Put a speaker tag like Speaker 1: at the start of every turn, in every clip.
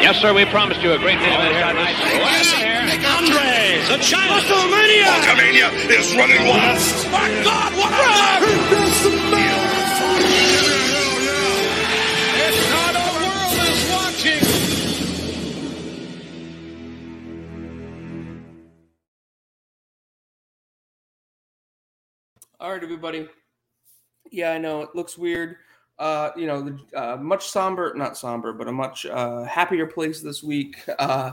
Speaker 1: Yes, sir, we promised you a great deal of that
Speaker 2: Nick Andres, the giant WrestleMania.
Speaker 3: Hulkamania is running wild.
Speaker 2: My God, what a
Speaker 4: It's not a world is watching.
Speaker 5: All right, everybody. Yeah, I know it looks weird. Uh, you know, the, uh, much somber, not somber, but a much uh, happier place this week. Uh,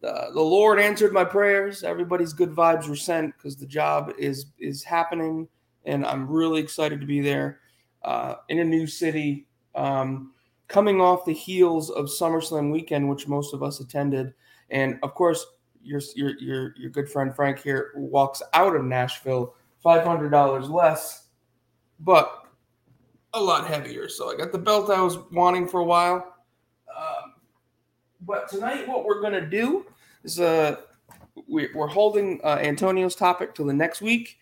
Speaker 5: the, the Lord answered my prayers. Everybody's good vibes were sent because the job is is happening, and I'm really excited to be there uh, in a new city. Um, coming off the heels of SummerSlam weekend, which most of us attended, and of course, your your your your good friend Frank here walks out of Nashville five hundred dollars less, but a lot heavier. So I got the belt I was wanting for a while. Um, but tonight, what we're gonna do is uh, we, we're holding uh, Antonio's topic till the next week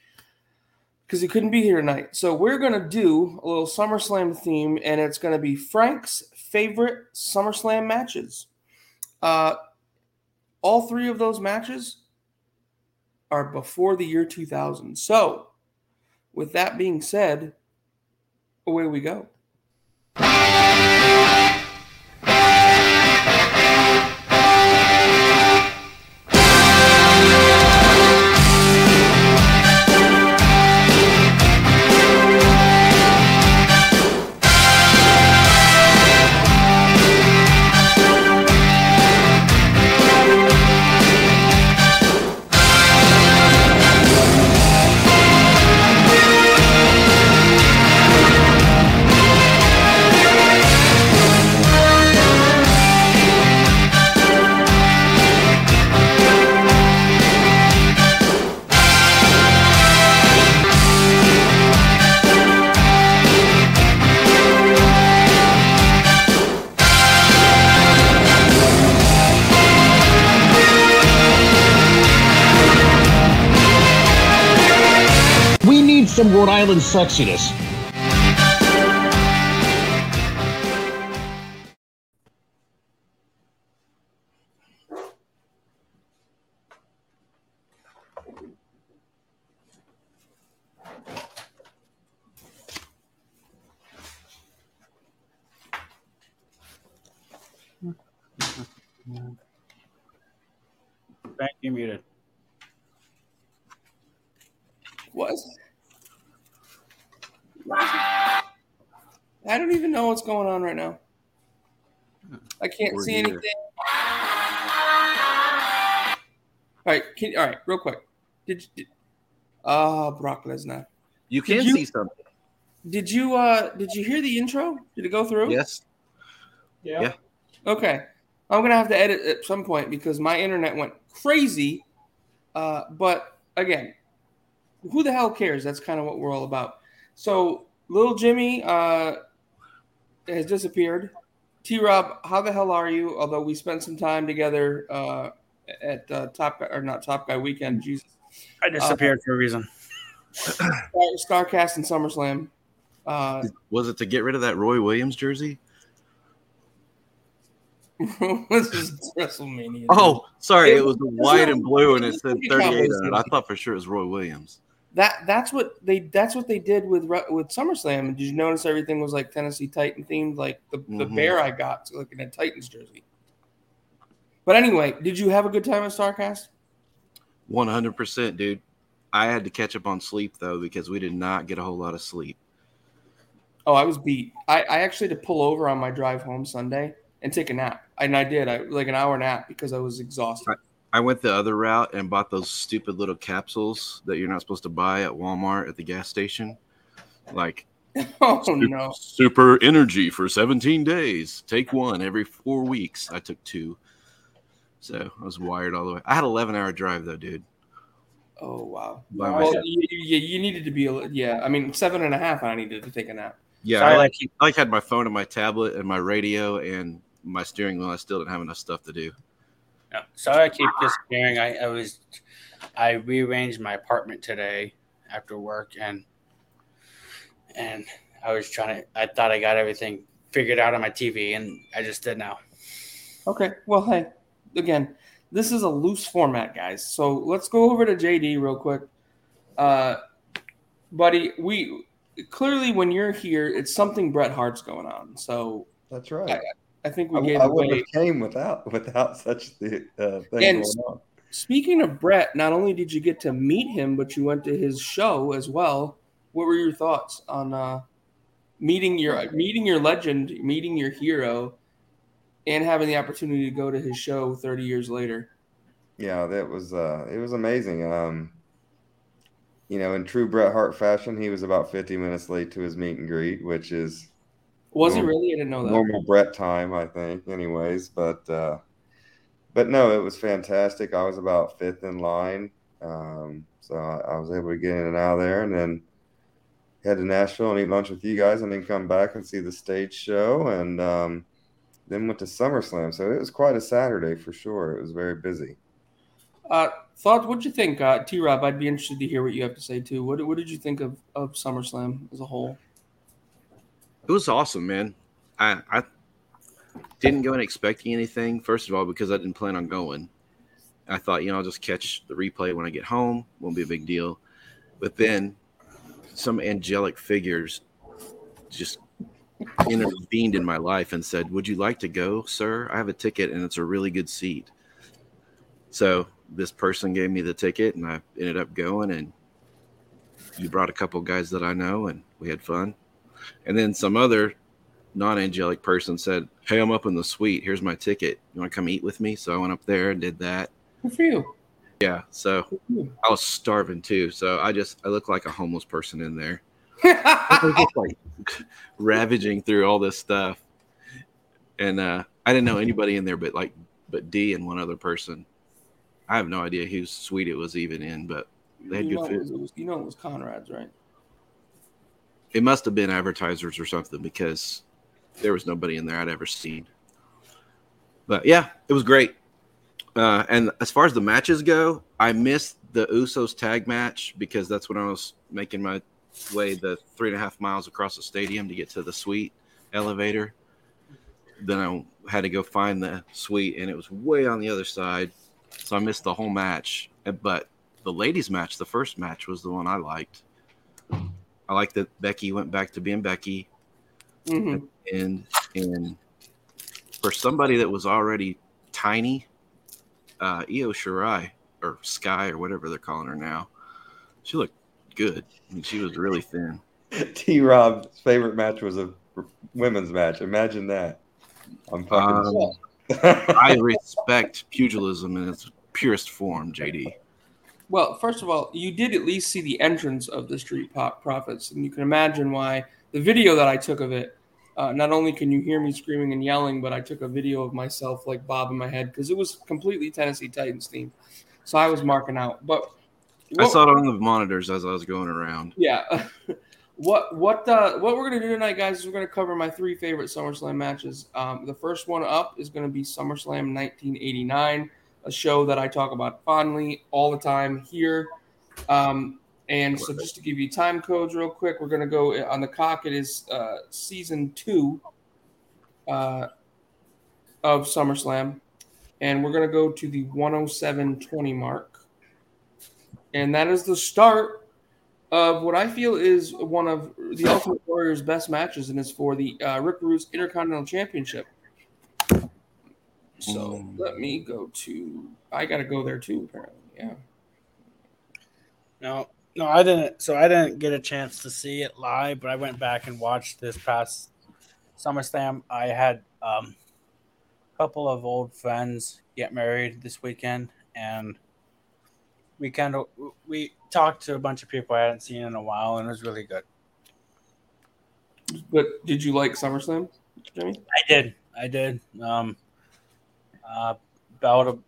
Speaker 5: because he couldn't be here tonight. So we're gonna do a little SummerSlam theme, and it's gonna be Frank's favorite SummerSlam matches. Uh, all three of those matches are before the year 2000. So, with that being said, away we go.
Speaker 6: We need some Rhode Island sexiness.
Speaker 7: Frank, you muted.
Speaker 5: What? I don't even know what's going on right now. I can't
Speaker 7: We're
Speaker 5: see
Speaker 7: here.
Speaker 5: anything. All right, can, all right, real quick. Did, you- did uh Brock Lesnar?
Speaker 8: You can
Speaker 5: you-
Speaker 8: see something.
Speaker 5: Did you uh did you hear the intro? Did it go through?
Speaker 8: Yes. Yeah.
Speaker 5: Okay. I'm gonna have to edit at some point because my internet went crazy. Uh, but again, who the hell cares? That's kind of what we're all about. So little Jimmy uh, has disappeared. T Rob, how the hell are you? Although we spent some time together uh, at uh, Top Guy, or not Top Guy weekend, Jesus,
Speaker 7: I disappeared for a reason.
Speaker 5: Star- Starcast and SummerSlam. Uh,
Speaker 8: Was it to get rid of that Roy Williams jersey?
Speaker 5: this is WrestleMania.
Speaker 8: Oh, sorry.
Speaker 5: It
Speaker 8: It was the
Speaker 5: was
Speaker 8: white
Speaker 5: a-
Speaker 8: and blue, and it said
Speaker 5: it
Speaker 8: 38
Speaker 5: was a Cowboys
Speaker 8: on it. I thought for sure it was Roy Williams.
Speaker 5: that that's what they that's what they did with Ru- with SummerSlam. Did you notice everything was like Tennessee Titan themed? Like the, the
Speaker 8: Mhm.
Speaker 5: bear I got like in a Titans jersey. But anyway, did you have a good time at Starcast?
Speaker 8: 100%, dude. I had to catch up on sleep, though, because we did not get a whole lot of sleep.
Speaker 5: Oh, I was beat. I, I actually had to pull over on my drive home Sunday and take a nap, and I did. I like an hour nap because I was exhausted.
Speaker 8: I went the other route and bought those stupid little capsules that you're not supposed to buy at Walmart at the gas station. Like,
Speaker 5: Oh
Speaker 8: Super-
Speaker 5: no!
Speaker 8: Super energy for 17 days. Take one every four weeks. I took two. So I was wired all the way. I had an 11 hour drive, though, dude.
Speaker 5: Oh wow!
Speaker 8: By
Speaker 5: Well,
Speaker 8: myself.
Speaker 5: you, you, you needed to be a li- yeah. I mean, seven and a half. I needed to take a nap.
Speaker 8: Yeah.
Speaker 7: So
Speaker 8: I,
Speaker 7: I
Speaker 8: like,
Speaker 7: like you.
Speaker 8: I like had my phone and my tablet and my radio and my steering wheel. I still didn't have enough stuff to do.
Speaker 7: No. Sorry, I keep disappearing. I, I was, I rearranged my apartment today after work, and and I was trying to. I thought I got everything figured out on my TV, and I just did now.
Speaker 5: Okay. Well, hey, again, this is a loose format, guys. So let's go over to JD real quick, uh, buddy. We clearly, when you're here, it's something Bret Hart's going on. So
Speaker 9: That's right.
Speaker 5: I think
Speaker 9: I,
Speaker 5: we gave
Speaker 9: I
Speaker 5: away.
Speaker 9: wouldn't have came without without such the uh, thing
Speaker 5: And-
Speaker 9: going on.
Speaker 5: Speaking of Brett, not only did you get to meet him, but you went to his show as well. What were your thoughts on uh, meeting your meeting your legend, meeting your hero, and having the opportunity to go to his show thirty years later?
Speaker 9: Yeah, that was uh, it was amazing. Um, you know, in true Bret Hart fashion, he was about 50 minutes late to his meet and greet, which is
Speaker 5: Was he
Speaker 9: Normal-
Speaker 5: really? I didn't know Oh, that.
Speaker 9: normal Brett time, I think, anyways. But uh, but no, it was fantastic. I was about fifth in line, um, so I, I was able to get in and out of there, and then head to Nashville and eat lunch with you guys, and then come back and see the stage show, and um, then went to SummerSlam. So it was quite a Saturday for sure. It was very busy.
Speaker 5: Uh, thought? What'd you think, uh, T. Rob? I'd be interested to hear what you have to say too. What What did you think of of SummerSlam as a whole?
Speaker 8: It was awesome, man. I, I didn't go in expecting anything, first of all, because I didn't plan on going. I thought, you know, I'll just catch the replay when I get home. Won't be a big deal. But then some angelic figures just intervened in my life and said, Would you like to go, sir? I have a ticket and it's a really good seat. So this person gave me the ticket and I ended up going. And you brought a couple guys that I know and we had fun. And then some other non angelic person said, Hey, I'm up in the suite. Here's my ticket. You want to come eat with me? So I went up there and did that.
Speaker 5: Good for you.
Speaker 8: Yeah. So I was starving too. So I just, I look like a homeless person in there, I was just, like ravaging through all this stuff. And uh, I didn't know anybody in there but like, but D and one other person. I have no idea whose suite it was even in, but they had
Speaker 5: you,
Speaker 8: good
Speaker 5: know
Speaker 8: food.
Speaker 5: it was, it was- you know it was Conrad's, right?
Speaker 8: it must have been advertisers or something because there was nobody in there I'd ever seen. But yeah, it was great. Uh, and as far as the matches go, I missed the Usos tag match because that's when I was making my way the three and a half miles across the stadium to get to the suite elevator. Then I had to go find the suite, and it was way on the other side, so I missed the whole match. But the ladies' match, the first match, was the one I liked. I like that Becky went back to being Becky,
Speaker 5: hmm
Speaker 8: and and for somebody that was already tiny, uh, Io Shirai or Sky or whatever they're calling her now, she looked good. I mean, she was really thin.
Speaker 9: T. Rob's favorite match was a women's match. Imagine that. I'm fucking.
Speaker 8: Um, I respect pugilism in its purest form, JD.
Speaker 5: Well, first of all, you did at least see the entrance of the Street Pop Profits, and you can imagine why the video that I took of it. Uh, not only can you hear me screaming and yelling, but I took a video of myself like Bob in my head because it was completely Tennessee Titans theme, so I was marking out. But
Speaker 8: I saw it on the monitors as I was going around.
Speaker 5: yeah. what what uh, what we're gonna do tonight, guys, is we're gonna cover my three favorite SummerSlam matches. Um, the first one up is gonna be SummerSlam 1989, a show that I talk about fondly all the time here. Um, and so, just to give you time codes real quick, we're gonna go on the cock. It is uh, season two uh, of SummerSlam, and we're gonna go to the 107:20 mark, and that is the start of what I feel is one of the Ultimate Warrior's best matches, and it's for the uh, Rick Rude's Intercontinental Championship. So
Speaker 8: Mm.
Speaker 5: let me go to. I got to go there too, apparently. Yeah.
Speaker 7: No, no, I didn't. So I didn't get a chance to see it live, but I went back and watched this past SummerSlam. I had um, a couple of old friends get married this weekend, and we kind of we talked to a bunch of people I hadn't seen in a while, and it was really good.
Speaker 5: But did you like SummerSlam, Jimmy?
Speaker 7: I did, I did. Um, uh, about a,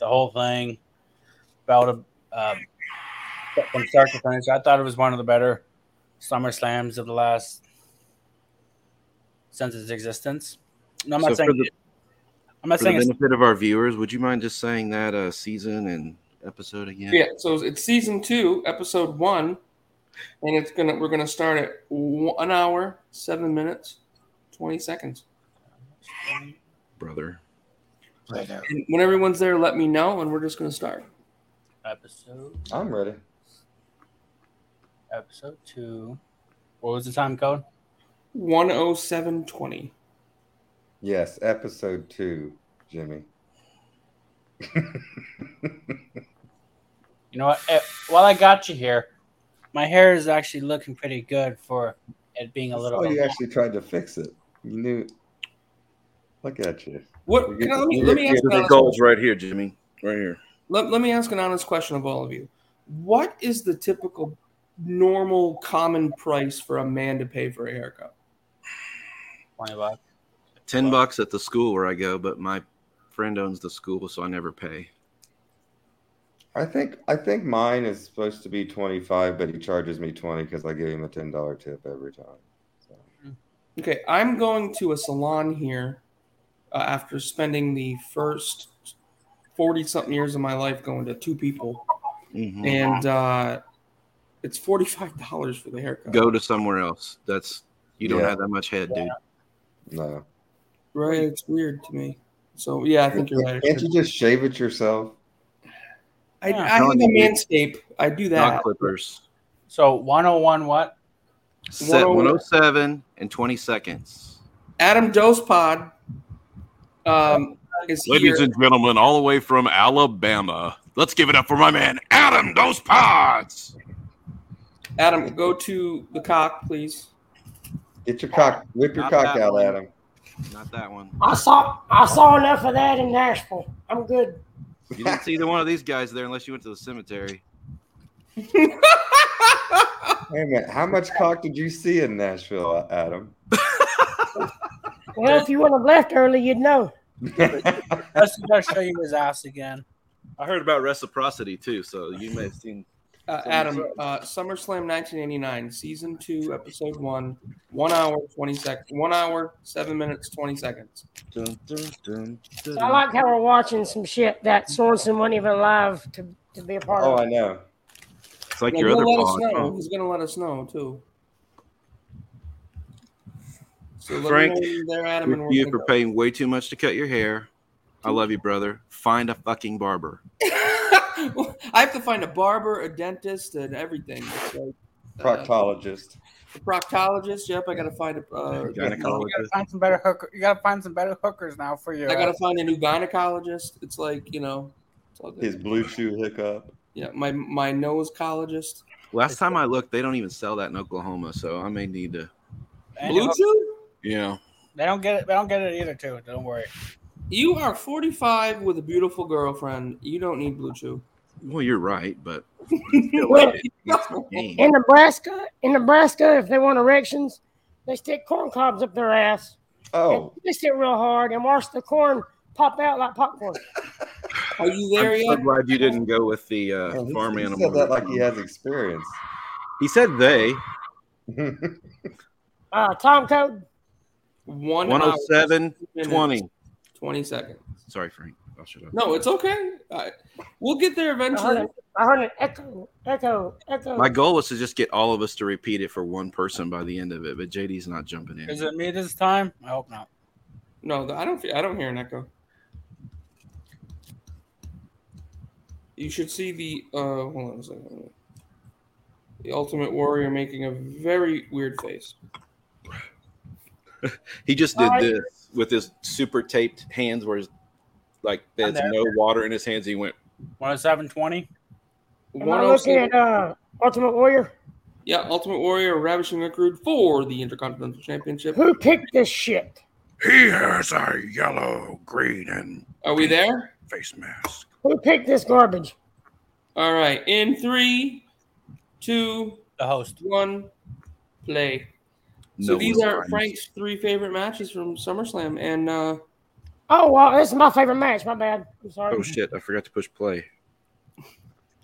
Speaker 7: the whole thing, about a uh, from start to finish. I thought it was one of the better Summer Slams of the last since its existence. No, I'm not
Speaker 8: So
Speaker 7: saying.
Speaker 8: for the-
Speaker 7: I'm not
Speaker 8: For the
Speaker 7: saying. It's,
Speaker 8: benefit of our viewers, would you mind just saying that uh, season and episode again?
Speaker 5: Yeah. So it's season two, episode one, and it's gonna. We're gonna start at one hour, seven minutes, twenty seconds.
Speaker 8: brother.
Speaker 9: Plato.
Speaker 5: And when everyone's there, let me know, and we're just going to start.
Speaker 7: Episode
Speaker 9: I'm ready.
Speaker 7: episode two. What was the time code?
Speaker 5: 10720.
Speaker 9: Yes, episode two, Jimmy.
Speaker 7: You know what? Eh, while I got you here, my hair is actually looking pretty good for it being a little.
Speaker 9: oh, you actually tried to fix it. You knew. Look at you.
Speaker 5: What? Can I, let, me, let me ask an
Speaker 9: Here's
Speaker 8: The
Speaker 5: honest
Speaker 8: goal's right here, Jimmy. Right here.
Speaker 5: let, let me ask an honest question of all of you. What is the typical normal common price for a man to pay for a haircut?
Speaker 7: Twenty bucks.
Speaker 8: Ten bucks at the school where I go, but my friend owns the school, so I never pay.
Speaker 9: I think I think mine is supposed to be twenty five, but he charges me twenty because I give him a ten dollar tip every time. So,
Speaker 5: Okay, I'm going to a salon here uh, after spending the first 40 something years of my life going to two people,
Speaker 8: Mhm.
Speaker 5: and uh, it's $45 for the haircut.
Speaker 8: Go to somewhere else. That's you don't
Speaker 9: Yeah.
Speaker 8: have that much head, dude.
Speaker 9: no,
Speaker 5: Right? It's weird to me. So, yeah, I think you're right. I
Speaker 9: can't you just shave it yourself?
Speaker 5: I, I have a manscape. I do
Speaker 8: Not
Speaker 5: that.
Speaker 8: clippers.
Speaker 7: So one hundred one. What?
Speaker 8: Set
Speaker 5: 101.
Speaker 8: 107 and 20 seconds.
Speaker 5: Adam Dosepod um, is
Speaker 3: Ladies
Speaker 5: here.
Speaker 3: and gentlemen, all the way from Alabama, let's give it up for my man, Adam Those Pods.
Speaker 5: Adam, go to the cock, please.
Speaker 9: Get your cock, whip your
Speaker 8: Not
Speaker 9: cock
Speaker 8: that
Speaker 9: out,
Speaker 8: one.
Speaker 9: Adam.
Speaker 8: Not that one.
Speaker 10: I saw I saw enough of that in Nashville. I'm good.
Speaker 8: You didn't see either one of these guys there unless you went to the cemetery.
Speaker 9: Wait a minute, how much cock did you see in Nashville, Adam?
Speaker 10: Well, if you wouldn't have left early, you'd know.
Speaker 7: Let's just show you his ass again.
Speaker 8: I heard about reciprocity too, so you may have seen.
Speaker 5: Uh, Adam, uh, SummerSlam 1989, Season 2, Episode 1, 1 hour, 20 seconds, 1 hour, 7 minutes, 20 seconds.
Speaker 10: So I like how we're watching some shit that Sorensen wasn't even alive to, to be a part
Speaker 9: oh,
Speaker 10: of.
Speaker 9: I know.
Speaker 8: It's like
Speaker 5: Yeah,
Speaker 8: your
Speaker 5: he'll
Speaker 8: other Oh,
Speaker 5: let us
Speaker 8: pod.
Speaker 5: know. He's going to let us know, too. So let me
Speaker 8: Frank,
Speaker 5: know when you're there, Adam, and
Speaker 8: Screw
Speaker 5: we're
Speaker 8: You
Speaker 5: gonna
Speaker 8: for
Speaker 5: go.
Speaker 8: paying way too much to cut your hair. I love you, brother. Find a fucking barber.
Speaker 5: I have to find a barber, a dentist, and everything. It's like, uh,
Speaker 9: Proctologist.
Speaker 5: a proctologist. Yep, I got to find a. Uh,
Speaker 7: You gotta
Speaker 8: Gynecologist.
Speaker 7: find some better hooker. You gotta find some better hookers now for your. uh,
Speaker 5: I got to find a new gynecologist. It's like you know, it's all good.
Speaker 9: His blue shoe hiccup.
Speaker 5: yeah, my my nosecologist.
Speaker 8: Last time I looked, they don't even sell that in Oklahoma, so I may need to.
Speaker 7: and your
Speaker 5: Blue
Speaker 7: hook-
Speaker 5: Chew?
Speaker 8: Yeah.
Speaker 7: They don't get it. They don't get it either. Too. Don't worry.
Speaker 5: You are 45 with a beautiful girlfriend. You don't need Blue Chew.
Speaker 8: Well, you're right, but
Speaker 10: Well,
Speaker 8: it's a game.
Speaker 10: in Nebraska, in Nebraska, if they want erections, they stick corn cobs up their ass.
Speaker 9: Oh,
Speaker 10: They twist it real hard and watch the corn pop out like popcorn.
Speaker 5: Are you there
Speaker 8: I'm so
Speaker 5: yet?
Speaker 8: glad you didn't go with the uh,
Speaker 9: oh, he-
Speaker 8: farm
Speaker 9: he
Speaker 8: animal.
Speaker 9: said that like he has experience.
Speaker 8: He said they.
Speaker 10: Uh, time code.
Speaker 5: One hour,
Speaker 8: 107
Speaker 5: minutes,
Speaker 8: 20.
Speaker 5: 20 seconds.
Speaker 8: Sorry, Frank. I'll shut up.
Speaker 5: No, it's okay. I- we'll get there
Speaker 10: I heard,
Speaker 5: eventually.
Speaker 10: an, I heard an echo, echo, echo.
Speaker 8: My goal was to just get all of us to repeat it for one person by the end of it, but JD's not jumping in.
Speaker 7: Is it me this time? I hope not.
Speaker 5: No, I don't. I don't hear an echo. You should see the. Uh, hold on a second. The Ultimate Warrior making a very weird face.
Speaker 8: He just did
Speaker 10: Alright.
Speaker 8: this with his super taped hands, where his like there's
Speaker 7: there.
Speaker 8: no water in his hands. He went.
Speaker 7: One hundred seven twenty.
Speaker 10: Am I looking
Speaker 5: 107
Speaker 10: at uh, Ultimate Warrior?
Speaker 5: yeah, Ultimate Warrior ravishing Rick Rude for the Intercontinental Championship.
Speaker 10: Who picked this shit?
Speaker 3: He has a yellow, green, and
Speaker 5: Are we there?
Speaker 3: face mask.
Speaker 10: Who picked this garbage?
Speaker 5: All right. In three, two,
Speaker 7: The host.
Speaker 5: one, play. So
Speaker 8: No
Speaker 5: these
Speaker 8: one
Speaker 5: are
Speaker 8: minds.
Speaker 5: Frank's three favorite matches from SummerSlam, and uh,
Speaker 10: Oh well, this is my favorite match. My bad. I'm sorry.
Speaker 8: Oh shit! I forgot to push play.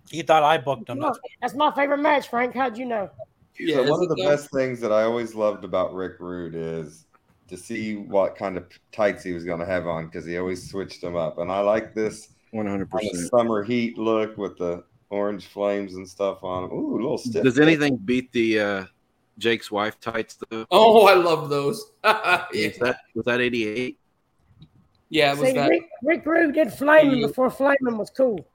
Speaker 7: He thought I booked him. That's
Speaker 10: Look, that's my favorite match, Frank. How'd you know?
Speaker 5: yeah,
Speaker 9: So one
Speaker 5: is
Speaker 9: of the
Speaker 5: it though?
Speaker 9: best things that I always loved about Rick Rude is to see what kind of tights he was going to have on because he always switched them up. And I like this
Speaker 8: One hundred
Speaker 9: kind of
Speaker 8: percent.
Speaker 9: summer heat look with the orange flames and stuff on. 'em. Ooh, a little stiff.
Speaker 8: Does anything beat the uh, Jake's wife tights though?
Speaker 5: Oh, I love those. Yeah.
Speaker 8: Is that was that eighty eight?
Speaker 5: Yeah, it was
Speaker 10: See,
Speaker 5: that.
Speaker 10: Rick, Rick Rude did Flamin' before Flamin' was cool.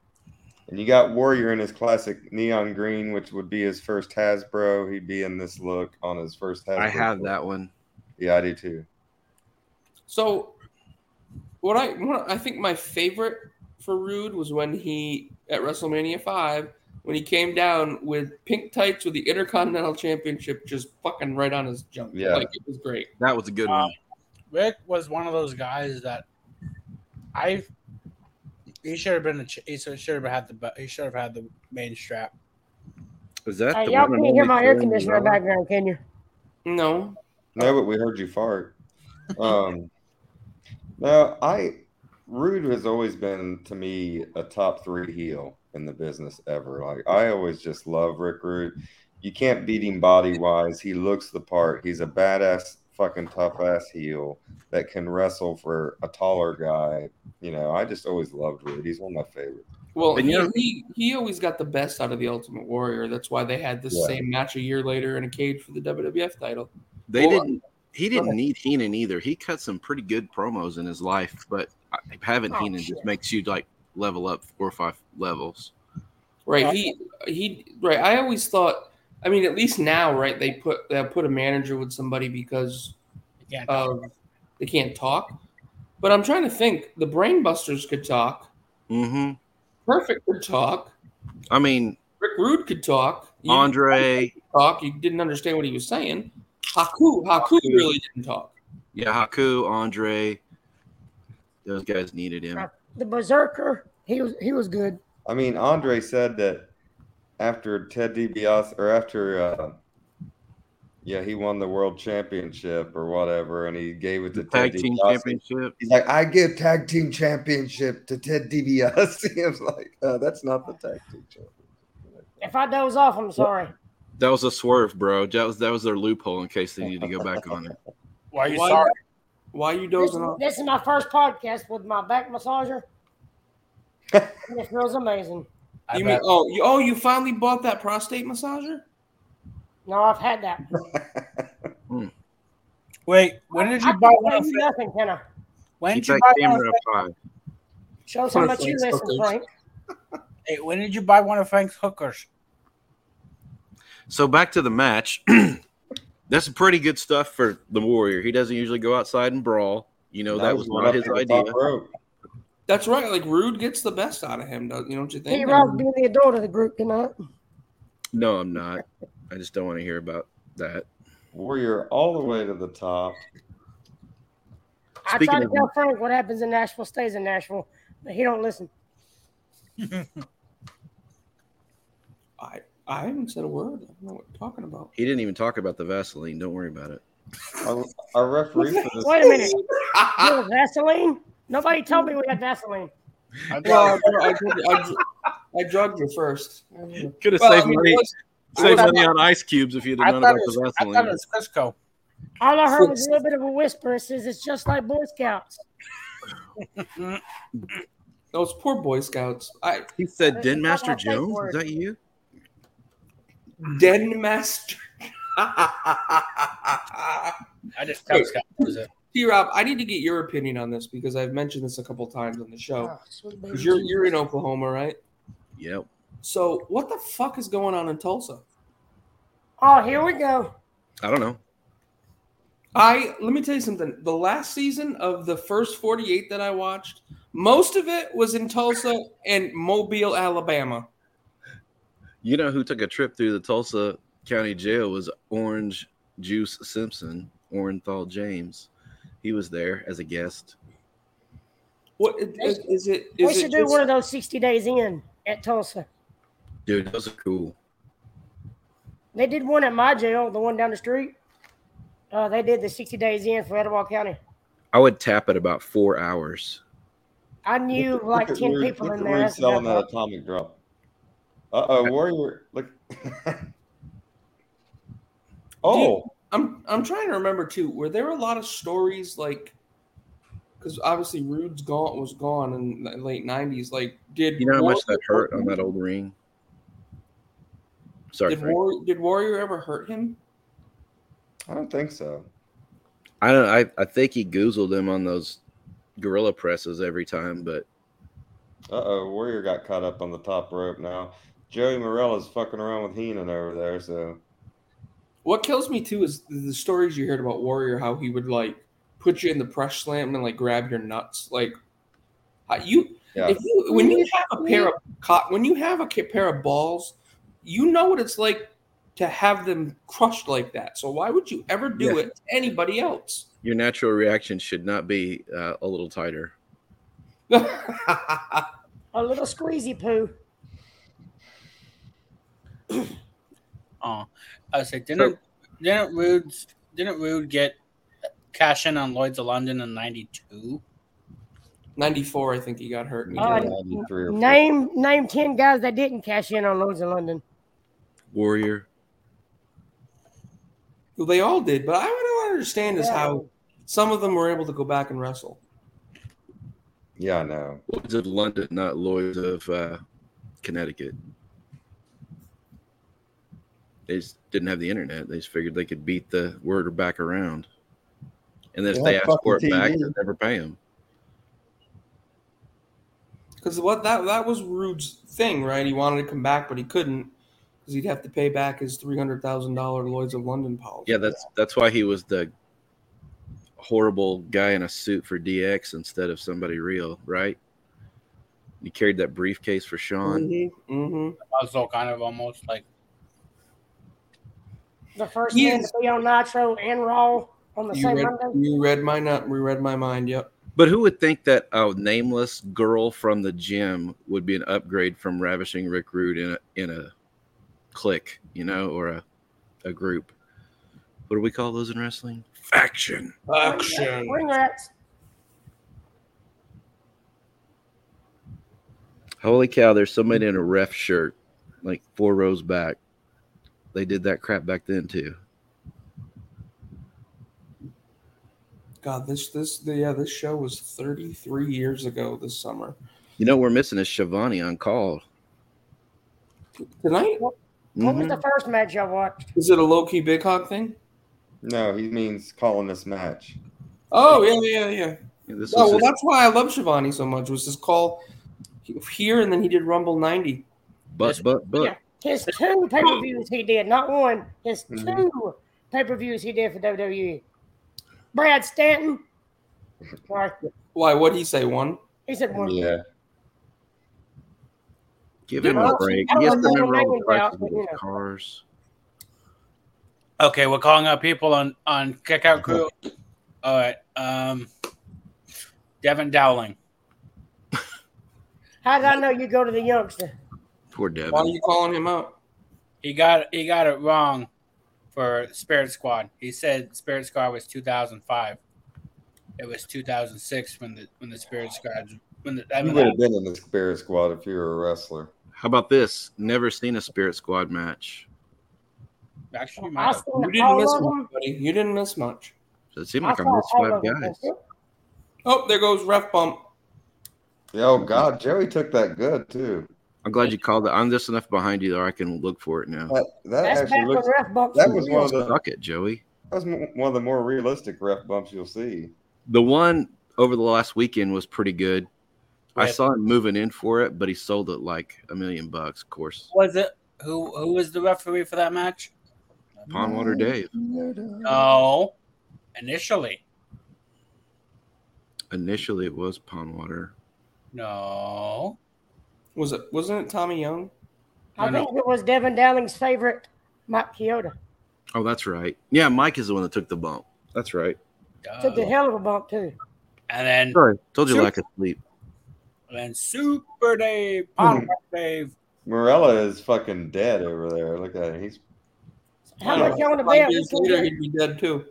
Speaker 9: And you got Warrior in his classic neon green, which would be his first Hasbro. He'd be in this look on his first Hasbro.
Speaker 8: I have that one.
Speaker 9: Yeah, I do too.
Speaker 5: So, what I what I think my favorite for Rude was when he at WrestleMania five when he came down with pink tights with the Intercontinental Championship just fucking right on his junk.
Speaker 8: Yeah.
Speaker 5: like it was great.
Speaker 8: That was a good
Speaker 10: Um,
Speaker 8: one.
Speaker 7: Rick was one of those guys that I he should have been a ch- he should have had the bu- he should have had the main strap.
Speaker 8: Is that
Speaker 10: Hey,
Speaker 8: the
Speaker 10: uh, y'all
Speaker 8: one and
Speaker 10: can't hear
Speaker 8: only
Speaker 10: my air
Speaker 8: Karen
Speaker 10: conditioner in the
Speaker 8: Morella?
Speaker 10: background, can you?
Speaker 5: No,
Speaker 9: No, but we heard you fart. Um, no, I Rude has always been to me a top three heel in the business ever. Like I always just love Rick Rude. You can't beat him body wise. He looks the part. He's a badass, fucking tough ass heel that can wrestle for a taller guy. You know, I just always loved Rude. He's one of my favorites.
Speaker 5: well
Speaker 8: And
Speaker 5: he,
Speaker 8: you know-
Speaker 5: he he always got the best out of the Ultimate Warrior. That's why they had this
Speaker 9: Yeah.
Speaker 5: same match a year later in a cage for the WWF title.
Speaker 8: They
Speaker 5: Well,
Speaker 8: didn't. He didn't need Heenan either. He cut some pretty good promos in his life, but I- having
Speaker 5: Oh,
Speaker 8: Heenan just makes you like level up four or five levels.
Speaker 5: Right. He he right. I always thought I mean at least now, right, they put they put a manager with somebody because
Speaker 7: Again,
Speaker 5: of they can't talk. But I'm trying to think. The brainbusters could talk.
Speaker 8: hmm
Speaker 5: Perfect could talk.
Speaker 8: I mean,
Speaker 5: Rick Rude could talk. You
Speaker 8: Andre,
Speaker 5: didn't talk. You didn't understand what he was saying. Haku Haku really didn't talk.
Speaker 8: yeah, Haku, Andre, those guys needed him.
Speaker 10: The Berserker, he was he was good.
Speaker 9: I mean, Andre said that after Ted DiBiase or after, uh, yeah, he won the world championship or whatever, and he gave it to Ted
Speaker 8: Tag team
Speaker 9: DiBiase.
Speaker 8: championship.
Speaker 9: He's like, I give tag team championship to Ted DiBiase. I was like, uh, that's not the tag team championship.
Speaker 10: If I doze off, I'm sorry.
Speaker 8: That was a swerve, bro. That was that was their loophole in case they needed to go back on it.
Speaker 7: why are you
Speaker 5: Why-
Speaker 7: sorry?
Speaker 5: Why are you
Speaker 10: This,
Speaker 5: dozing off?
Speaker 10: this is my first podcast with my back massager. and it feels amazing.
Speaker 7: I
Speaker 5: You mean
Speaker 7: bet.
Speaker 5: oh you oh you finally bought that prostate massager?
Speaker 10: No, I've had that.
Speaker 7: Wait, when did
Speaker 10: I
Speaker 7: you buy
Speaker 10: can't
Speaker 7: one?
Speaker 10: tell
Speaker 7: of
Speaker 10: you
Speaker 7: Fran-
Speaker 10: nothing, can I?
Speaker 7: When
Speaker 8: He's
Speaker 7: did you
Speaker 8: like
Speaker 7: buy one? of
Speaker 8: camera pie.
Speaker 10: Shows how
Speaker 5: One of
Speaker 10: much you
Speaker 5: Frank's
Speaker 10: listen,
Speaker 5: hookers.
Speaker 10: Frank.
Speaker 7: Fra- hey, when did you buy one of Frank's hookers?
Speaker 8: So back to the match. That's some pretty good stuff for the Warrior. He doesn't usually go outside and brawl. You know, that was not his idea.
Speaker 5: That's right. Like Rude gets the best out of him. Don't you? Don't you think?
Speaker 10: He Rock being the adult of the group tonight.
Speaker 8: No, I'm not. I just don't want to hear about that.
Speaker 9: Warrior all the way to the top.
Speaker 10: I
Speaker 8: Speaking
Speaker 10: try to
Speaker 8: of-
Speaker 10: tell Frank what happens in Nashville stays in Nashville, but he don't listen.
Speaker 5: I I haven't said a word. I don't know what you're talking about.
Speaker 8: He didn't even talk about the Vaseline. Don't worry about it.
Speaker 9: Our, our referee for this.
Speaker 10: Wait a minute. You know Vaseline? Nobody told me we had Vaseline.
Speaker 7: I
Speaker 5: Well,
Speaker 7: thought-
Speaker 5: I, I, I, I drugged you first. Well,
Speaker 8: Could have
Speaker 5: I
Speaker 8: saved
Speaker 5: mean,
Speaker 8: money,
Speaker 5: it was-
Speaker 8: saved
Speaker 5: I-
Speaker 8: money on ice cubes if you'd
Speaker 7: I
Speaker 8: have known
Speaker 7: thought
Speaker 8: about
Speaker 7: it was-
Speaker 8: the
Speaker 7: I thought it
Speaker 8: Vaseline.
Speaker 7: was Crisco.
Speaker 10: All I heard was a little bit of a whisper. It says it's just like Boy Scouts.
Speaker 5: Those poor Boy Scouts. I
Speaker 8: He said,
Speaker 10: That's
Speaker 8: "Den Master
Speaker 10: not my
Speaker 8: Jones,
Speaker 10: word.
Speaker 8: is that you?"
Speaker 5: Den Master.
Speaker 7: I just tell Scott was it.
Speaker 5: T Rob, I need to get your opinion on this because I've mentioned this a couple times on the show.
Speaker 10: Oh, sweet baby
Speaker 5: 'Cause you're
Speaker 10: Jesus.
Speaker 5: you're in Oklahoma, right?
Speaker 8: Yep.
Speaker 5: So what the fuck is going on in Tulsa?
Speaker 10: Oh, here we go.
Speaker 8: I don't know.
Speaker 5: I let me tell you something. The last season of the first 48 that I watched, most of it was in Tulsa and Mobile, Alabama.
Speaker 8: You know who took a trip through the Tulsa County Jail was Orange Juice Simpson, Orenthal James. He was there as a guest.
Speaker 5: What is, is it? Is
Speaker 10: we should
Speaker 5: it
Speaker 10: do
Speaker 5: just-
Speaker 10: one of those 60 days in at Tulsa.
Speaker 8: Dude, those are cool.
Speaker 10: They did one at my jail, the one down the street. Uh, they did the 60 days in for Etowah County.
Speaker 8: I would tap at about four hours.
Speaker 10: I knew
Speaker 9: Look at-
Speaker 10: like
Speaker 9: look at
Speaker 10: 10
Speaker 9: Rude-
Speaker 10: people
Speaker 9: look
Speaker 10: in
Speaker 9: at
Speaker 10: there.
Speaker 9: Rude
Speaker 10: That's
Speaker 9: selling that
Speaker 10: enough.
Speaker 9: atomic drop. Uh oh, Warrior. Look. oh,
Speaker 5: I'm I'm trying to remember too. Were there a lot of stories like? Because obviously Rude's gone was gone in the late '90s. Like, did
Speaker 8: You know how much
Speaker 5: Warrior-
Speaker 8: that hurt on that old ring? Sorry,
Speaker 5: Did,
Speaker 8: Frank.
Speaker 5: War, did Warrior ever hurt him?
Speaker 9: I don't think so.
Speaker 8: I don't. I, I think he goozled him on those gorilla presses every time, but
Speaker 9: Uh oh, Warrior got caught up on the top rope now. Joey Morella's fucking around with Heenan over there, so
Speaker 5: What kills me too is the stories you heard about Warrior, how he would like put you in the press slam and like grab your nuts. Like uh, you,
Speaker 9: yeah.
Speaker 5: if you when you have a pair of co- when you have a ca- pair of balls, you know what it's like to have them crushed like that. So why would you ever do
Speaker 8: Yeah.
Speaker 5: it to anybody else?
Speaker 8: your natural reaction should not be uh, a little tighter.
Speaker 10: A little squeezy poo.
Speaker 7: Oh, I was like, didn't didn't Rude didn't Rude get cash in on Lloyd's of London in '92?
Speaker 5: Ninety four, I think he got hurt.
Speaker 10: Oh,
Speaker 9: Yeah, I need three or four.
Speaker 10: Name name ten guys that didn't cash in on loads in London.
Speaker 8: Warrior,
Speaker 5: Well, they all did, but I what I don't understand is
Speaker 10: Yeah.
Speaker 5: how some of them were able to go back and wrestle.
Speaker 9: Yeah, I know.
Speaker 8: Lloyd's of London, not Lloyd's of uh, Connecticut. They just didn't have the internet. They just figured they could beat the word back around. And then if
Speaker 9: They
Speaker 8: they
Speaker 9: had
Speaker 8: asked for it
Speaker 9: fucking
Speaker 8: back,
Speaker 9: TV.
Speaker 8: they'd never pay them.
Speaker 5: Because what that that was Rude's thing, right? He wanted to come back, but he couldn't because he'd have to pay back his three hundred thousand dollar Lloyd's of London policy.
Speaker 8: Yeah, that's that's why he was the horrible guy in a suit for DX instead of somebody real, right? He carried that briefcase for Sean.
Speaker 5: Mm-hmm. Mm-hmm.
Speaker 7: I was all kind of almost like,
Speaker 10: The first
Speaker 5: Yes.
Speaker 10: man to be on Nitro and Raw on the
Speaker 5: You
Speaker 10: same
Speaker 5: read
Speaker 10: Monday.
Speaker 5: you read my nut, read my mind. Yep.
Speaker 8: But who would think that a nameless girl from the gym would be an upgrade from ravishing Rick Rude in a in a clique, you know, or a, a group? What do we call those in wrestling? Faction.
Speaker 5: Action.
Speaker 10: Ring rats.
Speaker 8: Holy cow, there's somebody in a ref shirt, like four rows back. They did that crap back then too.
Speaker 5: God, this this the, yeah, this show was thirty three years ago this summer.
Speaker 8: You know, we're missing is Shivani on call.
Speaker 5: Tonight
Speaker 10: What was
Speaker 8: Mhm.
Speaker 10: the first match I watched?
Speaker 5: is it a low key big hog thing?
Speaker 9: No, he means calling this match.
Speaker 5: Oh yeah yeah yeah.
Speaker 8: Yeah, This
Speaker 5: No,
Speaker 8: was
Speaker 5: well
Speaker 8: his-
Speaker 5: that's why I love Shivani so much. Was his call here and then he did Rumble ninety.
Speaker 8: but but but
Speaker 10: Yeah. His two pay per views he did, not one. His
Speaker 8: Mm-hmm.
Speaker 10: two pay per views he did for WWE. Brad Stanton. Sorry,
Speaker 5: Why? What would he say? One.
Speaker 10: he said one.
Speaker 9: Yeah.
Speaker 8: give
Speaker 5: Yeah,
Speaker 8: him a
Speaker 5: that's-
Speaker 8: break.
Speaker 10: I don't
Speaker 8: Yes, they
Speaker 10: know
Speaker 8: remember all the
Speaker 10: nothing about,
Speaker 8: prices of
Speaker 10: you
Speaker 8: those
Speaker 10: know.
Speaker 8: cars.
Speaker 7: okay, we're calling out people on on
Speaker 8: Mm-hmm.
Speaker 7: Kickout Crew. All right, um, Devin Dowling.
Speaker 10: How did I know you go to the youngster?
Speaker 8: Poor
Speaker 5: Why are
Speaker 8: Devin.
Speaker 5: you calling him out?
Speaker 7: He got he got it wrong for Spirit Squad. He said Spirit Squad was 2005. It was 2006 when the when the Spirit Squad when the I
Speaker 9: You
Speaker 7: mean,
Speaker 9: would have been in the Spirit Squad if you were a wrestler.
Speaker 8: How about this? Never seen a Spirit Squad match.
Speaker 7: actually
Speaker 10: I
Speaker 7: might have.
Speaker 5: You
Speaker 10: seen
Speaker 5: didn't
Speaker 10: all
Speaker 5: miss
Speaker 10: of
Speaker 5: much,
Speaker 10: them.
Speaker 5: buddy. You didn't miss much.
Speaker 8: So it seemed
Speaker 10: I
Speaker 8: like I
Speaker 10: saw
Speaker 8: missed
Speaker 10: all
Speaker 8: five
Speaker 10: of them.
Speaker 8: guys.
Speaker 5: Oh, there goes ref bump.
Speaker 9: Yeah, Oh God, Joey took that good too.
Speaker 8: I'm glad you called it. I'm just enough behind you that I can look for it now.
Speaker 9: That that
Speaker 10: That's
Speaker 9: actually
Speaker 10: back
Speaker 9: looks.
Speaker 10: when ref bumps.
Speaker 9: That
Speaker 10: were
Speaker 9: was
Speaker 10: real.
Speaker 9: one of the
Speaker 8: Suck it, Joey.
Speaker 9: that was m- one of the more realistic ref bumps you'll see.
Speaker 8: The one over the last weekend was pretty good. I
Speaker 7: Right.
Speaker 8: saw him moving in for it, but he sold it like a million bucks, of course.
Speaker 7: Was it who who was the referee for that match?
Speaker 8: Pondwater
Speaker 5: Mm.
Speaker 8: Dave
Speaker 10: Mm-hmm.
Speaker 9: Mm-hmm.
Speaker 7: No, initially
Speaker 8: initially it was Pondwater.
Speaker 7: no.
Speaker 5: Was it? Wasn't it Tommy Young?
Speaker 10: I
Speaker 7: No, no.
Speaker 10: think it was Devin Dowling's favorite, Mike Chioda.
Speaker 8: Oh, that's right. Yeah, Mike is the one that took the bump. That's right.
Speaker 10: Took a
Speaker 5: Oh.
Speaker 7: Duh.
Speaker 10: hell of a bump too.
Speaker 7: And then
Speaker 8: Sorry, told you
Speaker 7: Sure.
Speaker 8: lack of sleep.
Speaker 7: and then Super Dave,
Speaker 8: Hmm.
Speaker 7: Power Dave.
Speaker 9: Morella is fucking dead over there. Look at him. He's
Speaker 10: How
Speaker 5: Yeah.
Speaker 10: much you want to
Speaker 5: Five
Speaker 10: bet?
Speaker 5: years
Speaker 10: we
Speaker 5: later, he'd
Speaker 10: can
Speaker 5: be dead too.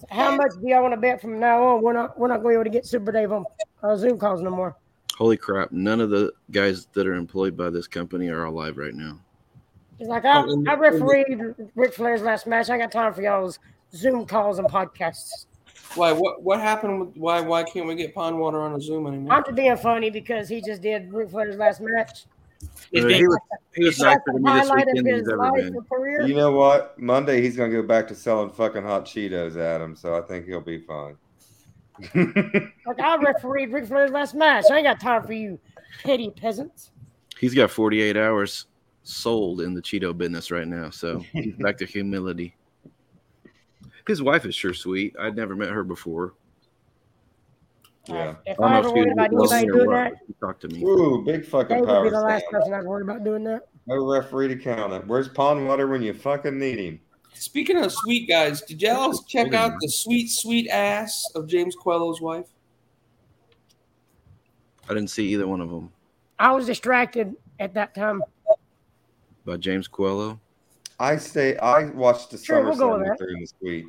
Speaker 10: get- How much do y'all want to bet from now on? We're not we're not going to be able to get Super Dave on uh, Zoom calls no more.
Speaker 8: Holy crap! None of the guys that are employed by this company are alive right now.
Speaker 10: He's like, I,
Speaker 5: Oh, and-
Speaker 10: I refereed Ric Flair's last match. I ain't got time for y'all's Zoom calls and podcasts.
Speaker 5: Why? What? What happened? With, why? Why can't we get pond water on a Zoom
Speaker 10: I'm
Speaker 5: anymore?
Speaker 10: just being funny because he just did Ric Flair's last match.
Speaker 7: He's
Speaker 8: Uh,
Speaker 7: being-
Speaker 8: he was, he was
Speaker 10: It's
Speaker 8: nicer
Speaker 10: like
Speaker 8: to
Speaker 10: the
Speaker 8: me this
Speaker 10: highlight
Speaker 8: weekend
Speaker 10: of
Speaker 8: than
Speaker 10: his
Speaker 8: he's ever
Speaker 10: life
Speaker 8: been.
Speaker 10: and career.
Speaker 9: you know what? Monday he's gonna go back to selling fucking hot Cheetos at him, so I think he'll be fine.
Speaker 10: Like I refereed Ric Flair's last match. I ain't got time for you petty peasants.
Speaker 8: He's got 48 hours sold in the Cheeto business right now. So he's back to humility. His wife is sure sweet. I'd never met her before.
Speaker 9: Yeah.
Speaker 10: If
Speaker 8: don't know
Speaker 10: I ever
Speaker 8: if she
Speaker 10: worried about
Speaker 8: was listening
Speaker 10: anybody
Speaker 8: or
Speaker 10: doing
Speaker 8: what,
Speaker 10: that,
Speaker 8: but she talked to me.
Speaker 9: Ooh, big
Speaker 10: they
Speaker 9: fucking
Speaker 10: would
Speaker 9: power
Speaker 10: be the last
Speaker 9: slam.
Speaker 10: person I'd worry about doing that.
Speaker 9: No referee to count it. Where's pond water when you fucking need him?
Speaker 5: Speaking of sweet guys, did y'all check out the sweet, sweet ass of James Quello's wife?
Speaker 8: I didn't see either one of them.
Speaker 10: I was distracted at that time.
Speaker 8: By James Coelho.
Speaker 9: I stay. I watched the
Speaker 10: Sure,
Speaker 9: summer
Speaker 10: we'll go with
Speaker 9: slam
Speaker 10: that.
Speaker 9: during this week.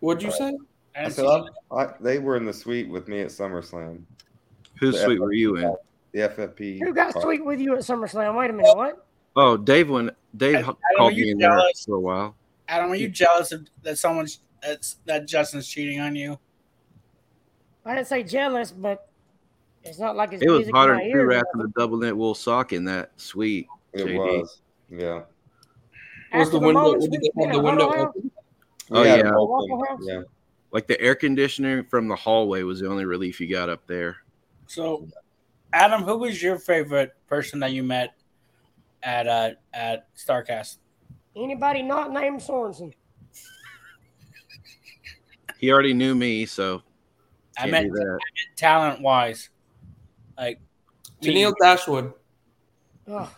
Speaker 5: What'd you
Speaker 7: I
Speaker 5: say?
Speaker 9: I
Speaker 7: didn't
Speaker 9: said,
Speaker 7: see
Speaker 9: I, I, they were in the suite with me at SummerSlam.
Speaker 8: Whose
Speaker 9: The
Speaker 8: suite were you in?
Speaker 9: The FFP.
Speaker 10: Who got
Speaker 9: part.
Speaker 10: sweet with you at SummerSlam? Wait a minute, what?
Speaker 8: Oh, Dave went. Dave
Speaker 7: I- I
Speaker 8: h-
Speaker 7: know
Speaker 8: called
Speaker 7: you
Speaker 8: me in there
Speaker 7: jealous.
Speaker 8: for a while.
Speaker 7: Adam, are you jealous of, that someone's that's, that Justin's cheating on you?
Speaker 10: I didn't say jealous, but it's not like it's
Speaker 8: It was
Speaker 10: music
Speaker 8: hotter
Speaker 10: in my
Speaker 8: than
Speaker 10: ears.
Speaker 8: true wrapping the double knit wool sock in that suite.
Speaker 9: It
Speaker 8: JD.
Speaker 9: was. Yeah.
Speaker 5: Was
Speaker 10: After
Speaker 5: the window?
Speaker 10: Mullins
Speaker 5: Did they
Speaker 10: weekend,
Speaker 5: have the
Speaker 10: I don't
Speaker 5: window
Speaker 10: know.
Speaker 5: open?
Speaker 8: Oh,
Speaker 9: We
Speaker 8: yeah.
Speaker 9: had it open.
Speaker 10: Waffle House?
Speaker 9: Yeah.
Speaker 8: Like the air conditioner from the hallway was the only relief you got up there.
Speaker 7: So, Adam, who was your favorite person that you met at uh, at Starcast?
Speaker 10: Anybody not named Sorensen?
Speaker 8: He already knew me, so
Speaker 7: I
Speaker 8: can't
Speaker 7: meant
Speaker 8: do that.
Speaker 7: talent wise, like
Speaker 5: Tennille Dashwood.
Speaker 10: Ugh.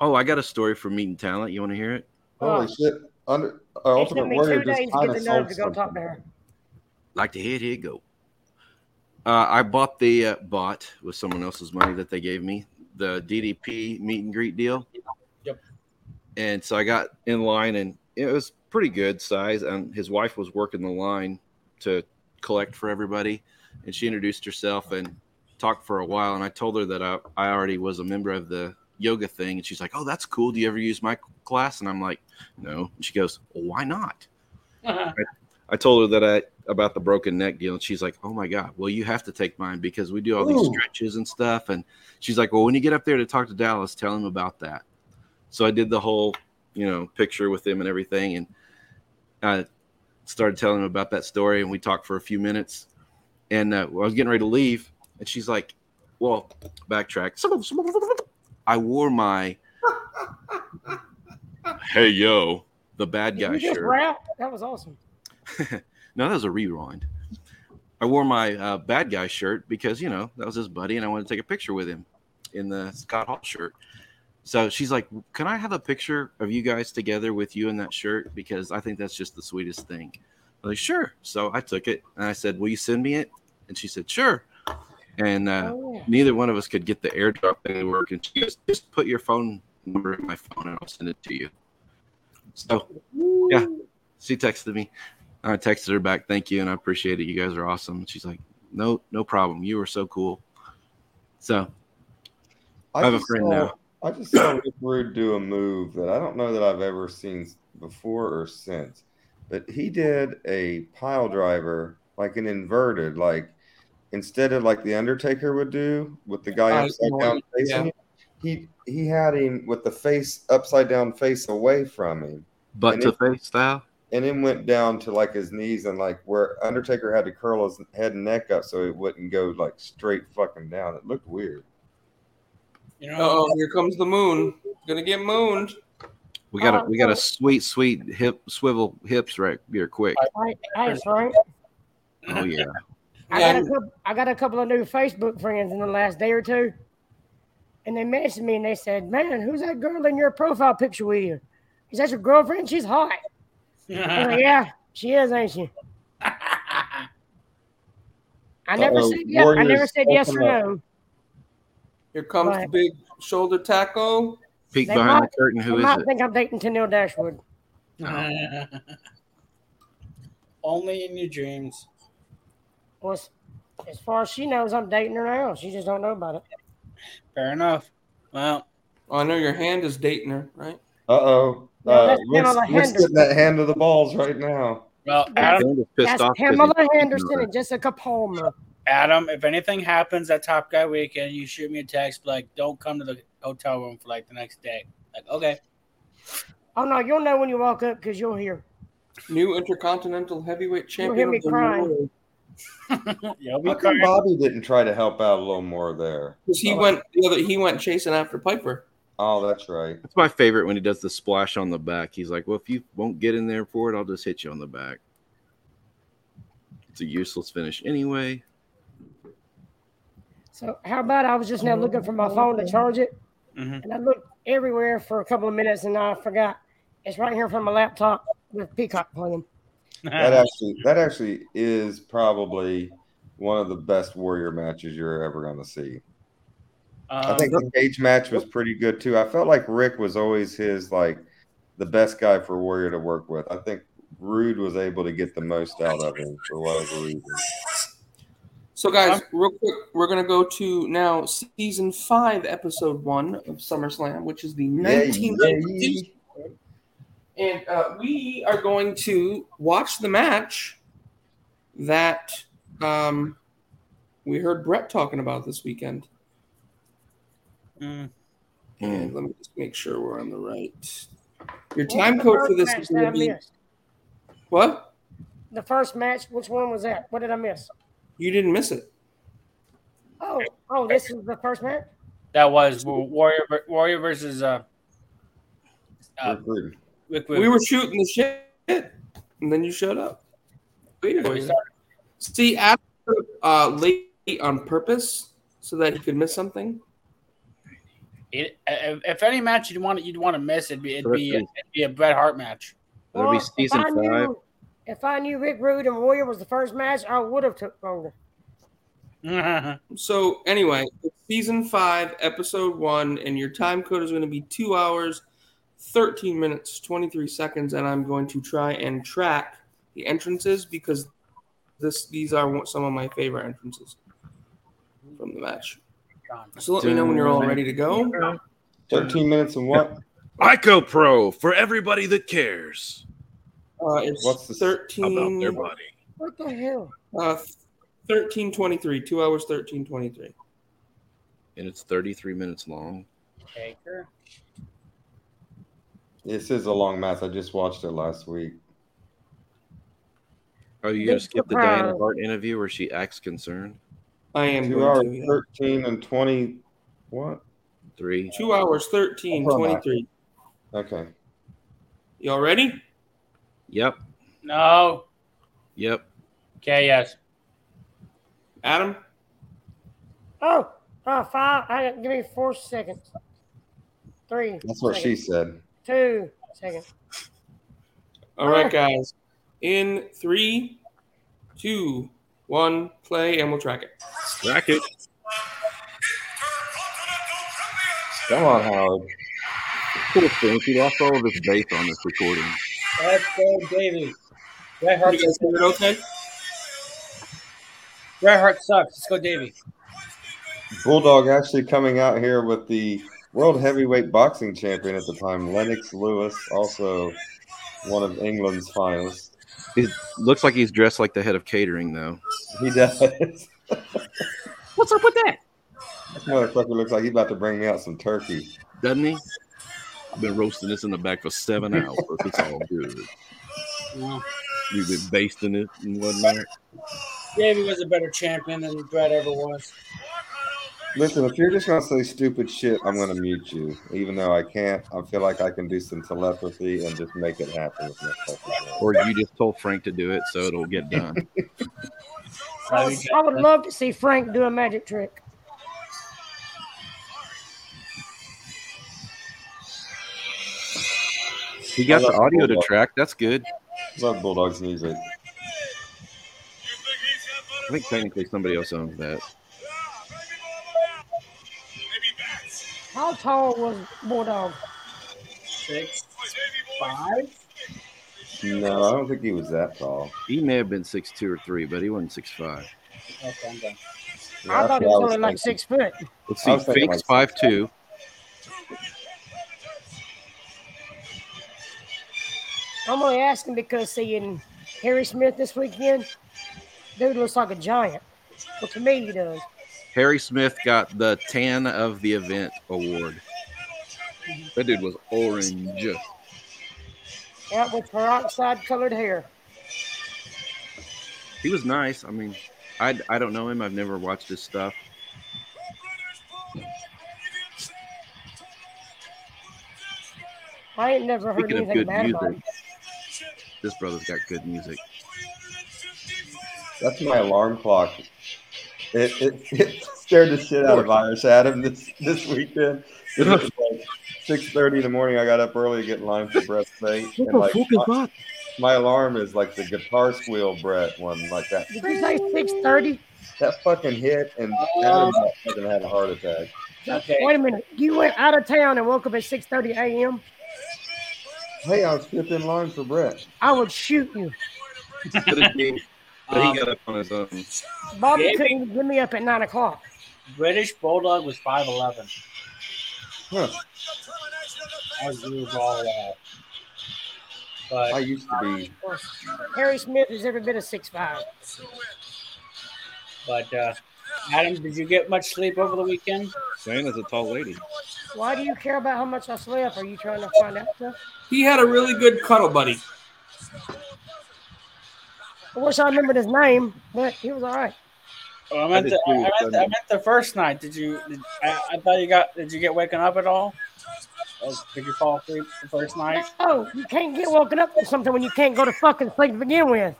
Speaker 8: Oh, I got a story for meeting talent. You want to hear it?
Speaker 9: Holy
Speaker 10: Ugh.
Speaker 9: shit. Under uh,
Speaker 10: It took
Speaker 9: Ultimate
Speaker 10: me
Speaker 9: Warrior
Speaker 10: two
Speaker 9: just
Speaker 10: days to
Speaker 9: kinda
Speaker 10: get the nerve
Speaker 9: sold
Speaker 10: to go talk to
Speaker 9: something.
Speaker 10: her.
Speaker 8: Like to hit, hit, go. Uh, I bought the uh, bought with someone else's money that they gave me the DDP meet and greet deal.
Speaker 7: Yep.
Speaker 8: And so I got in line, and it was pretty good size. And his wife was working the line to collect for everybody, and she introduced herself and talked for a while. And I told her that I, I already was a member of the yoga thing, and she's like, "Oh, that's cool. Do you ever use my class?" And I'm like, "No." And she goes, well, "Why not?" I told her that I about the broken neck deal, and she's like, "Oh my god, well you have to take mine because we do all these
Speaker 9: Ooh.
Speaker 8: stretches and stuff." And she's like, "Well, when you get up there to talk to Dallas, tell him about that." So I did the whole, you know, picture with him and everything, and I started telling him about that story, and we talked for a few minutes, and uh, I was getting ready to leave, and she's like, "Well, backtrack. I wore my hey yo the bad
Speaker 10: Did
Speaker 8: guy
Speaker 10: you just
Speaker 8: shirt."
Speaker 10: rap? That was awesome.
Speaker 8: No, that was a rewind. I wore my uh, bad guy shirt because you know that was his buddy, and I wanted to take a picture with him in the Scott Hall shirt. So she's like, "Can I have a picture of you guys together with you in that shirt? Because I think that's just the sweetest thing." I was like, "Sure." So I took it and I said, "Will you send me it?" And she said, "Sure." And uh,
Speaker 10: Oh, yeah.
Speaker 8: neither one of us could get the AirDrop thing to work, and she goes, "Just put your phone number in my phone, and I'll send it to you." So yeah, she texted me. I texted her back, thank you, and I appreciate it. You guys are awesome. And she's like, no, no problem. You were so cool. So I have a
Speaker 9: just
Speaker 8: friend
Speaker 9: saw-
Speaker 8: now.
Speaker 9: I just saw Rick Rude do a move that I don't know that I've ever seen before or since, but he did a pile driver, like an inverted, like instead of like the Undertaker would do with the guy
Speaker 5: Uh,
Speaker 9: upside
Speaker 5: yeah.
Speaker 9: down facing him, he he had him with the face upside down, face away from him,
Speaker 8: butt
Speaker 9: And
Speaker 8: to
Speaker 9: it-
Speaker 8: face style.
Speaker 9: and then went down to like his knees and like where Undertaker had to curl his head and neck up so it wouldn't go like straight fucking down. It looked weird.
Speaker 7: You know,
Speaker 5: Oh, here comes the moon. Gonna get mooned.
Speaker 8: We got a
Speaker 10: Uh,
Speaker 8: we got
Speaker 10: uh,
Speaker 8: a sweet sweet hip swivel hips right here quick.
Speaker 10: Hey, hey, Frank.
Speaker 8: Oh yeah,
Speaker 10: I
Speaker 5: Yeah.
Speaker 10: got, a couple, I got a couple of new Facebook friends in the last day or two. And they messaged me and they said, Man, who's that girl in your profile picture with you? Is that your girlfriend? She's hot.
Speaker 8: Oh.
Speaker 10: I was like, yeah, she is, ain't she? I never
Speaker 9: Uh-oh,
Speaker 10: said yes. I never
Speaker 9: Warriors
Speaker 10: said yes or
Speaker 9: open up.
Speaker 10: no.
Speaker 5: Here comes the
Speaker 10: Right.
Speaker 5: big shoulder tackle.
Speaker 8: peek
Speaker 10: They
Speaker 8: behind
Speaker 10: might-
Speaker 8: the curtain. Who
Speaker 10: I
Speaker 8: is
Speaker 10: might
Speaker 8: it?
Speaker 10: think I'm dating Tennille Dashwood.
Speaker 7: only in your dreams.
Speaker 10: Well, as, as far as she knows, I'm dating her now. She just don't know about it.
Speaker 7: Fair enough. Well,
Speaker 5: Oh, I know your hand is dating her, right?
Speaker 9: Uh-oh.
Speaker 10: No,
Speaker 9: Uh
Speaker 10: that's
Speaker 9: Rick's-
Speaker 10: Pamela
Speaker 9: Rick's
Speaker 10: Henderson.
Speaker 9: getting that hand of the balls right now.
Speaker 7: well, Adam,
Speaker 8: Adam just pissed
Speaker 10: That's
Speaker 8: off 'cause he's
Speaker 10: Pamela
Speaker 8: cheating on
Speaker 10: Henderson
Speaker 8: her.
Speaker 10: and Jessica Palmer.
Speaker 7: Adam, if anything happens at Top Guy Weekend, you shoot me a text like, "Don't come to the hotel room for like the next day." Like, okay,
Speaker 10: Oh no, you'll know when you walk up because you'll hear.
Speaker 5: New Intercontinental Heavyweight
Speaker 10: You'll hear
Speaker 5: Champion
Speaker 10: me
Speaker 5: of the
Speaker 10: crying.
Speaker 5: world.
Speaker 9: How come Bobby didn't try to help out a little more there?
Speaker 5: 'Cause he went the other, he went chasing after Piper.
Speaker 9: Oh, that's right.
Speaker 8: That's my favorite when he does the splash on the back. He's like, "Well, if you won't get in there for it, I'll just hit you on the back." It's a useless finish anyway.
Speaker 10: So how about I was just now looking for my phone to charge it,
Speaker 7: Mhm.
Speaker 10: and I looked everywhere for a couple of minutes, and I forgot it's right here from my laptop with Peacock playing.
Speaker 9: That uh, actually, that actually is probably one of the best warrior matches you're ever going to see.
Speaker 7: Um,
Speaker 9: I think the cage match was pretty good too. I felt like Rick was always his like the best guy for Warrior to work with. I think Rude was able to get the most out of him for whatever reason.
Speaker 5: So, guys,
Speaker 10: Uh-huh.
Speaker 5: real quick, we're gonna go to now season five, episode one of SummerSlam, which is the nineteenth. And uh, we are going to watch the match that um, we heard Brett talking about this weekend.
Speaker 7: Mm.
Speaker 5: And let me just make sure we're on the right. Your time code for this
Speaker 10: Match
Speaker 5: is
Speaker 10: that I
Speaker 5: going to be
Speaker 10: missed.
Speaker 5: what?
Speaker 10: The first match, which one was that? What did I miss?
Speaker 5: You didn't miss it.
Speaker 10: Oh, oh, this is the first match.
Speaker 7: That was Warrior ver- Warrior versus uh, uh
Speaker 9: Rick Rude.
Speaker 7: Rick Rude.
Speaker 5: We were shooting the shit, and then you showed up. Waited for you. See, Adam uh, late on purpose so that he could miss something.
Speaker 7: It, uh, if, if any match you'd want you'd want to miss, it'd be it'd
Speaker 8: Correct.
Speaker 7: be a, it'd be a Bret Hart match.
Speaker 8: That'll be
Speaker 10: Well, Oh, if
Speaker 8: season
Speaker 10: I knew-
Speaker 8: five.
Speaker 10: if I knew Rick Rude and Warrior was the first match, I would have took longer.
Speaker 5: So anyway, it's season five, episode one, and your time code is going to be two hours, thirteen minutes, twenty-three seconds, and I'm going to try and track the entrances because this these are one- some of my favorite entrances from the match. So let me know when you're all ready to go.
Speaker 9: Thirteen minutes and what?
Speaker 3: Ico Pro for everybody that cares
Speaker 5: Uh, it's
Speaker 9: What's the-
Speaker 3: about their
Speaker 8: Mm.
Speaker 5: thirteen.
Speaker 3: body.
Speaker 10: What the hell?
Speaker 5: Uh, thirteen twenty-three. Two hours, thirteen twenty-three.
Speaker 8: and it's 33 minutes long.
Speaker 7: Taker.
Speaker 9: This is a long match. I just watched it last week.
Speaker 8: Oh, you gonna
Speaker 10: Big
Speaker 8: skip the Diana
Speaker 10: surprise.
Speaker 8: Hart interview where she acts concerned?
Speaker 5: I am
Speaker 9: Two
Speaker 5: going
Speaker 9: hours,
Speaker 5: to, yeah.
Speaker 9: thirteen and twenty. What?
Speaker 8: Three.
Speaker 5: two hours, thirteen
Speaker 9: Hold on.
Speaker 5: twenty-three.
Speaker 9: Okay.
Speaker 5: Y'all ready?
Speaker 8: Yep.
Speaker 7: No.
Speaker 8: Yep.
Speaker 7: Okay. Yes.
Speaker 5: Adam.
Speaker 10: Oh, uh, five. I give me four seconds. Three.
Speaker 9: That's what she said.
Speaker 10: Two seconds.
Speaker 5: All right, guys. In three, two, one, play, and we'll track it.
Speaker 3: Track it.
Speaker 9: Come on, Howard.
Speaker 8: Cool thing. She lost all of his base on this recording.
Speaker 7: Let's go, Davey. Bret Hart,
Speaker 5: You guys hear it okay?
Speaker 7: Bret Hart sucks. Let's go, Davey.
Speaker 9: Bulldog actually coming out here with the world heavyweight boxing champion at the time, Lennox Lewis, also one of England's finest.
Speaker 8: He looks like he's dressed like the head of catering, though.
Speaker 9: He does. What's up with that? This motherfucker looks like he's about to bring me out some turkey.
Speaker 8: Doesn't he? I've been roasting this in the back for seven hours. It's all good. You've been basting it and whatnot.
Speaker 7: Davey was a better champion than Bret ever was.
Speaker 9: Listen, if you're just gonna say stupid shit, I'm gonna mute you. Even though I can't, I feel like I can do some telepathy and just make it happen with my fucking voice.
Speaker 8: Or you just told Frank to do it, so it'll get done.
Speaker 10: I would, I would love to see Frank do a magic trick.
Speaker 8: He got the audio to track. That's good.
Speaker 9: Love Bulldogs music.
Speaker 8: I think technically somebody else owns that.
Speaker 10: How tall was Bulldog?
Speaker 7: Six, five.
Speaker 9: No, I don't think he was that tall.
Speaker 8: He may have been six two or three, but he wasn't six five.
Speaker 7: Okay, I'm done.
Speaker 10: I
Speaker 9: That's
Speaker 10: thought he
Speaker 9: what
Speaker 10: was
Speaker 9: I
Speaker 10: only
Speaker 9: thinking.
Speaker 10: like six foot.
Speaker 8: Let's
Speaker 9: I
Speaker 8: see.
Speaker 9: was thinking
Speaker 8: Fakes
Speaker 9: like-
Speaker 8: five two.
Speaker 10: I'm only asking because seeing Harry Smith this weekend, dude looks like a giant. Well, to me, he does.
Speaker 8: Harry Smith got the tan of the event award. That dude was orange.
Speaker 10: Yeah, with peroxide colored hair.
Speaker 8: He was nice. I mean, I, I don't know him. I've never watched his stuff.
Speaker 10: I ain't never heard
Speaker 8: Speaking of
Speaker 10: anything
Speaker 8: good
Speaker 10: bad about him.
Speaker 8: music, this brother's got good music.
Speaker 9: That's my alarm clock. It, it, it scared the shit out of Irish Adam this, this weekend. It was like six thirty in the morning. I got up early to get in line for Brett's thing.
Speaker 8: What
Speaker 9: and,
Speaker 8: the
Speaker 9: like,
Speaker 8: fuck is
Speaker 9: my,
Speaker 8: that?
Speaker 9: my alarm is like the guitar squeal Brett one, like that.
Speaker 10: Did you say 630?
Speaker 9: That fucking hit, and Adam fucking had a heart attack.
Speaker 7: Okay.
Speaker 10: Wait a minute. You went out of town and woke up at 6.30 a.m.?
Speaker 9: Hey, I was fifth in line for Brett.
Speaker 10: I would shoot you.
Speaker 8: But it- but he got up on his own.
Speaker 10: Bobby
Speaker 7: Yeah.
Speaker 10: couldn't even get me up at 9 o'clock.
Speaker 7: British Bulldog was 5'11.
Speaker 9: Huh.
Speaker 7: I was really wrong out.
Speaker 9: I
Speaker 7: But
Speaker 9: used to be.
Speaker 10: Harry Smith is every bit of 6'5".
Speaker 7: but uh, Adam, did you get much sleep over the weekend?
Speaker 8: Santa's a tall lady.
Speaker 10: Why do you care about how much I slept? Are you trying to find out stuff?
Speaker 5: He had a really good cuddle buddy.
Speaker 10: I wish I remembered his name, but he was all right.
Speaker 7: Oh, I meant,
Speaker 8: did
Speaker 7: the, I,
Speaker 8: too,
Speaker 7: meant the, I
Speaker 8: Sunday.
Speaker 7: meant the first night. Did you? Did, I, I thought you got. Did you get waken up at all? Or did you fall asleep the first night?
Speaker 10: Oh, you can't get woken up with something when you can't go to fucking sleep to begin with.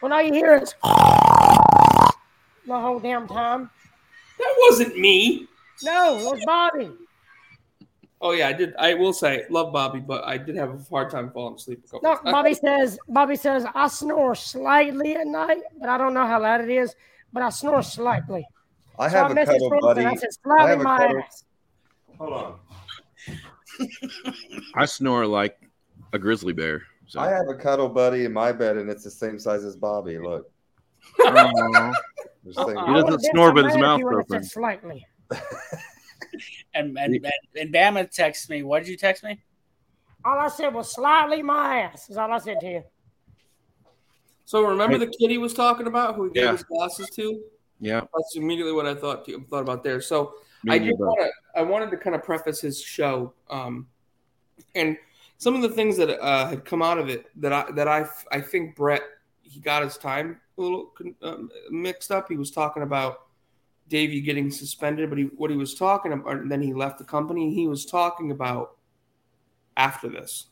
Speaker 10: When all you hear is the whole damn time.
Speaker 5: That wasn't me.
Speaker 10: No, it was Bobby.
Speaker 5: Oh yeah, I did. I will say, love Bobby, but I did have a hard time falling asleep. A couple
Speaker 10: No,
Speaker 5: times.
Speaker 10: Bobby says. Bobby says I snore slightly at night, but I don't know how loud it is. But I snore slightly.
Speaker 9: I have
Speaker 10: so
Speaker 9: a
Speaker 10: I messaged
Speaker 9: cuddle
Speaker 10: Florence
Speaker 9: buddy.
Speaker 10: and I said, "Slap
Speaker 9: I
Speaker 10: in
Speaker 9: have a
Speaker 10: my
Speaker 9: cuddle-
Speaker 10: ass."
Speaker 9: Hold on.
Speaker 8: I snore like a grizzly bear. So.
Speaker 9: I have a cuddle buddy in my bed, and it's the same size as Bobby. Look.
Speaker 8: Aw.
Speaker 9: There's things-
Speaker 8: He doesn't
Speaker 10: I would've been
Speaker 8: snore,
Speaker 10: so
Speaker 8: but his
Speaker 10: mad if
Speaker 8: mouth
Speaker 10: you would've said
Speaker 8: open.
Speaker 10: Slightly.
Speaker 7: And and and, and Bama texted me. What did you text me?
Speaker 10: All I said was slightly my ass. Is all I said to you.
Speaker 5: So remember the kid he was talking about, who he gave
Speaker 8: Yeah.
Speaker 5: his glasses to?
Speaker 8: yeah.
Speaker 5: That's immediately what I thought thought about there. So
Speaker 8: me
Speaker 5: I
Speaker 8: and you
Speaker 5: did
Speaker 8: both.
Speaker 5: want to. I wanted to kind of preface his show, um, and some of the things that uh, had come out of it that I that I I think Brett he got his time a little con- um, mixed up. He was talking about Davey getting suspended, but he, what he was talking about, and then he left the company. He was talking about after this.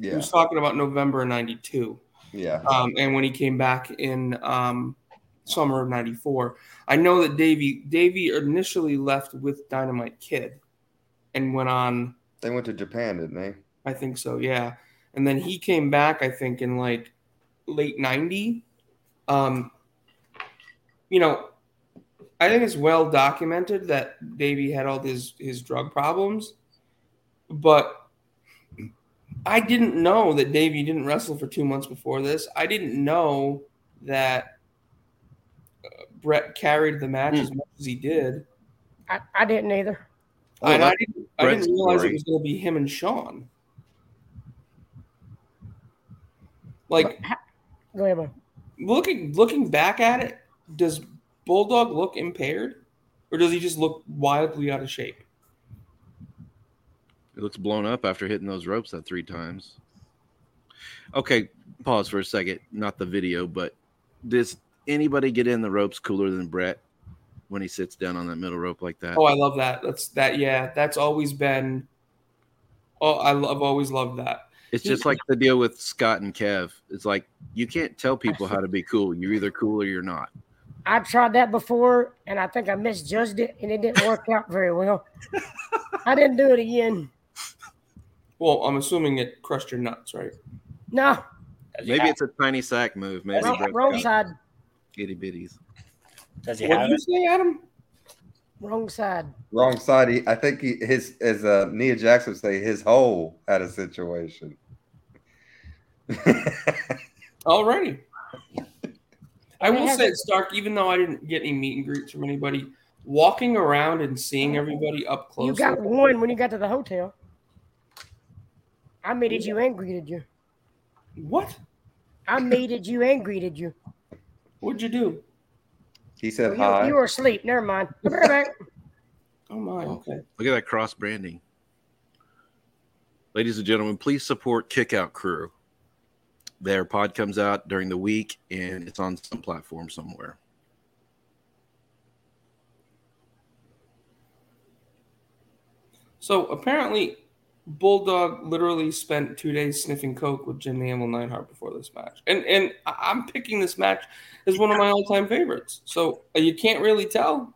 Speaker 5: He
Speaker 9: Yeah.
Speaker 5: was talking about November '92
Speaker 9: Yeah.
Speaker 5: um, and when he came back in um, summer of '94. I know that Davey Davey initially left with Dynamite Kid, and went on.
Speaker 9: They went to Japan, didn't they?
Speaker 5: I think so, yeah. And then he came back, I think, in like late '90. Um, you know, I think it's well documented that Davey had all his his drug problems, but. I didn't know that Davey didn't wrestle for two months before this. I didn't know that uh, Brett carried the match as much as he did.
Speaker 10: I, I didn't either.
Speaker 9: Oh,
Speaker 5: and I
Speaker 9: that-
Speaker 5: didn't, I didn't
Speaker 9: Brett's
Speaker 5: realize
Speaker 9: story.
Speaker 5: it was going to be him and Sean. Like
Speaker 10: Go ahead, bud.
Speaker 5: looking looking back at it, does Bulldog look impaired, or does he just look wildly out of shape?
Speaker 8: It looks blown up after hitting those ropes that three times. Okay, pause for a second. Not the video, but does anybody get in the ropes cooler than Brett when he sits down on that middle rope like that?
Speaker 5: Oh, I love that. That's that. Yeah, that's always been. Oh, I lo- I've always loved that.
Speaker 8: it's just like the deal with Scott and Kev. It's like you can't tell people how to be cool. You're either cool or you're not.
Speaker 10: I tried that before, and I think I misjudged it, and it didn't work out very well. I didn't do it again.
Speaker 5: Well, I'm assuming it crushed your nuts, right?
Speaker 10: No,
Speaker 8: Maybe it's a tiny sack move. Maybe
Speaker 10: wrong,
Speaker 8: Brett's
Speaker 10: wrong
Speaker 8: got
Speaker 10: side.
Speaker 8: itty bitties.
Speaker 7: Does he
Speaker 5: What
Speaker 7: have
Speaker 5: did you
Speaker 7: it?
Speaker 5: say, Adam?
Speaker 10: Wrong side.
Speaker 9: Wrong side. He, I think he, his, as uh, Nia Jackson would say, his hole had a situation.
Speaker 5: Alrighty. I will
Speaker 10: They
Speaker 5: say,
Speaker 10: haven't-
Speaker 5: Stark, even though I didn't get any meet and greets from anybody, walking around and seeing everybody up
Speaker 10: You
Speaker 5: close.
Speaker 10: got one when you got to the hotel. I meted you and greeted you.
Speaker 5: what?
Speaker 10: I meted you and greeted you.
Speaker 5: What'd you do?
Speaker 9: He said
Speaker 10: You,
Speaker 9: hi.
Speaker 10: you were asleep. Never mind. Come here, back.
Speaker 5: Oh my. Okay.
Speaker 8: Look at that cross branding. Ladies and gentlemen, please support Kickout Crew. Their pod comes out during the week and it's on some platform somewhere.
Speaker 5: So apparently, Bulldog literally spent two days sniffing coke with Jim the Anvil Neidhart before this match, and and I- I'm picking this match as one of my all time favorites. So uh, you can't really tell.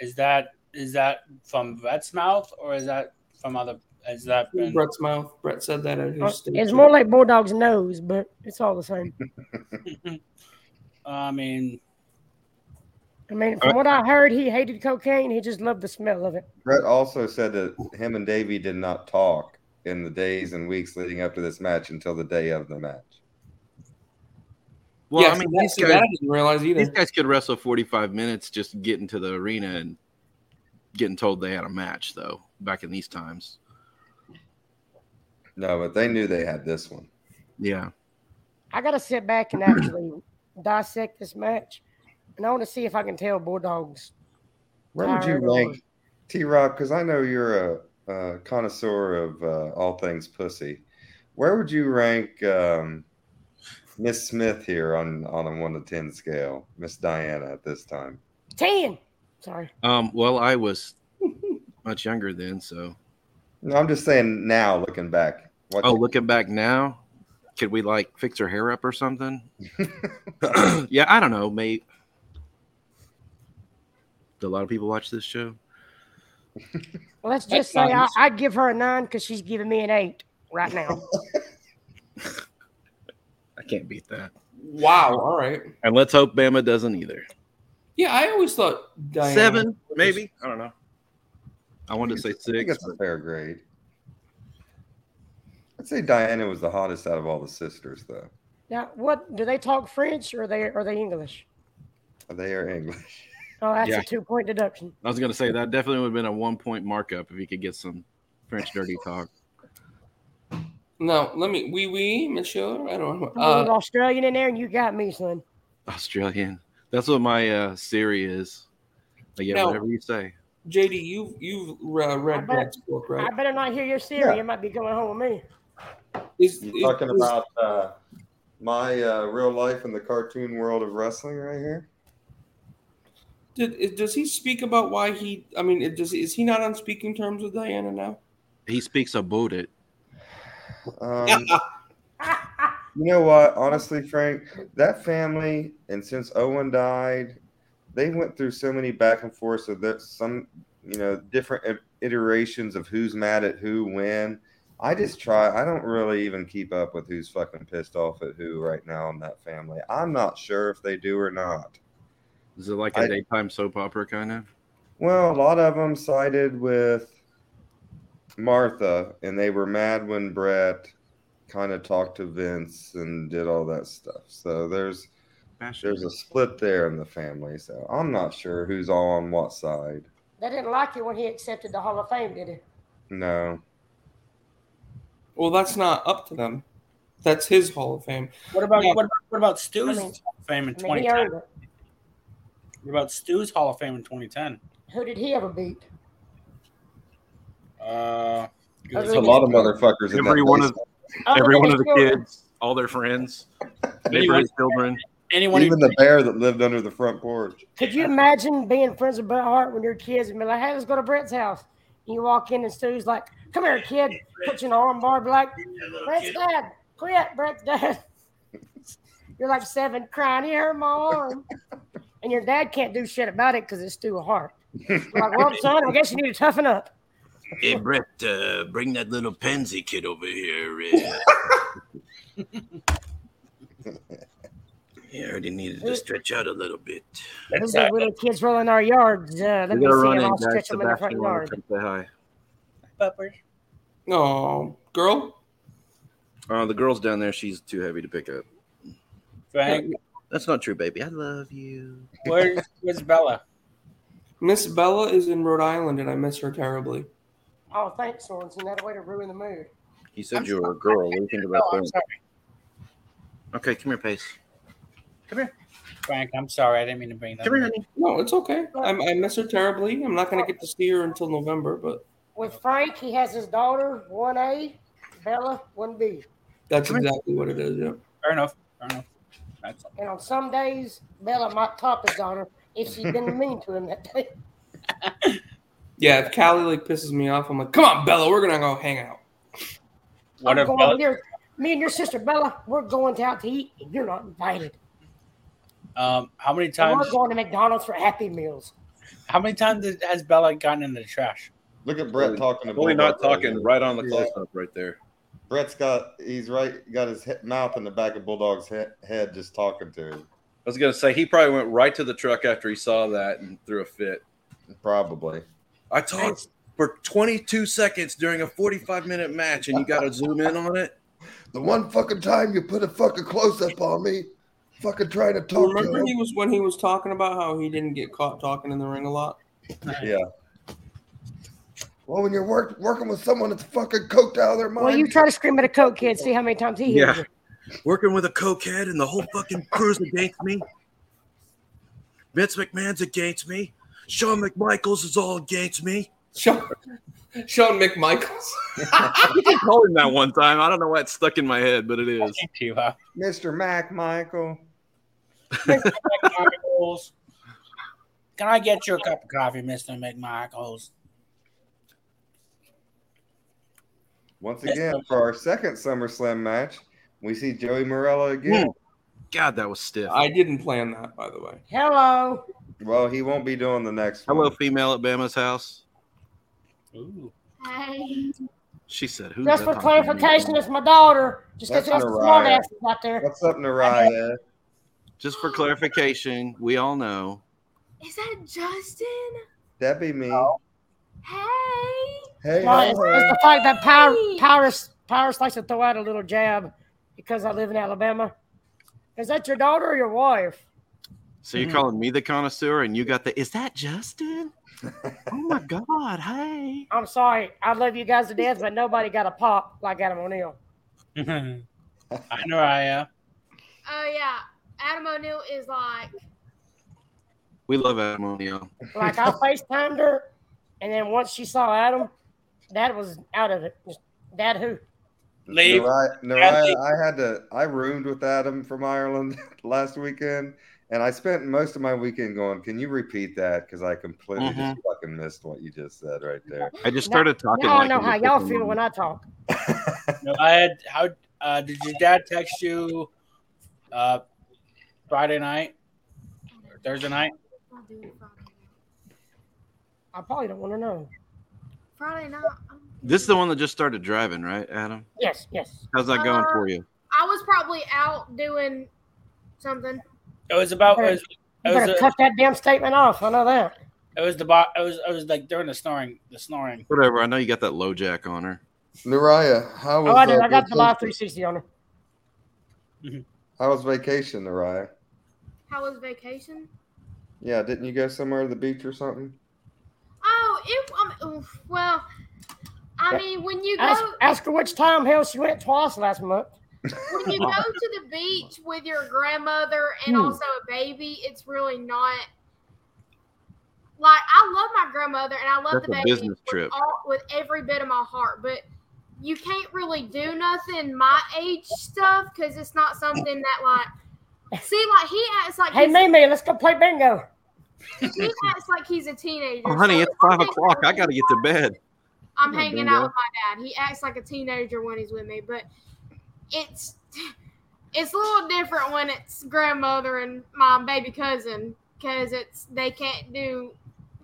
Speaker 7: Is that is that from Brett's mouth or is that from other? Is that been,
Speaker 5: Brett's mouth. Brett said that at his stage.
Speaker 10: Uh, It's more like Bulldog's nose, but it's all the same.
Speaker 7: I mean,
Speaker 10: I mean, from what I heard, he hated cocaine. He just loved the smell of it.
Speaker 9: Brett also said that him and Davey did not talk in the days and weeks leading up to this match until the day of the match.
Speaker 8: Well,
Speaker 5: yeah,
Speaker 8: I mean,
Speaker 5: see,
Speaker 8: these
Speaker 5: see, that I
Speaker 8: guys,
Speaker 5: didn't realize either.
Speaker 8: these guys could wrestle 45 minutes just getting to the arena and getting told they had a match, though, back in these times.
Speaker 9: No, but they knew they had this one.
Speaker 8: Yeah.
Speaker 10: I gotta sit back and actually dissect this match, and I want to see if I can tell Bulldogs.
Speaker 9: Where would
Speaker 10: tired
Speaker 9: you
Speaker 10: or-
Speaker 9: rank T Rob? Because I know you're a, a connoisseur of uh, all things pussy. Where would you rank um, Miss Smith here on on a one to ten scale? Miss Diana at this time.
Speaker 10: Ten. Sorry.
Speaker 8: Um, well, I was much younger then, so.
Speaker 9: No, I'm just saying now, looking back. What
Speaker 8: Oh, looking back now, could we like fix her hair up or something? yeah, I don't know, mate. Do a lot of people watch this show?
Speaker 10: Well, let's just say I, I'd give her a nine because she's giving me an eight right now.
Speaker 8: I can't beat that.
Speaker 5: wow. All right.
Speaker 8: And let's hope Bama doesn't either.
Speaker 5: Yeah, I always thought Diana
Speaker 8: Seven, maybe. I don't know. I wanted to say
Speaker 9: I think
Speaker 8: six.
Speaker 9: it's a fair grade. I'd say Diana was the hottest out of all the sisters, though.
Speaker 10: now, what do they talk French or they are they English?
Speaker 9: They are English.
Speaker 10: Oh, that's
Speaker 8: Yeah.
Speaker 10: a two point deduction.
Speaker 8: I was gonna say that definitely would have been a one point markup if you could get some French dirty talk.
Speaker 5: No, let me. Wee wee, monsieur. I don't know.
Speaker 10: I'm a
Speaker 5: Uh,
Speaker 10: little Australian in there, and you got me, son.
Speaker 8: Australian. That's what my uh Siri is. Like, yeah,
Speaker 5: No.
Speaker 8: whatever you say.
Speaker 5: JD, you you've uh,
Speaker 10: I
Speaker 5: read
Speaker 10: bet-
Speaker 5: Brett's book, right?
Speaker 10: I better not hear your Siri.
Speaker 9: Yeah.
Speaker 10: It might be going home with me.
Speaker 5: Is,
Speaker 9: You
Speaker 5: is-
Speaker 9: talking
Speaker 5: is-
Speaker 9: about uh, my uh, real life in the cartoon world of wrestling right here?
Speaker 5: Did, is- does he speak about why he? I mean, it- does is he not on speaking terms with Diana now?
Speaker 8: He speaks about it.
Speaker 9: Um, you know what? Honestly, Frank, that family, and since Owen died, they went through so many back and forths of that some, you know, different i- iterations of who's mad at who when. I just try. I don't really even keep up with who's fucking pissed off at who right now in that family. I'm not sure if they do or not.
Speaker 8: Is it like a
Speaker 9: I-
Speaker 8: daytime soap opera kind of?
Speaker 9: Well, a lot of them sided with Martha, and they were mad when Brett kind of talked to Vince and did all that stuff. So there's there's a split there in the family. So I'm not sure who's all on what side.
Speaker 10: They didn't like it when he accepted the Hall of Fame, did it?
Speaker 9: No,
Speaker 5: Well, that's not up to them. That's his Hall of Fame.
Speaker 7: what about
Speaker 5: Yeah.
Speaker 7: what about, what about Stu's
Speaker 10: I mean-
Speaker 7: Hall of Fame in
Speaker 10: I mean, he
Speaker 7: 2010?
Speaker 10: earned it.
Speaker 7: What about Stu's Hall of Fame in 2010?
Speaker 10: Who did he ever beat?
Speaker 7: Uh,
Speaker 10: That's
Speaker 9: there's a lot of motherfuckers. in
Speaker 3: Every
Speaker 9: that
Speaker 3: one
Speaker 9: place.
Speaker 3: of
Speaker 10: Other
Speaker 3: every
Speaker 10: than
Speaker 3: one
Speaker 10: his
Speaker 3: of the
Speaker 10: children.
Speaker 3: kids, all their friends,
Speaker 7: anyone,
Speaker 3: neighbors, children.
Speaker 7: anyone
Speaker 9: even
Speaker 7: who,
Speaker 9: the bear that lived under the front porch.
Speaker 10: Could you imagine being friends with Bret Hart when your kids and be like, hey, let's go to Brett's house? And you walk in and Stu's like, come here, kid. Put you in an arm bar, be like, Brett's dad. Quit, Brett's dad. You're like seven crying, he hurt my arm. And your dad can't do shit about it because it's Stu Hart. You're like, well, son, I guess you need to toughen up.
Speaker 3: Hey Brett, uh, bring that little pansy kid over here.
Speaker 8: Yeah, I already needed to stretch out a little bit.
Speaker 10: Those are little kids rolling our yards. Uh, let
Speaker 8: We
Speaker 10: me see
Speaker 8: gotta run
Speaker 10: if
Speaker 8: in,
Speaker 10: I'll
Speaker 8: guys.
Speaker 10: stretch them in the front
Speaker 8: Sebastian wanted to
Speaker 10: yard.
Speaker 8: say hi.
Speaker 7: Peppers.
Speaker 5: No, girl.
Speaker 8: Oh, the girl's down there. She's too heavy to pick up.
Speaker 7: Frank,
Speaker 8: That's not true, baby. I love you.
Speaker 7: where's, where's Bella?
Speaker 5: Miss Bella is in Rhode Island, and I miss her terribly.
Speaker 10: Oh, thanks, Sorensen. That way to ruin the mood.
Speaker 8: He said you were a girl. What do you think about
Speaker 7: Oh, I'm
Speaker 8: that?
Speaker 7: sorry,
Speaker 8: Okay, come here, Pace.
Speaker 7: Frank. I'm sorry. I didn't mean to bring that.
Speaker 8: Come here,
Speaker 7: up.
Speaker 8: honey.
Speaker 5: No, it's okay. I'm, I miss her terribly. I'm not going to get to see her until November, but
Speaker 10: With Frank, he has his daughter, 1A, Bella, 1B.
Speaker 5: That's exactly what it is. Yeah.
Speaker 7: Fair enough. Fair enough. That's
Speaker 10: And on some days, Bella might top his on her if she's been mean to him that day.
Speaker 5: Yeah. If Callie like pisses me off, I'm like, come on, Bella, we're gonna go hang out.
Speaker 7: what
Speaker 10: I'm
Speaker 7: if
Speaker 10: going
Speaker 7: Bella,
Speaker 10: there. Me and your sister Bella, we're going out to eat, and you're not invited.
Speaker 7: um how many
Speaker 10: And
Speaker 7: times
Speaker 10: We're going to McDonald's for Happy Meals.
Speaker 7: how many times did- has Bella gotten in the trash?
Speaker 9: Look at Brett talking to
Speaker 8: Only
Speaker 9: Bulldog
Speaker 8: not talking
Speaker 9: Right
Speaker 8: right on the
Speaker 9: Yeah.
Speaker 8: close up right there.
Speaker 9: now. Brett's got he's right got his he- mouth in the back of Bulldog's he- head just talking to him.
Speaker 8: I was gonna say he probably went right to the truck after he saw that and threw a fit.
Speaker 9: Probably.
Speaker 8: I talked for 22 seconds during a 45 minute match, and you got to zoom in on it.
Speaker 11: The one fucking time you put a fucking close up on me, fucking trying to talk to
Speaker 5: Remember
Speaker 11: him.
Speaker 5: he was when he was talking about how he didn't get caught talking in the ring a lot.
Speaker 9: Yeah.
Speaker 11: Well, when you're work, working with someone that's fucking coked out of their mind,
Speaker 10: Well, you try to scream at a Coke kid, see how many times he hears
Speaker 8: Yeah.
Speaker 10: you.
Speaker 8: Working with a cokehead, and the whole fucking crew's against me. Vince McMahon's against me. Shawn McMichaels is all against me.
Speaker 5: Sean, Sean McMichaels.
Speaker 3: I told him that one time. I don't know why it's stuck in my head, but it is.
Speaker 7: Thank you. Huh?
Speaker 9: Mr. Mac Michael.
Speaker 7: McMichaels. Can I get you a cup of coffee, Mr. McMichaels?
Speaker 9: Once again, for our second SummerSlam match, we see Joey Morella
Speaker 3: Hmm.
Speaker 9: again.
Speaker 8: God, that was stiff.
Speaker 5: I didn't plan that, by the way.
Speaker 10: Hello.
Speaker 9: Well, he won't be doing the next one.
Speaker 8: Hello, female at Bama's house.
Speaker 7: Ooh.
Speaker 8: She said, "Who?"
Speaker 10: Just for clarification, it's my daughter. Just because
Speaker 9: That's not
Speaker 10: there's some
Speaker 9: right.
Speaker 10: smart asses out there.
Speaker 9: What's up, Naraya?
Speaker 8: Just for clarification, we all know.
Speaker 12: Is that Justin?
Speaker 9: That be me.
Speaker 12: Hey!
Speaker 9: Hey,
Speaker 10: Well, it's,
Speaker 9: hello.
Speaker 10: it's the fact that Power Power Powers likes to throw out a little jab because I live in Alabama. Is that your daughter or your wife?
Speaker 8: So you're calling me the connoisseur, and you got the. Is that Justin? oh my God! Hey.
Speaker 10: I'm sorry, I love you guys to death, but nobody got a pop like Adam O'Neill.
Speaker 7: I know I am.
Speaker 12: Oh, yeah. Adam O'Neill is like,
Speaker 8: We love Adam O'Neill.
Speaker 10: Like I FaceTimed her, and then once she saw Adam, that was out of it. Just, Dad, who?
Speaker 7: Leave.
Speaker 9: Naraya, Naraya,
Speaker 7: Leave.
Speaker 9: I had to. I roomed with Adam from Ireland last weekend, and I spent most of my weekend going, "Can you repeat that?" Because I completely just fucking missed what you just said right there.
Speaker 8: I just
Speaker 10: No-
Speaker 8: started talking.
Speaker 10: Y'all
Speaker 8: like
Speaker 10: know
Speaker 8: it
Speaker 10: how
Speaker 8: was
Speaker 10: y'all
Speaker 8: just
Speaker 10: feel
Speaker 8: a-
Speaker 10: when I talk.
Speaker 7: No, I had how uh, did your dad text you uh, Friday night or Thursday night?
Speaker 12: I'll do it Friday night.
Speaker 10: I probably don't want to know.
Speaker 12: Friday night. I'm-
Speaker 8: This is the one that just started driving, right, Adam?
Speaker 10: Yes, yes.
Speaker 8: How's that going
Speaker 12: Uh,
Speaker 8: for you?
Speaker 12: I was probably out doing something.
Speaker 7: It was about it was,
Speaker 10: You
Speaker 7: it was,
Speaker 10: better
Speaker 7: a,
Speaker 10: cut that damn statement off. I know that.
Speaker 7: it was the bo- it was it was like during the snoring the snoring.
Speaker 8: Whatever. I know you got that low jack on her.
Speaker 9: Naraya, how was
Speaker 10: Oh, I did.
Speaker 9: uh,
Speaker 10: I got the live
Speaker 9: vacation?
Speaker 10: 360 on her.
Speaker 9: How was vacation, Naraya?
Speaker 12: How was vacation?
Speaker 9: Yeah, didn't you go somewhere to the beach or something?
Speaker 12: Oh, it. Um, oof, well, I
Speaker 10: Yeah.
Speaker 12: mean, when you
Speaker 10: Ask,
Speaker 12: go
Speaker 10: ask her which time hell she went twice last month.
Speaker 12: when you go to the beach with your grandmother and
Speaker 10: Hmm.
Speaker 12: also a baby, it's really not. Like I love my grandmother and I love
Speaker 8: That's
Speaker 12: the
Speaker 8: a
Speaker 12: baby
Speaker 8: business
Speaker 12: with
Speaker 8: trip.
Speaker 12: all- with every bit of my heart, but you can't really do nothing my age stuff because it's not something that like. See, like he acts like
Speaker 10: Hey,
Speaker 12: he's,
Speaker 10: Mimi, let's go play bingo.
Speaker 12: he acts like he's a teenager.
Speaker 8: Oh, honey,
Speaker 12: so
Speaker 8: it's
Speaker 12: I'm
Speaker 8: five
Speaker 12: hanging
Speaker 8: o'clock. I
Speaker 12: out-
Speaker 8: got to get to bed.
Speaker 12: I'm
Speaker 8: Yeah,
Speaker 12: hanging
Speaker 8: bingo.
Speaker 12: out with my dad. He acts like a teenager when he's with me, but it's it's a little different when it's grandmother and my baby cousin because it's they can't do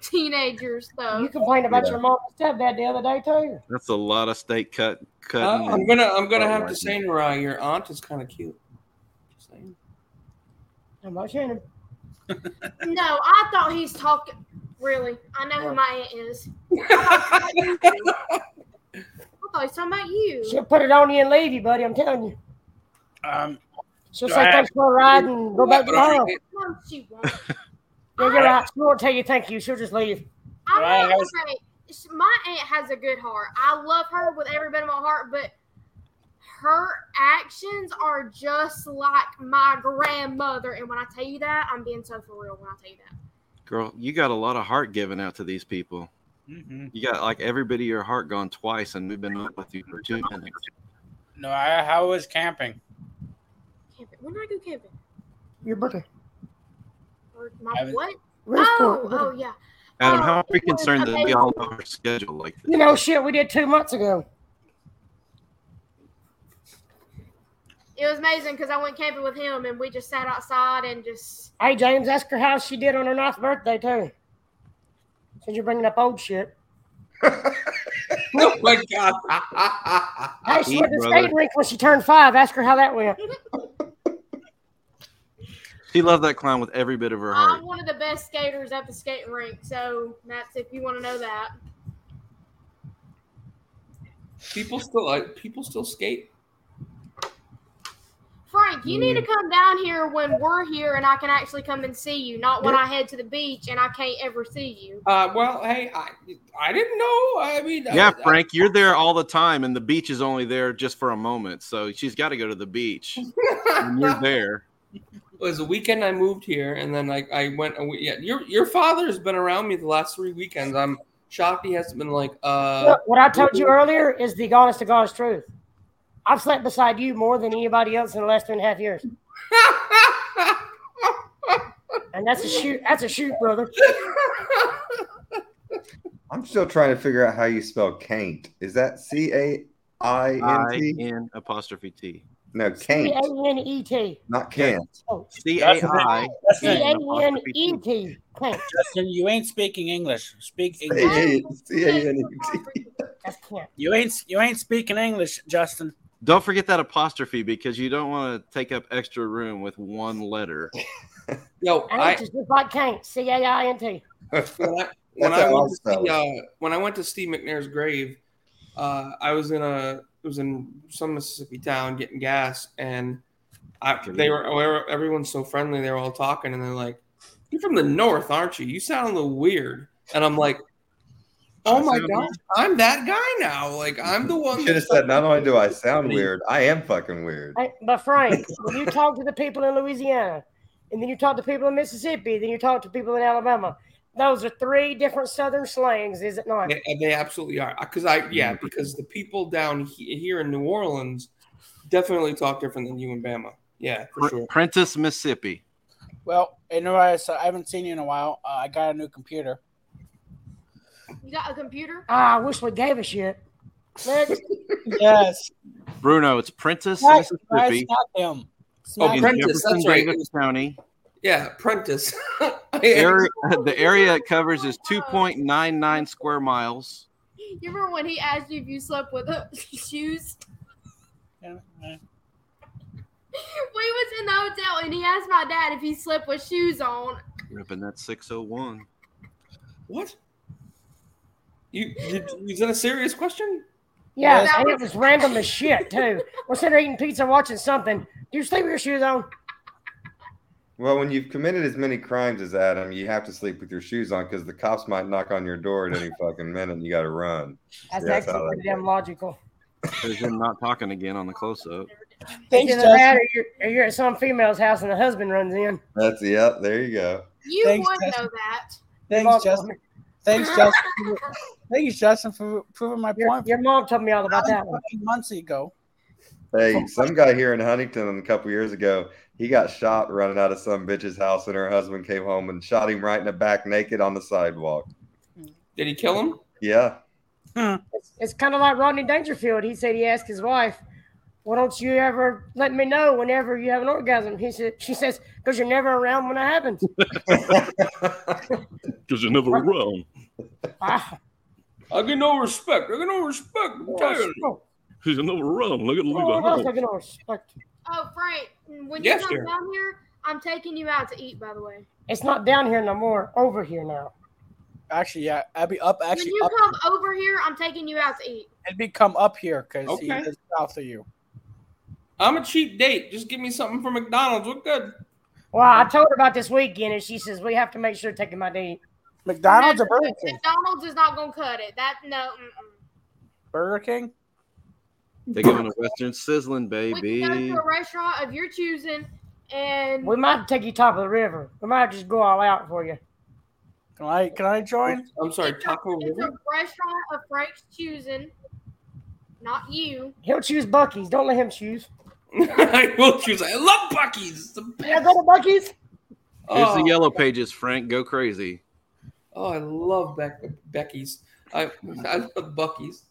Speaker 12: teenager
Speaker 10: You
Speaker 12: stuff.
Speaker 10: complained about
Speaker 9: Yeah.
Speaker 10: your mom and stepdad the other day, too.
Speaker 8: That's a lot of steak cut.
Speaker 5: Uh,
Speaker 8: Cutting.
Speaker 5: I'm gonna I'm gonna
Speaker 8: Oh,
Speaker 5: have
Speaker 8: I
Speaker 5: to
Speaker 8: see.
Speaker 5: say, Naraya, your aunt is kind of cute. Just saying.
Speaker 10: I'm not Shannon.
Speaker 12: No, I thought he's talking. Really, I know who my aunt is. I thought he's talking about you.
Speaker 10: She'll put it on you and leave you, buddy. I'm telling you.
Speaker 7: Um,
Speaker 10: She'll
Speaker 7: Do
Speaker 10: say
Speaker 7: I-
Speaker 10: thanks for a ride and go back to home. Yeah,
Speaker 12: No, she won't.
Speaker 10: you're right. She won't tell you thank you. She'll just leave.
Speaker 12: I
Speaker 7: Right,
Speaker 12: mean,
Speaker 7: I was-
Speaker 12: okay, sh- my aunt has a good heart. I love her with every bit of my heart, but her actions are just like my grandmother. And when I tell you that, I'm being so for real when I tell you that.
Speaker 8: Girl, you got a lot of heart given out to these people.
Speaker 7: mhm.
Speaker 8: You got like every bit of your heart gone twice, and we've been up with you for two minutes.
Speaker 7: No, I, how was camping?
Speaker 12: Camping. When did I go camping?
Speaker 10: Your birthday.
Speaker 12: Or my
Speaker 10: I was-
Speaker 12: what?
Speaker 10: Westport,
Speaker 12: Oh,
Speaker 10: what?
Speaker 12: oh yeah.
Speaker 8: Adam,
Speaker 12: Oh,
Speaker 8: how are we
Speaker 12: it was
Speaker 8: concerned that we
Speaker 12: amazing.
Speaker 8: all know our schedule like this?
Speaker 10: You know, shit we did two months ago.
Speaker 12: It was amazing because I went camping with him and we just sat outside and just
Speaker 10: Hey, James, ask her how she did on her ninth birthday, too. Since you're bringing up old shit.
Speaker 5: oh my god!
Speaker 10: Hey, she
Speaker 5: Eat,
Speaker 10: went to the
Speaker 8: brother.
Speaker 10: skating rink when she turned five. Ask her how that went.
Speaker 8: She loved that clown with every bit of her heart.
Speaker 12: I'm
Speaker 10: Um,
Speaker 12: one of the best skaters at the skating rink. So that's if you want to know that.
Speaker 5: People still like people still skate.
Speaker 12: Frank, you need to come down here when we're here and I can actually come and see you, not when I head to the beach and I can't ever see you.
Speaker 5: Uh, well, hey, I I didn't know. I mean,
Speaker 8: Yeah,
Speaker 5: I,
Speaker 8: Frank, you're there all the time, and the beach is only there just for a moment. So she's got to go to the beach. and you're there.
Speaker 5: it was the weekend I moved here, and then like I went. Away. Yeah, your your father's been around me the last three weekends. I'm shocked he hasn't been like. uh
Speaker 10: Look, what I told you earlier is the honest to God's truth. I've slept beside you more than anybody else in the last three and a half years. and that's a shoot. That's a shoot, brother.
Speaker 9: I'm still trying to figure out how you spell caint. Is that C A I N
Speaker 8: I
Speaker 9: T?
Speaker 8: N apostrophe T.
Speaker 9: No,
Speaker 10: C
Speaker 9: caint,
Speaker 10: A N E T.
Speaker 9: not can't.
Speaker 10: Oh,
Speaker 8: C A I.
Speaker 10: C A N E T. Can't.
Speaker 7: Justin, you ain't speaking English. Speak English.
Speaker 9: C A N E T.
Speaker 10: That's can't.
Speaker 7: You ain't you ain't speaking English, Justin.
Speaker 8: Don't forget that apostrophe because you don't want to take up extra room with one letter.
Speaker 5: Yo,
Speaker 10: I
Speaker 5: I
Speaker 10: ain't just look like can't. C A I N T.
Speaker 5: when I, when
Speaker 9: That's
Speaker 5: I
Speaker 9: how
Speaker 5: went to
Speaker 9: I
Speaker 5: see,
Speaker 9: spell
Speaker 5: uh, when I went to Steve McNair's grave, uh, I was in a it was in some Mississippi town getting gas, and I, they were they were- everyone's so friendly. They were all talking, and they're like, "You're from the north, aren't you? You sound a little weird." And I'm like, "Oh my
Speaker 8: sound
Speaker 5: god,
Speaker 8: weird?
Speaker 5: I'm that guy now. Like I'm the one."
Speaker 9: Should have
Speaker 5: That's,
Speaker 9: said, not only do I sound weird, I am fucking weird.
Speaker 10: Hey, But Frank, when you talk to the people in Louisiana, and then you talk to people in Mississippi, then you talk to people in Alabama, those are three different Southern slangs, is it not?
Speaker 5: they, they absolutely are because I yeah because the people down he, here in New Orleans definitely talk different than you in Bama. Yeah, for sure.
Speaker 8: Prentice, Mississippi.
Speaker 7: Well, you know, I, so I haven't seen you in a while. Uh, I got a new computer.
Speaker 12: You got a computer?
Speaker 10: Ah, I wish we gave a shit. Next.
Speaker 7: Yes.
Speaker 8: Bruno, it's Prentice,
Speaker 7: Guys, guys,
Speaker 8: Mississippi.
Speaker 7: stop him.
Speaker 5: Oh,
Speaker 7: Smack
Speaker 8: in
Speaker 5: Prentice,
Speaker 8: Jefferson
Speaker 5: that's right.
Speaker 8: Davis County.
Speaker 5: Yeah, Prentice.
Speaker 8: Area, the area it covers is 2.99 square miles.
Speaker 12: You remember when he asked you if you slept with uh, shoes?
Speaker 7: him.
Speaker 12: We was in the hotel and he asked my dad if he slept with shoes on.
Speaker 8: Up in that 601.
Speaker 5: What? You, you is that a serious question?
Speaker 10: Yeah,
Speaker 12: Yes.
Speaker 10: and it was random as shit too. We're sitting there eating pizza, watching something. Do you sleep with your shoes on?
Speaker 9: Well, when you've committed as many crimes as Adam, you have to sleep with your shoes on because the cops might knock on your door at any fucking minute and you got to run.
Speaker 10: That's
Speaker 9: Yeah, that's
Speaker 10: actually
Speaker 9: how
Speaker 10: pretty
Speaker 9: that
Speaker 10: damn logical.
Speaker 8: There's him not talking again on the close up.
Speaker 10: It
Speaker 7: Thanks,
Speaker 10: doesn't matter.
Speaker 7: Justin.
Speaker 10: You're, or you're at some female's house and the husband runs in.
Speaker 9: That's, yep, there you go.
Speaker 12: You
Speaker 7: Thanks,
Speaker 12: would
Speaker 7: Justin.
Speaker 12: know that.
Speaker 7: Thanks, Justin. Thanks, Justin. for- Thanks, Justin, for proving my
Speaker 10: Your,
Speaker 7: point.
Speaker 10: your mom told me all about that one.
Speaker 7: Fucking months ago.
Speaker 9: Hey, some guy here in Huntington a couple years ago, he got shot running out of some bitch's house, and her husband came home and shot him right in the back naked on the sidewalk.
Speaker 5: Did he kill him?
Speaker 9: Yeah.
Speaker 10: It's, it's kind of like Rodney Dangerfield. He said he asked his wife, "Why don't you ever let me know whenever you have an orgasm?" He said, "She says because you're never around when it happens."
Speaker 3: Because you're never around.
Speaker 10: Ah,
Speaker 5: I get no respect. I get no respect. I'm telling you.
Speaker 10: oh,
Speaker 3: Because you're never around. Look at
Speaker 10: what else I can respect?
Speaker 12: Oh, Frank, when
Speaker 5: Yes,
Speaker 12: you come
Speaker 5: dear.
Speaker 12: down here, I'm taking you out to eat, by the way.
Speaker 10: It's not down here no more. Over here now.
Speaker 7: Actually, yeah, I'd be up. Actually,
Speaker 12: when you
Speaker 7: up.
Speaker 12: come over here, I'm taking you out to eat.
Speaker 7: I'd be come up here because he
Speaker 5: Okay.
Speaker 7: lives south of you.
Speaker 5: I'm a cheap date. Just give me something from McDonald's. We're good.
Speaker 10: Well, I told her about this weekend, and she says we have to make sure to take him my date.
Speaker 7: McDonald's or
Speaker 12: No,
Speaker 7: Burger King?
Speaker 12: McDonald's is not gonna cut it. That no. Mm-mm.
Speaker 7: Burger King.
Speaker 8: They go into Western Sizzling,
Speaker 12: We can
Speaker 8: baby.
Speaker 12: go to a restaurant of your choosing, and
Speaker 10: We might have to take you top of the river. We might have to just go all out for you.
Speaker 7: Can I can I join?
Speaker 5: I'm sorry,
Speaker 12: it's a,
Speaker 5: Taco
Speaker 12: it's a
Speaker 5: River.
Speaker 12: restaurant of Frank's choosing. Not you.
Speaker 10: He'll choose Bucky's. Don't let him choose.
Speaker 5: I will choose. I love Bucky's.
Speaker 10: Can I go to Bucky's?
Speaker 8: Here's the yellow pages, Frank. Go crazy.
Speaker 5: Oh, I love Beck- Becky's. I, I love Bucky's.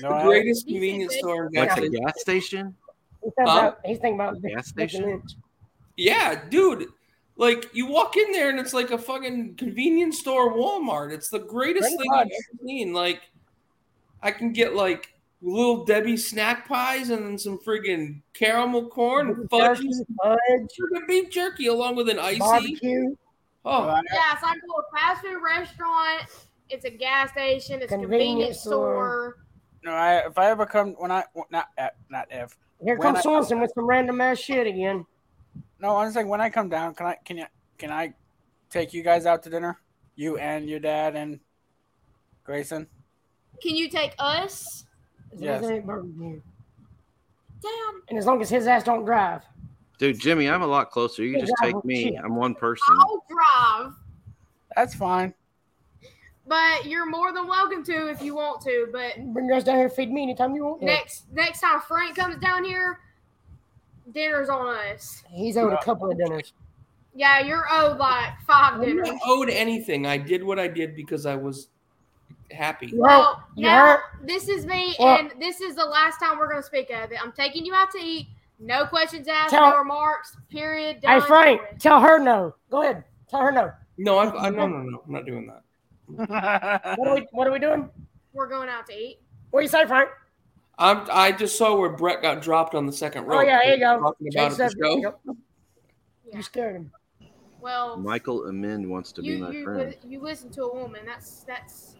Speaker 8: No,
Speaker 5: the
Speaker 8: I-
Speaker 5: greatest convenience store in
Speaker 8: What's a
Speaker 5: Gatlin.
Speaker 8: gas station?
Speaker 10: He's thinking
Speaker 5: Huh?
Speaker 10: about, he's thinking about
Speaker 8: Gas
Speaker 10: Becky
Speaker 8: station?
Speaker 10: Lynch.
Speaker 5: Yeah, dude. Like you walk in there and it's like a fucking convenience store Walmart. It's the greatest
Speaker 10: Pretty
Speaker 5: thing I've
Speaker 10: much.
Speaker 5: ever seen. Like I can get like little Debbie snack pies and then some friggin' caramel corn and fudge.
Speaker 10: Jerky,
Speaker 5: Friggin' beef jerky along with an icy.
Speaker 10: Barbecue.
Speaker 5: Oh,
Speaker 12: Yeah, it's like well, a fast food restaurant. It's a gas station. It's a
Speaker 10: Convenience
Speaker 12: convenience
Speaker 10: store.
Speaker 12: store.
Speaker 7: No, I, if I ever come when I well, not uh, not if
Speaker 10: Here
Speaker 7: When
Speaker 10: comes
Speaker 7: I-
Speaker 10: Swanson with some random ass shit again.
Speaker 7: no, I'm just like when I come down, can I can you can I take you guys out to dinner? You and your dad and Grayson.
Speaker 12: Can you take us?
Speaker 10: As long as
Speaker 7: Yes.
Speaker 10: it ain't Burger King.
Speaker 12: Damn.
Speaker 10: And as long as his ass don't drive.
Speaker 8: Dude, Jimmy, I'm a lot closer. You
Speaker 10: Hey,
Speaker 8: can just
Speaker 10: guys,
Speaker 8: take me.
Speaker 10: shit.
Speaker 8: I'm one person.
Speaker 12: I'll drive,
Speaker 7: That's fine.
Speaker 12: but you're more than welcome to if you want to. But
Speaker 10: Bring your ass down here and feed me anytime you want.
Speaker 12: next next time Frank comes down here, dinner's on us.
Speaker 10: He's owed a couple of dinners.
Speaker 12: Yeah, you're owed like five
Speaker 5: I'm
Speaker 12: dinners.
Speaker 5: not owed anything. I did what I did because I was happy.
Speaker 10: You hurt.
Speaker 12: Well,
Speaker 10: You
Speaker 12: now
Speaker 10: hurt.
Speaker 12: this is me,
Speaker 10: Well-
Speaker 12: and this is the last time we're gonna speak of it. I'm taking you out to eat. No questions asked,
Speaker 10: Tell-
Speaker 12: no remarks. Period.
Speaker 10: Hey,
Speaker 12: done,
Speaker 10: Frank,
Speaker 12: over with.
Speaker 10: tell her no. Go ahead. Tell her no.
Speaker 5: No, I'm, I no no no. I'm not doing that.
Speaker 10: What are we, what are we doing?
Speaker 12: We're going out to eat.
Speaker 10: What do you say, Frank?
Speaker 5: I'm, I just saw where Brett got dropped on the second row.
Speaker 10: Oh, yeah, there you go.
Speaker 5: Talking
Speaker 10: Change
Speaker 5: about it at the
Speaker 10: subject.
Speaker 5: show.
Speaker 10: Yep.
Speaker 12: Yeah.
Speaker 10: You scared him.
Speaker 12: Well,
Speaker 8: Michael Amend wants to be
Speaker 12: you
Speaker 8: my
Speaker 12: you,
Speaker 8: friend.
Speaker 12: li- you listen to a woman. That's that's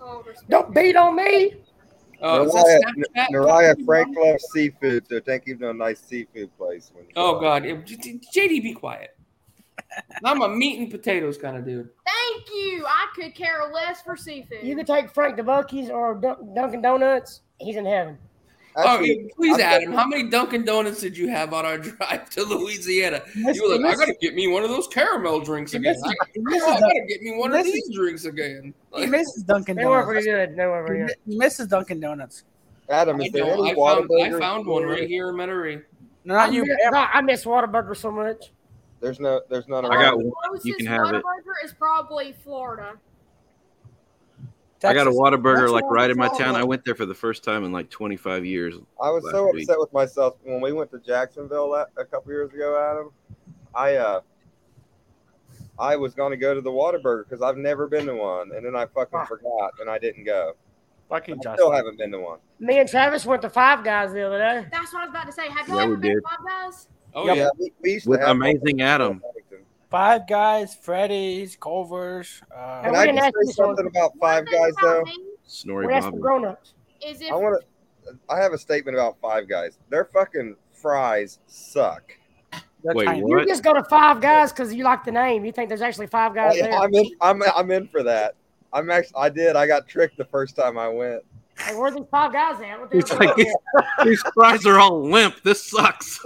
Speaker 12: all respect.
Speaker 10: Don't beat on me.
Speaker 5: Oh, is
Speaker 9: Nariah,
Speaker 5: that Snapchat?
Speaker 9: Nariah Frank loves seafood, so take him to a nice seafood place. When you
Speaker 5: Oh
Speaker 9: go.
Speaker 5: God, It- J- J- JD, be quiet. I'm a meat and potatoes kind of dude.
Speaker 12: Thank you. I could care less for seafood.
Speaker 10: You can take Frank to Bucky's or Dun- Dunkin' Donuts. He's in heaven.
Speaker 5: oh,
Speaker 9: Actually,
Speaker 5: yeah, please,
Speaker 9: I'm
Speaker 5: Adam.
Speaker 9: gonna-
Speaker 5: How many Dunkin' Donuts did you have on our drive to Louisiana? you were
Speaker 10: Listen,
Speaker 5: like, I
Speaker 10: listen.
Speaker 5: gotta get me one of those caramel drinks again.
Speaker 7: Listen,
Speaker 5: I,
Speaker 7: listen,
Speaker 5: I gotta
Speaker 7: Dunkin'.
Speaker 5: get me one of
Speaker 7: Listen.
Speaker 5: these drinks again.
Speaker 7: He
Speaker 5: Like,
Speaker 7: misses Dunkin'
Speaker 10: They were
Speaker 7: Donuts.
Speaker 10: pretty good. They were
Speaker 7: He
Speaker 10: pretty
Speaker 7: mi-
Speaker 10: good.
Speaker 7: he misses Dunkin' Donuts.
Speaker 9: Adam,
Speaker 5: I,
Speaker 9: is there
Speaker 5: know,
Speaker 9: any
Speaker 5: I found, I
Speaker 9: Whataburger?
Speaker 5: found one right here in Metairie.
Speaker 7: No,
Speaker 10: I
Speaker 7: not you.
Speaker 10: miss,
Speaker 7: Em.
Speaker 10: God, I miss Whataburger so much.
Speaker 9: There's no, there's none.
Speaker 8: I
Speaker 9: around.
Speaker 8: got
Speaker 12: The
Speaker 8: one.
Speaker 12: closest
Speaker 8: You can have it.
Speaker 12: Whataburger is probably Florida.
Speaker 8: I got a
Speaker 7: Texas.
Speaker 8: Whataburger
Speaker 5: That's
Speaker 8: like
Speaker 5: what
Speaker 8: right
Speaker 5: I'm
Speaker 8: in my
Speaker 5: talking
Speaker 8: town.
Speaker 5: about.
Speaker 8: I went there for the first time in like 25 years.
Speaker 9: I was so
Speaker 8: last week.
Speaker 9: upset with myself when we went to Jacksonville la- a couple years ago, Adam. I uh, I was going to go to the Waterburger because I've never been to one, and then I fucking
Speaker 7: Ah.
Speaker 9: forgot and I didn't go.
Speaker 7: Fucking
Speaker 9: I still
Speaker 7: Justin.
Speaker 9: haven't been to one.
Speaker 10: Me and Travis went to Five Guys the other day.
Speaker 12: That's what I was about to say. Have you
Speaker 8: Yeah,
Speaker 12: ever
Speaker 8: we
Speaker 12: been to
Speaker 8: did.
Speaker 12: Five Guys?
Speaker 5: Oh
Speaker 9: yeah,
Speaker 5: yeah,
Speaker 9: we, we used to
Speaker 8: With
Speaker 9: have
Speaker 8: amazing Adam.
Speaker 7: Five Guys, Freddy's, Culver's. Uh,
Speaker 9: Can
Speaker 10: we
Speaker 9: I
Speaker 10: didn't
Speaker 9: just
Speaker 10: ask you
Speaker 9: say something about Five
Speaker 12: One thing
Speaker 9: Guys though?
Speaker 12: about me
Speaker 8: Snorri
Speaker 10: We asked the
Speaker 8: Bobby.
Speaker 10: grown ups.
Speaker 12: Is if
Speaker 9: I want to. I have a statement about Five Guys. Their fucking fries suck.
Speaker 7: they're
Speaker 8: Wait,
Speaker 7: tiny.
Speaker 8: what?
Speaker 10: You just go to Five Guys because you like the name. You think there's actually five
Speaker 5: Oh,
Speaker 10: guys
Speaker 9: I,
Speaker 10: there.
Speaker 9: I'm in. I'm, I'm in for that. I'm actually. I did. I got tricked the first time I went.
Speaker 10: Like, where's these five guys at? What the
Speaker 8: He's
Speaker 10: hell's
Speaker 8: like,
Speaker 10: going on
Speaker 8: these fries are all limp. This sucks.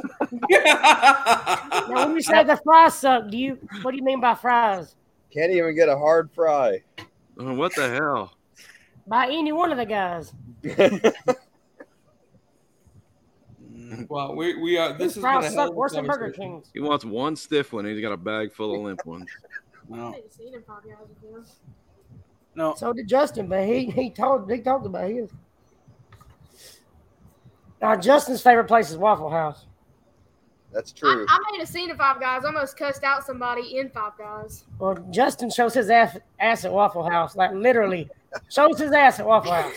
Speaker 10: here? Now, when you say the fries suck, do you what do you mean by fries?
Speaker 9: Can't even get a hard fry.
Speaker 8: Oh, What the hell?
Speaker 10: By any one of the guys.
Speaker 5: wow. We we are. This
Speaker 10: These
Speaker 5: is gonna
Speaker 10: fries suck
Speaker 5: help.
Speaker 10: worse than Burger King's.
Speaker 8: He wants one stiff one. and He's got a bag full of limp ones.
Speaker 12: I've
Speaker 7: No,
Speaker 12: never seen in Five Guys before.
Speaker 7: no.
Speaker 10: So did Justin, but he he talked he talked about his. Now Justin's favorite place is Waffle House.
Speaker 9: That's
Speaker 12: I,
Speaker 9: true.
Speaker 12: I made a scene in Five Guys. I almost cussed out somebody in Five Guys.
Speaker 10: Well, Justin shows his ass, ass at Waffle House, like literally shows his ass at Waffle House.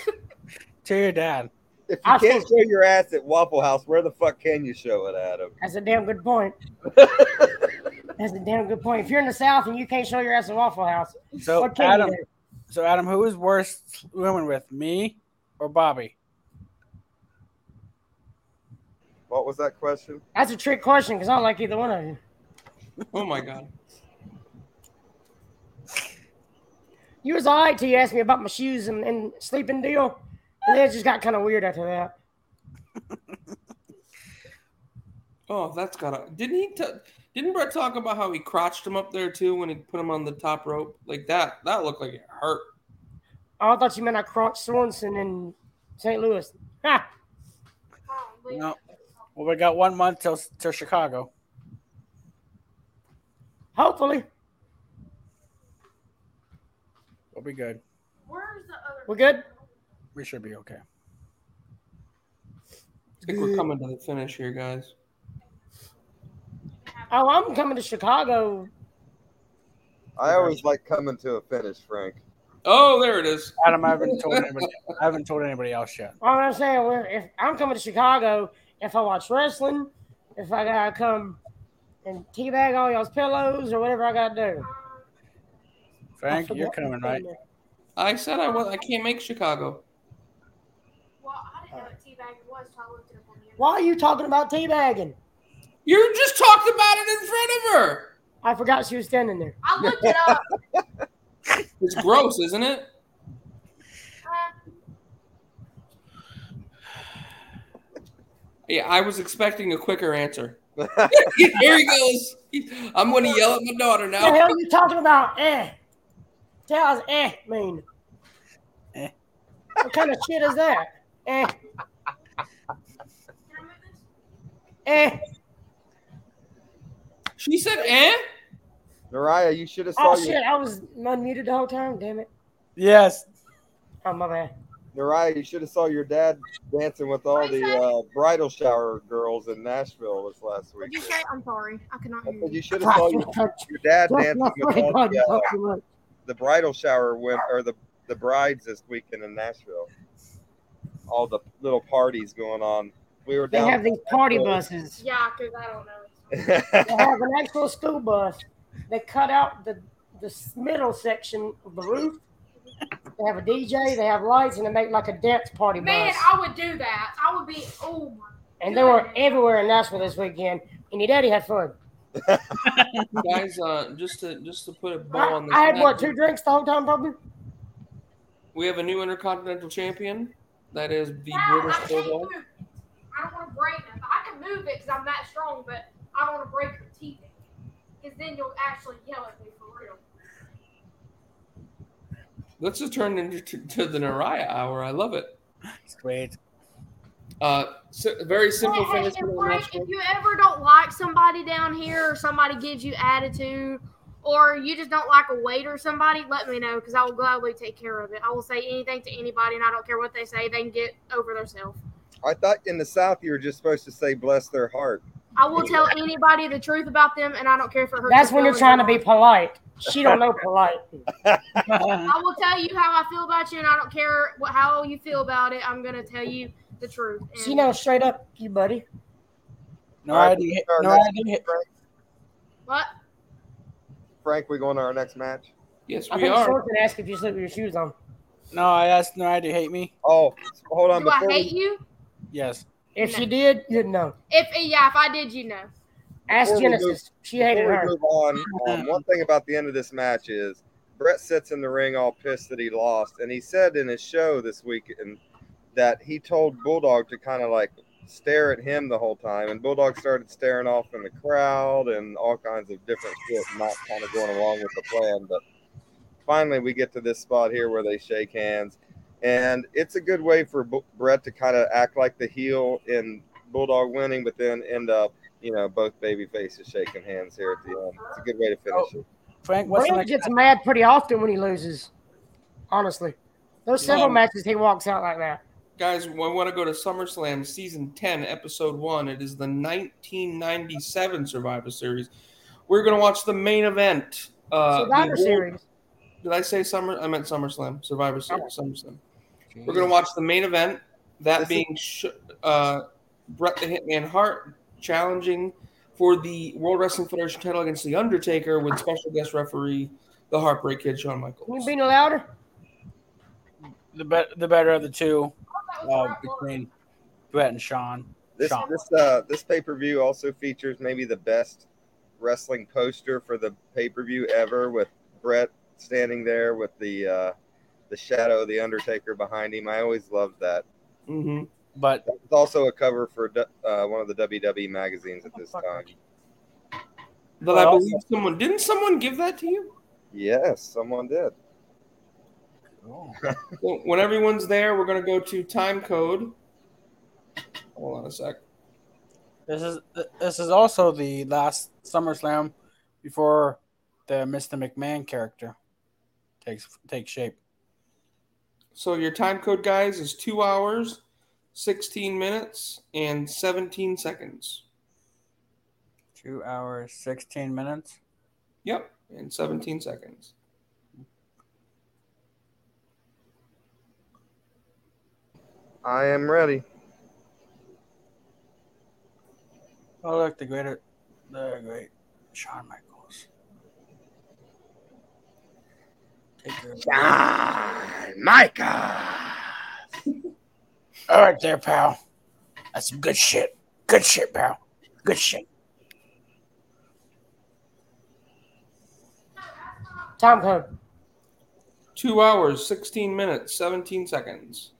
Speaker 7: Tell your dad.
Speaker 9: If you
Speaker 10: I
Speaker 9: can't
Speaker 10: feel-
Speaker 9: show your ass at Waffle House, where the fuck can you show it, Adam?
Speaker 10: That's a damn good point. That's a damn good point. If you're in the South and you can't show your ass at Waffle House,
Speaker 7: So
Speaker 10: what can
Speaker 7: Adam,
Speaker 10: you do?
Speaker 7: so Adam, who is worse swimming with me or Bobby?
Speaker 9: What was that question?
Speaker 10: That's a trick question because I don't like either one of you.
Speaker 5: Oh my god.
Speaker 10: You was all right till you asked me about my shoes and, and sleeping deal. And then it just got kind of weird after that.
Speaker 5: Oh, that's gotta. Didn't he? T- didn't Brett talk about how he crotched him up there too when he put him on the top rope? Like that. That looked like it hurt.
Speaker 10: Oh, I thought you meant I crouched Swanson in St. Louis. Ha!
Speaker 12: believe.
Speaker 7: No. Well, we got one month till till Chicago.
Speaker 10: Hopefully,
Speaker 7: we'll be good.
Speaker 12: Where's the other?
Speaker 10: we're good.
Speaker 7: We should be okay.
Speaker 5: I think we're coming to the finish here, guys.
Speaker 10: Oh, I'm coming to Chicago.
Speaker 9: I always like coming to a finish, Frank.
Speaker 5: Oh, there it is.
Speaker 7: Adam, I haven't told anybody. I haven't told anybody else yet.
Speaker 10: Well, I'm saying, well, if I'm coming to Chicago, if I watch wrestling, if I gotta come and teabag all y'all's pillows or whatever I gotta
Speaker 12: Um,
Speaker 10: do.
Speaker 7: Frank, you're coming, right?
Speaker 5: I said I was. I can't make Chicago.
Speaker 12: Well, I didn't know what teabagging was until I looked it up on the internet.
Speaker 10: Why are you talking about teabagging?
Speaker 5: You just talked about it in front of her.
Speaker 10: I forgot she was standing there.
Speaker 12: I looked it up.
Speaker 5: It's gross, isn't it?
Speaker 12: Uh,
Speaker 5: Yeah, I was expecting a quicker answer. Here he goes. I'm going to yell at my daughter
Speaker 10: What the hell
Speaker 5: now.
Speaker 10: are you talking about? Eh. Tell us eh mean.
Speaker 7: Eh.
Speaker 10: What kind of shit is that? Eh.
Speaker 12: can I move this?
Speaker 10: Eh.
Speaker 5: She said, "Eh."
Speaker 9: Mariah, you should have saw
Speaker 10: Oh
Speaker 9: your
Speaker 10: shit, I was unmuted the whole time, damn it.
Speaker 7: Yes.
Speaker 10: Oh my bad.
Speaker 9: Mariah, you should have saw your dad dancing with all the uh, bridal shower girls in Nashville this last
Speaker 12: Would
Speaker 9: week.
Speaker 12: you say? I'm sorry. I cannot
Speaker 9: I
Speaker 12: hear
Speaker 9: said
Speaker 12: you.
Speaker 9: you should have saw your, your dad dancing with all the, uh,
Speaker 10: That's
Speaker 9: the bridal shower women or the the brides this weekend in Nashville. All the little parties going on. We were
Speaker 10: They
Speaker 9: down.
Speaker 10: have these party buses.
Speaker 12: Yeah, because I don't know.
Speaker 10: They have an actual school bus. They cut out the the middle section of the roof. They have a DJ. They have lights, and they make like a dance party
Speaker 12: Man,
Speaker 10: bus.
Speaker 12: I would do that. I would be. Oh my.
Speaker 10: And they were everywhere in Nashville this weekend. And your daddy had fun.
Speaker 5: Guys, uh, just to just to put a bow
Speaker 10: I,
Speaker 5: on this.
Speaker 10: I had what
Speaker 5: matter,
Speaker 10: two drinks the whole time, probably.
Speaker 5: We have a new intercontinental champion. That is the
Speaker 12: Yeah,
Speaker 5: British
Speaker 12: I can't
Speaker 5: Bulldog.
Speaker 12: move it. I don't want to break it. I can move it because I'm that strong, but I don't want to break your teeth. Because then you'll actually yell at me for real.
Speaker 5: This has turned into to, to the Naraya hour. I love it.
Speaker 7: Sweet.
Speaker 5: Uh, si- very simple
Speaker 12: Hey, hey,
Speaker 5: finish.
Speaker 12: and
Speaker 5: for the
Speaker 12: Frank,
Speaker 5: match.
Speaker 12: if you ever don't like somebody down here, or somebody gives you attitude, or you just don't like a waiter or somebody, let me know because I will gladly take care of it. I will say anything to anybody, and I don't care what they say. They can get over themselves.
Speaker 9: I thought in the South you were just supposed to say bless their heart.
Speaker 12: I will tell anybody the truth about them, and I don't care if it hurts.
Speaker 10: That's
Speaker 12: their
Speaker 10: when you're
Speaker 12: feelings or
Speaker 10: trying to be
Speaker 12: not.
Speaker 10: polite. She don't know polite.
Speaker 12: I will tell you how I feel about you, and I don't care what, how you feel about it. I'm gonna tell you the truth. And
Speaker 10: She knows straight up you, buddy.
Speaker 7: No idea.
Speaker 9: Our
Speaker 7: No
Speaker 9: next-
Speaker 7: idea.
Speaker 12: what?
Speaker 9: Frank, we going to our next match?
Speaker 5: Yes,
Speaker 10: I
Speaker 5: we
Speaker 10: think
Speaker 5: are.
Speaker 10: Short can ask if you sleep with your shoes on.
Speaker 7: No, I asked. No idea. Hate me?
Speaker 9: Oh, hold on.
Speaker 12: Do I
Speaker 9: before
Speaker 12: hate
Speaker 9: we,
Speaker 12: you?
Speaker 7: Yes.
Speaker 10: If she
Speaker 12: No.
Speaker 10: did, you'd know.
Speaker 12: If yeah, if I did, you know.
Speaker 10: Ask
Speaker 9: Before we
Speaker 10: Genesis.
Speaker 9: move-
Speaker 10: she hated
Speaker 9: before we
Speaker 10: her.
Speaker 9: move on, um, one thing about the end of this match is Brett sits in the ring all pissed that he lost, and he said in his show this weekend that he told Bulldog to kind of like stare at him the whole time, and Bulldog started staring off in the crowd and all kinds of different shit, not kind of going along with the plan. But finally, we get to this spot here where they shake hands, and it's a good way for B- Brett to kind of act like the heel in Bulldog winning, but then end up. You know, both baby faces shaking hands here at the end. It's a good way to finish it.
Speaker 7: Frank, what's the
Speaker 10: Brandon
Speaker 7: next?
Speaker 10: gets mad pretty often when he loses. Honestly, there's several
Speaker 5: Yeah.
Speaker 10: matches he walks out like that.
Speaker 5: Guys, we want to go to SummerSlam season 10, episode 1. It is the 1997 Survivor Series. We're going to watch the main event. Uh,
Speaker 10: Survivor
Speaker 5: the-
Speaker 10: Series.
Speaker 5: Did I say Summer? I meant SummerSlam. Survivor Series. SummerSlam. We're going to watch the main event. That
Speaker 9: Oh. This is-
Speaker 5: being sh- uh, Bret the Hitman Hart challenging for the World Wrestling Federation title against The Undertaker with special guest referee, the Heartbreak Kid, Shawn
Speaker 10: Can
Speaker 5: Michaels.
Speaker 10: you be any louder?
Speaker 7: The bet. The better of the two
Speaker 12: That was
Speaker 9: Oh,
Speaker 7: uh,
Speaker 12: right.
Speaker 7: between Brett and Sean.
Speaker 9: This
Speaker 7: Sean.
Speaker 9: this uh, this pay per view also features maybe the best wrestling poster for the pay per view ever, with Brett standing there with the uh, the shadow of the Undertaker behind him. I always loved that.
Speaker 5: Mm-hmm.
Speaker 7: But
Speaker 9: That was also a cover for du- uh, one of the WWE magazines at this time.
Speaker 5: That I
Speaker 7: Well,
Speaker 5: believe someone didn't someone give that to you?
Speaker 9: Yes, someone did.
Speaker 5: Well, when everyone's there, we're going to go to time code. Hold on a sec.
Speaker 7: This is this is also the last SummerSlam before the Mr. McMahon character takes takes shape.
Speaker 5: So your time code, guys, is two hours, sixteen minutes, and seventeen seconds.
Speaker 7: Two hours, sixteen minutes.
Speaker 5: Yep, and seventeen seconds.
Speaker 9: I am ready.
Speaker 7: Oh look, the greater, the great Shawn Michaels. Take your- All right, there, pal. That's some good shit. Good shit, pal. Good shit.
Speaker 10: Time code.
Speaker 5: Two hours, sixteen minutes, seventeen seconds.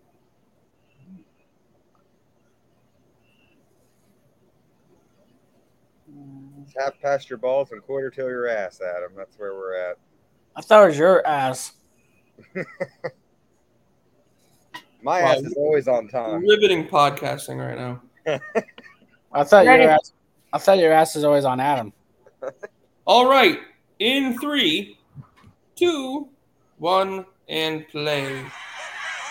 Speaker 9: Half past your balls and quarter till your ass, Adam. That's where we're at.
Speaker 7: I thought it was your ass.
Speaker 9: My
Speaker 5: Wow.
Speaker 9: ass is always on time.
Speaker 5: Riveting podcasting right now.
Speaker 7: I thought
Speaker 5: Ready?
Speaker 7: your ass. I thought your ass is always on Adam.
Speaker 5: All right, in three, two, one, and play.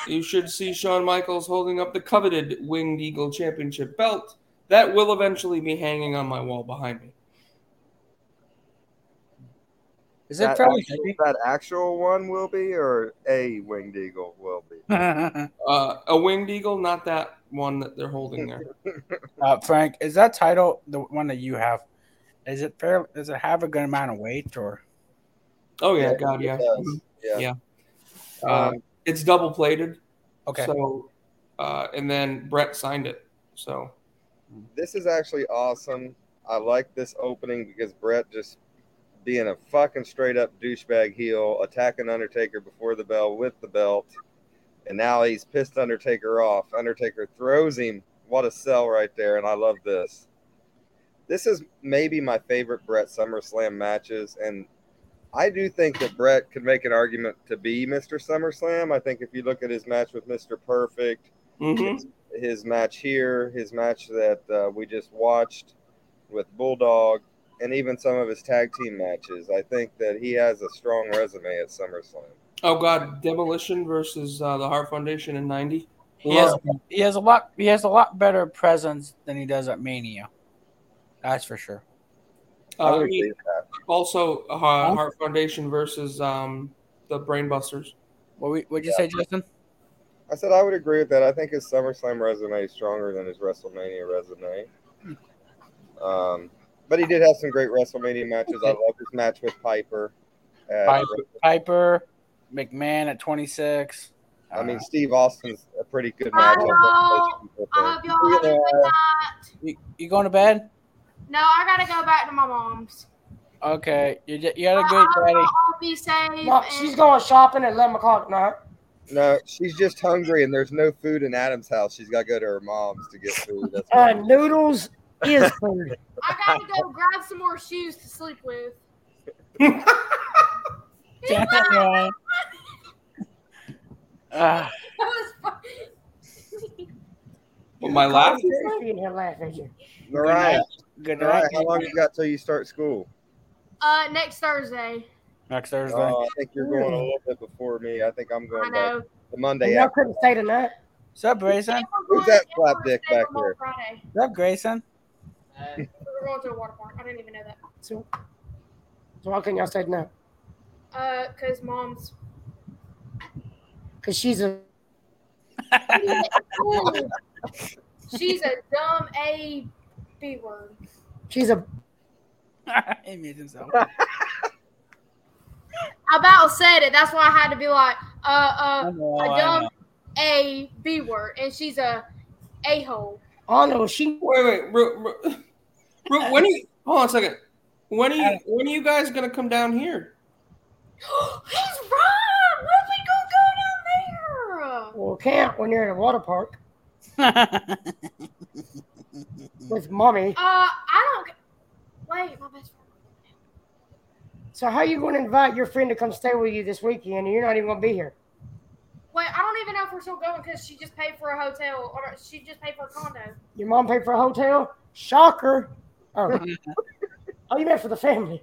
Speaker 5: You should see Shawn Michaels holding up the coveted Winged Eagle Championship belt that will eventually be hanging on my wall behind me.
Speaker 7: Is
Speaker 9: that, actual, that actual one will be, or a winged eagle will be?
Speaker 7: uh,
Speaker 5: a Winged Eagle, not that one that they're holding there.
Speaker 7: Uh, Frank, is that title the one that you have? Is it fair? Does it have a good amount of weight or?
Speaker 5: Oh yeah,
Speaker 7: Yeah,
Speaker 5: God,
Speaker 7: it
Speaker 5: yeah,
Speaker 7: does.
Speaker 5: yeah.
Speaker 7: Yeah.
Speaker 5: Uh,
Speaker 7: Um,
Speaker 5: it's double plated.
Speaker 7: Okay.
Speaker 5: So, uh, and then Brett signed it. So
Speaker 9: This is actually awesome. I like this opening because Brett just being a fucking straight up douchebag heel, attacking Undertaker before the bell with the belt, and now he's pissed Undertaker off. Undertaker throws him. What a sell right there, and I love this. This is maybe my favorite Brett SummerSlam matches, and I do think that Brett could make an argument to be Mr. SummerSlam. I think if you look at his match with Mr. Perfect,
Speaker 7: Mm-hmm.
Speaker 5: Mhm.
Speaker 9: his match here, his match that uh, we just watched with Bulldog, and even some of his tag team matches. I think that he has a strong resume at SummerSlam.
Speaker 5: Oh God, Demolition versus uh, the Heart Foundation in Uh, '90.
Speaker 7: He has, he has a lot. He has a lot better presence than he does at Mania. That's for sure.
Speaker 5: Uh, he- also, uh, Heart Foundation versus um, the Brainbusters.
Speaker 7: What would you say, Justin?
Speaker 9: I said I would agree with that. I think his SummerSlam resume is stronger than his WrestleMania resume. Um, but he did have some great WrestleMania matches. I love his match with Piper. Uh, at-
Speaker 7: Piper, Piper, McMahon at twenty six.
Speaker 9: I mean, Steve Austin's a pretty good
Speaker 12: I
Speaker 9: match.
Speaker 12: know. I hope y'all have a good night.
Speaker 7: You, you going to bed?
Speaker 12: No, I gotta go back to my mom's.
Speaker 7: Okay, you, j- you
Speaker 12: I
Speaker 7: had a
Speaker 12: hope
Speaker 7: good
Speaker 12: y'all
Speaker 7: daddy.
Speaker 12: all be safe.
Speaker 10: Well, she's going shopping at 11 o'clock now.
Speaker 9: No, she's just hungry, and there's no food in Adam's house. She's got to go to her mom's to get food. That's
Speaker 10: Uh, noodles is food.
Speaker 12: I gotta go grab some more shoes to sleep with.
Speaker 7: Damn. Ah,
Speaker 12: That was funny.
Speaker 5: But my laugh.
Speaker 10: She in here laughing at you.
Speaker 9: Mariah.
Speaker 7: Good
Speaker 9: Mariah,
Speaker 7: night.
Speaker 9: how long you got till you start school?
Speaker 12: Uh, next Thursday.
Speaker 7: Next Thursday.
Speaker 9: Oh, I think you're going a little bit before me. I think I'm
Speaker 12: I
Speaker 9: going back
Speaker 12: know.
Speaker 9: the
Speaker 10: And
Speaker 9: Monday
Speaker 10: y'all
Speaker 9: after.
Speaker 10: couldn't stay tonight.
Speaker 7: What's up, Grayson?
Speaker 9: Who's that slap dick back
Speaker 12: Come on
Speaker 9: there?
Speaker 12: Friday.
Speaker 7: What's up, Grayson?
Speaker 12: We're going to a water park. I didn't even know that.
Speaker 10: So, so why couldn't y'all say no?
Speaker 12: Uh, cause mom's.
Speaker 10: Because she's a.
Speaker 12: She's a dumb A B word.
Speaker 10: She's a.
Speaker 7: he made himself.
Speaker 12: I about said it. That's why I had to be like, uh,
Speaker 7: I know,
Speaker 12: uh, a
Speaker 7: Oh, I
Speaker 12: dumb
Speaker 7: know.
Speaker 12: A B word, and she's a a hole.
Speaker 10: Oh, no, she.
Speaker 5: Wait, wait, Ru- Ru- Ru- when are you, hold on a second. When are you when are you guys gonna come down here?
Speaker 12: He's right. When we gonna go down there?
Speaker 10: Well, can't when you're in a water park with mommy.
Speaker 12: Uh, I don't. g- Wait, my best friend.
Speaker 10: So, how you going to invite your friend to come stay with you this weekend and you're not even going to be here?
Speaker 12: Wait, I don't even know if we're still going because she just paid for a hotel or she just paid for a condo.
Speaker 10: Your mom paid for a hotel? Shocker. Oh, oh you meant for the family.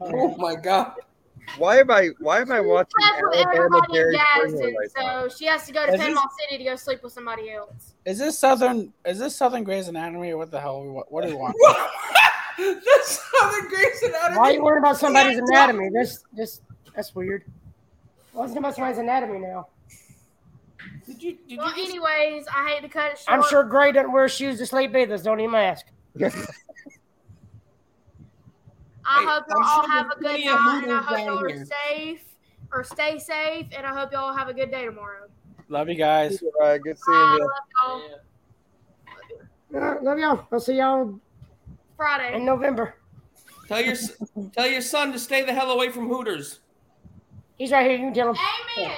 Speaker 5: Oh my god.
Speaker 13: Why am I? Why am I watching
Speaker 12: That's with
Speaker 13: Alabama
Speaker 12: everybody in
Speaker 13: Dairy
Speaker 12: Gadsden,
Speaker 13: Spring right now?
Speaker 12: so she has to go to
Speaker 7: Is this-
Speaker 12: Panama City to go sleep with somebody else.
Speaker 7: Is this Southern? Is this Southern Grey's Anatomy? Or what the hell? we want- What do we want?
Speaker 5: That's how the Grey's Anatomy.
Speaker 10: Why are you worried about somebody's anatomy? This, this, that's weird. Why is it about somebody's anatomy now?
Speaker 5: Did you? Did
Speaker 12: well, anyways, I hate to cut it short.
Speaker 10: I'm sure Gray doesn't wear shoes to sleep either. so Don't even ask.
Speaker 12: I
Speaker 10: Hey,
Speaker 12: hope
Speaker 10: I'm
Speaker 12: y'all all
Speaker 10: sure
Speaker 12: have
Speaker 10: there's
Speaker 12: a good
Speaker 10: plenty of
Speaker 12: night, and I
Speaker 10: hoodlums
Speaker 12: hope
Speaker 10: down
Speaker 12: y'all are
Speaker 10: here.
Speaker 12: safe or stay safe, and I hope y'all have a good day tomorrow.
Speaker 7: Love you guys.
Speaker 13: All right, good seeing
Speaker 12: Bye,
Speaker 13: you.
Speaker 12: love y'all.
Speaker 10: Uh, love y'all. I'll see y'all
Speaker 12: Friday.
Speaker 10: in November.
Speaker 5: Tell your s- tell your son to stay the hell away from Hooters.
Speaker 10: He's right here. You can tell him.
Speaker 12: Amen.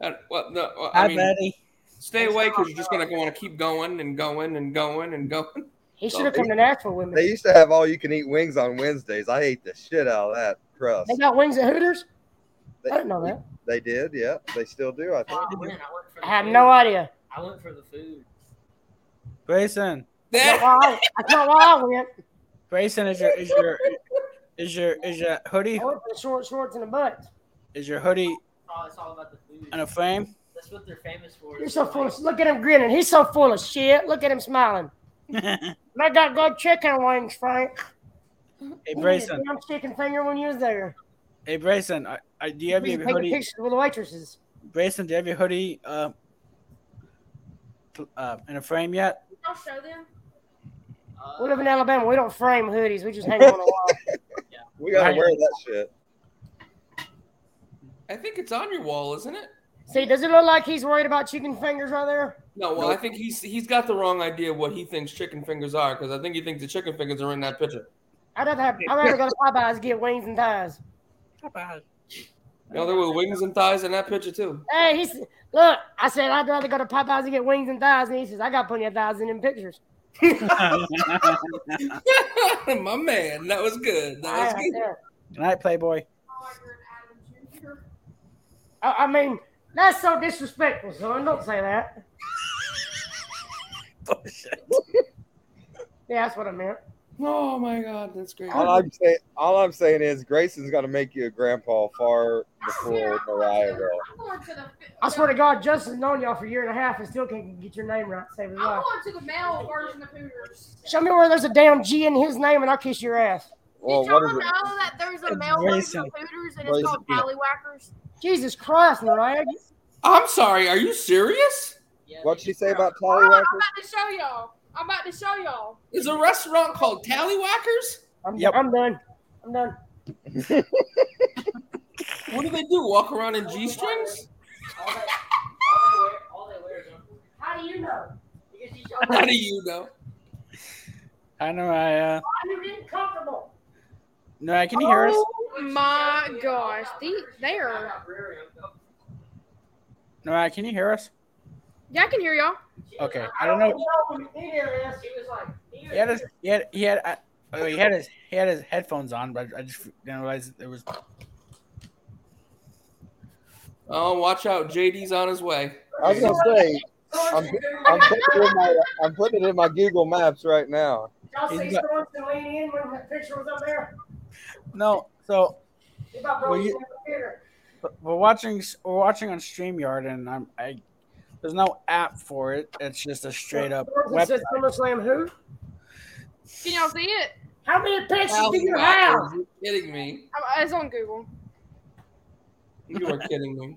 Speaker 5: Uh, well, no, uh, I
Speaker 10: Hi,
Speaker 5: mean,
Speaker 10: buddy.
Speaker 5: stay away because you're just gonna want to keep going and going and going and going.
Speaker 10: He
Speaker 5: So-
Speaker 10: should have come to Nashville with
Speaker 13: They
Speaker 10: me.
Speaker 13: used to have all you can eat wings on Wednesdays. I ate the shit out of that crust.
Speaker 10: They got wings at Hooters. I didn't know that.
Speaker 13: They did, yeah. They still do, I think.
Speaker 10: I have no idea.
Speaker 14: I went for the food.
Speaker 7: Grayson.
Speaker 10: That's not why I, that's not why I went.
Speaker 7: Grayson is your is your is your is your hoodie
Speaker 10: I went for the short Oh, shorts and the butt.
Speaker 7: is your hoodie
Speaker 14: Oh, it's all about the food.
Speaker 7: in a frame?
Speaker 14: That's what they're famous for.
Speaker 10: You're so full of look at him grinning. He's so full of shit. Look at him smiling. I got good chicken wings, Frank.
Speaker 7: Hey
Speaker 10: You need a
Speaker 7: Grayson.
Speaker 10: Damn chicken finger when you was there.
Speaker 7: Hey Grayson. I, I, do you have
Speaker 10: He's
Speaker 7: your
Speaker 10: taking
Speaker 7: hoodie?
Speaker 10: pictures with the waitresses.
Speaker 7: Grayson, do you have your hoodie uh, pl- uh in a frame yet?
Speaker 12: I'll show them.
Speaker 10: We live in Alabama. We don't frame hoodies. We just hang them on the wall.
Speaker 13: We gotta
Speaker 7: Right.
Speaker 13: wear that shit.
Speaker 5: I think it's on your wall, isn't it?
Speaker 10: See, does it look like he's worried about chicken fingers right there?
Speaker 5: No, well, I think he's he's got the wrong idea of what he thinks chicken fingers are because I think he thinks the chicken fingers are in that picture.
Speaker 10: I'd rather have. I'd rather go to Popeyes and get wings and thighs.
Speaker 5: You know, there were wings and thighs in that picture too.
Speaker 10: Hey, he's look. I said I'd rather go to Popeyes and get wings and thighs, and he says I got plenty of thighs in them pictures.
Speaker 5: My man, that was good.
Speaker 10: All right,
Speaker 5: That was good.
Speaker 10: there.
Speaker 7: Good night, Playboy.
Speaker 10: I, I mean, that's so disrespectful, son. Don't say that. yeah, that's what I meant.
Speaker 5: Oh my god, that's great.
Speaker 13: All I'm saying, all I'm saying is Grayson's gonna make you a grandpa far before Mariah will.
Speaker 12: I'm going to the
Speaker 10: I swear to God, Justin's known y'all for a year and a half and still can't get your name right. Save his
Speaker 12: I'm
Speaker 10: life.
Speaker 12: going to the male version of Hooters.
Speaker 10: Show me where there's a damn G in his name, and I'll kiss your ass.
Speaker 13: Well,
Speaker 12: Y'all
Speaker 13: what is
Speaker 12: know
Speaker 13: it?
Speaker 12: that there's a
Speaker 13: It's
Speaker 12: male
Speaker 13: very
Speaker 12: version of
Speaker 13: simple.
Speaker 12: Hooters and
Speaker 13: Very
Speaker 12: it's called
Speaker 13: simple.
Speaker 12: Wallywhackers?
Speaker 10: Jesus Christ, Mariah.
Speaker 5: I'm sorry. Are you serious?
Speaker 13: What'd she say about
Speaker 10: Oh,
Speaker 12: Hold on, I'm
Speaker 13: Tallywhackers?
Speaker 12: about to show y'all. I'm about to show y'all.
Speaker 5: Is a restaurant called Tallywhackers?
Speaker 10: I'm, I'm done. I'm done.
Speaker 5: What do they do? Walk around in g strings?
Speaker 10: How do you know?
Speaker 5: How do you know?
Speaker 7: Hi Mariah.
Speaker 10: You're getting comfortable.
Speaker 7: No, I uh, can you hear us.
Speaker 12: Oh my gosh, the, they Oh, are.
Speaker 7: Mariah, can you hear us?
Speaker 12: Yeah, I can hear y'all.
Speaker 7: Okay. I don't know. He had his he had he had uh, oh, he had his he had his headphones on, but I just didn't realize there was.
Speaker 5: Oh, watch out. JD's on his way.
Speaker 13: I was gonna say, I'm, I'm putting it in my, I'm putting it in my Google Maps right now.
Speaker 10: Y'all
Speaker 13: He's
Speaker 10: see
Speaker 13: got-
Speaker 10: Storms and Lean In when that picture was up there?
Speaker 7: No, so
Speaker 10: They about
Speaker 7: Well,
Speaker 10: broke
Speaker 7: you-
Speaker 10: you... the computer.
Speaker 7: but we're watching s- we're watching on Streamyard, and I'm I there's no app for it. It's just a straight up
Speaker 10: Storms
Speaker 7: website.
Speaker 10: said SummerSlam who?
Speaker 12: Can y'all see it?
Speaker 10: How many pictures do you have?
Speaker 5: Tallywhackers. You kidding me?
Speaker 12: Uh, It's on Google.
Speaker 5: You are kidding me.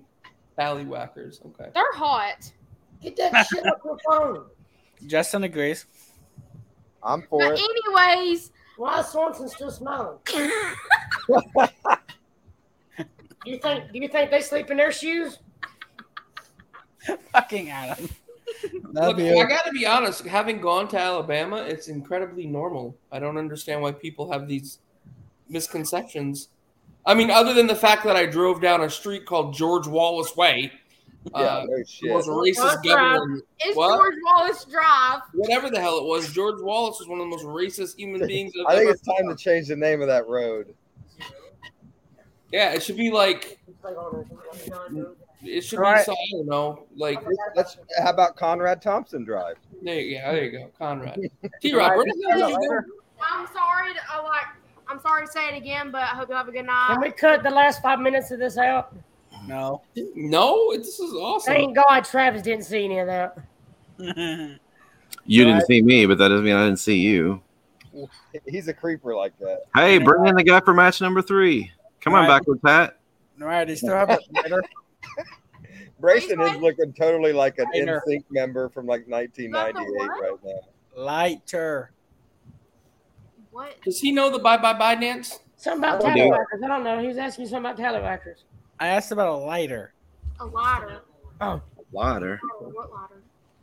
Speaker 5: Tallywhackers. Okay.
Speaker 12: They're hot.
Speaker 10: Get that shit off your phone.
Speaker 7: Justin agrees.
Speaker 13: I'm
Speaker 12: But anyways,
Speaker 10: Why is Swanson still smiling? do you think do you think they sleep in their shoes?
Speaker 7: Fucking Adam.
Speaker 5: Look, I gotta be honest. Having gone to Alabama, it's incredibly normal. I don't understand why people have these misconceptions. I mean, other than the fact that I drove down a street called George Wallace Way, uh,
Speaker 13: Yeah, no
Speaker 5: the
Speaker 13: shit.
Speaker 5: most
Speaker 12: George
Speaker 5: racist
Speaker 12: Drive.
Speaker 5: governor,
Speaker 12: It's
Speaker 5: What?
Speaker 12: George Wallace Drive.
Speaker 5: whatever the hell it was. George Wallace was one of the most racist human beings. I've
Speaker 13: I think
Speaker 5: ever-
Speaker 13: it's time to change the name of that road.
Speaker 5: yeah, it should be like It should
Speaker 9: Right.
Speaker 5: be some, I don't know, like
Speaker 9: Let's. How about Conrad Thompson Drive?
Speaker 5: there. You, yeah, there you go, Conrad. T. Rob, where the hell did you go?
Speaker 12: I'm sorry to I like. I'm sorry to say it again, but I hope you have a good night.
Speaker 10: Can we cut the last five minutes of this out?
Speaker 7: No.
Speaker 5: No, this is awesome.
Speaker 10: Thank God Travis didn't see any of that.
Speaker 8: You
Speaker 9: Right.
Speaker 8: didn't see me, but that doesn't mean I didn't see you.
Speaker 9: He's a creeper like that.
Speaker 8: Hey, bring in the guy for match number three. Come on,
Speaker 9: Right.
Speaker 8: backwards hat.
Speaker 7: All right, they still have a better.
Speaker 9: Brayson is looking totally like an
Speaker 7: Lighter.
Speaker 9: NSYNC member from like 1998 right now.
Speaker 7: Lighter.
Speaker 12: What?
Speaker 5: Does he know the bye bye bye dance?
Speaker 10: Something about
Speaker 7: Oh, dude.
Speaker 10: Tallywackers. I don't know. He was asking you something about Tallywackers.
Speaker 7: I asked about a lighter.
Speaker 12: A lighter.
Speaker 10: Oh,
Speaker 8: Lighter.
Speaker 12: I don't know What lighter?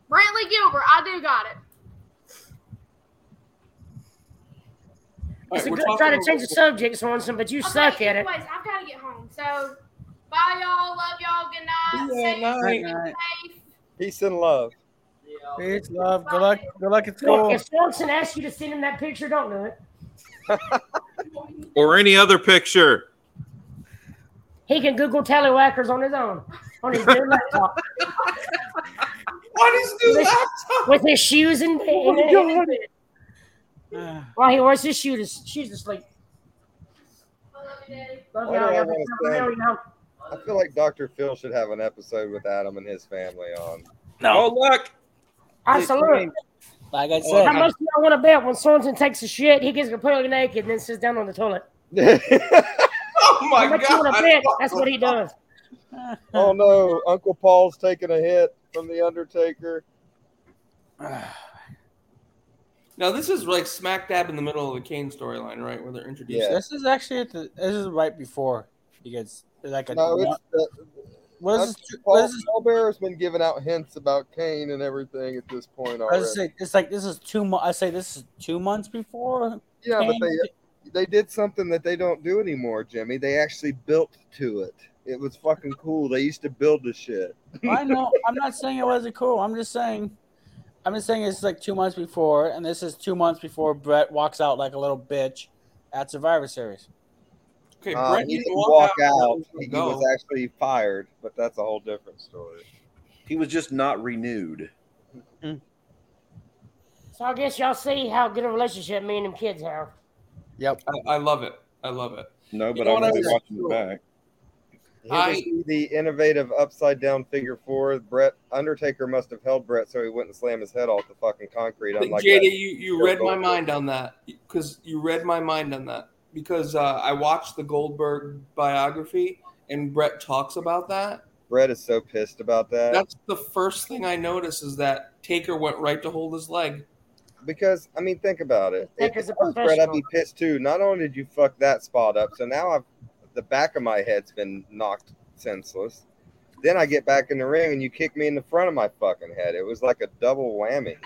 Speaker 12: Brantley Gilbert. I do got it.
Speaker 5: All right,
Speaker 10: So
Speaker 5: we're
Speaker 10: good- try to
Speaker 5: talking-
Speaker 10: change the subject, Swanson, but you suck at it.
Speaker 12: Anyways, I've got to get home. So, bye, y'all. Love y'all. Good night.
Speaker 5: Yeah,
Speaker 12: Stay
Speaker 5: night.
Speaker 7: Night.
Speaker 12: safe.
Speaker 9: Peace and love.
Speaker 7: Peace, love, good luck, good luck at
Speaker 10: Look,
Speaker 7: school.
Speaker 10: If Swanson asks you to send him that picture, don't do it.
Speaker 3: Or any other picture.
Speaker 10: He can Google Tallywackers on his own, on his new laptop.
Speaker 5: on his new Oh
Speaker 10: with, laptop? With his shoes and, and, and while he wears his shoes, shoes to sleep. Love
Speaker 9: Why do I
Speaker 10: y'all.
Speaker 9: wanna
Speaker 10: Y'all
Speaker 9: stand-
Speaker 10: know.
Speaker 9: I feel like Dr. Phil should have an episode with Adam and his family on.
Speaker 7: No.
Speaker 9: Oh, look.
Speaker 10: I salute.
Speaker 7: Like I said,
Speaker 10: How
Speaker 7: I'm-
Speaker 10: much do y'all want to bet when Swanson takes a shit, he gets completely naked and then sits down on the toilet?
Speaker 5: oh
Speaker 10: How much you want to bet? That's what he does.
Speaker 9: Oh no, Uncle Paul's taking a hit from the Undertaker.
Speaker 5: Now this is like smack dab in the middle of the Kane storyline, right? Where they're introducing.
Speaker 7: this is actually at the, this is right before he gets like a.
Speaker 9: No, it's the,
Speaker 7: what is
Speaker 9: Uncle
Speaker 7: this? What
Speaker 9: Paul,
Speaker 7: is this?
Speaker 9: Paul Bearer's been giving out hints about Kane and everything at this point
Speaker 7: I
Speaker 9: already.
Speaker 7: was gonna say, it's like this is two months. I say this is two months before.
Speaker 9: yeah, but
Speaker 7: Kane-
Speaker 9: they they did something that they don't do anymore, Jimmy. They actually built to it. It was fucking cool. They used to build the shit.
Speaker 7: I know. I'm not saying it wasn't cool. I'm just saying, I'm just saying it's like two months before, and this is two months before Brett walks out like a little bitch at Survivor Series.
Speaker 5: Okay,
Speaker 9: Uh,
Speaker 5: Brett
Speaker 9: he
Speaker 5: didn't
Speaker 9: didn't
Speaker 5: walk,
Speaker 9: walk out. He,
Speaker 5: He
Speaker 9: he was
Speaker 5: go.
Speaker 9: actually fired, but that's a whole different story.
Speaker 8: He was just not renewed.
Speaker 10: So I guess y'all see how good a relationship me and them kids have.
Speaker 7: Yep.
Speaker 5: I, I love it. I love it.
Speaker 8: No,
Speaker 5: You know what I was-
Speaker 8: back.
Speaker 9: He
Speaker 5: I-
Speaker 9: was the innovative upside down figure four. Brett Undertaker must have held Brett so he wouldn't slam his head off the fucking concrete.
Speaker 5: But
Speaker 9: I'm like,
Speaker 5: JD,
Speaker 9: that.
Speaker 5: you, you read my mind on that because you read my mind on that because uh, I watched the Goldberg biography and Brett talks about that.
Speaker 9: Brett is so pissed about that
Speaker 5: That's the first thing I noticed is that Taker went right to hold his leg.
Speaker 9: because I mean, think about it. If
Speaker 10: Undertaker's a
Speaker 9: I was Brett, I'd be
Speaker 10: professional.
Speaker 9: pissed too. Not only did you fuck that spot up, so now I've the back of my head's been knocked senseless. Then I get back in the ring and you kick me in the front of my fucking head. It was like a double whammy.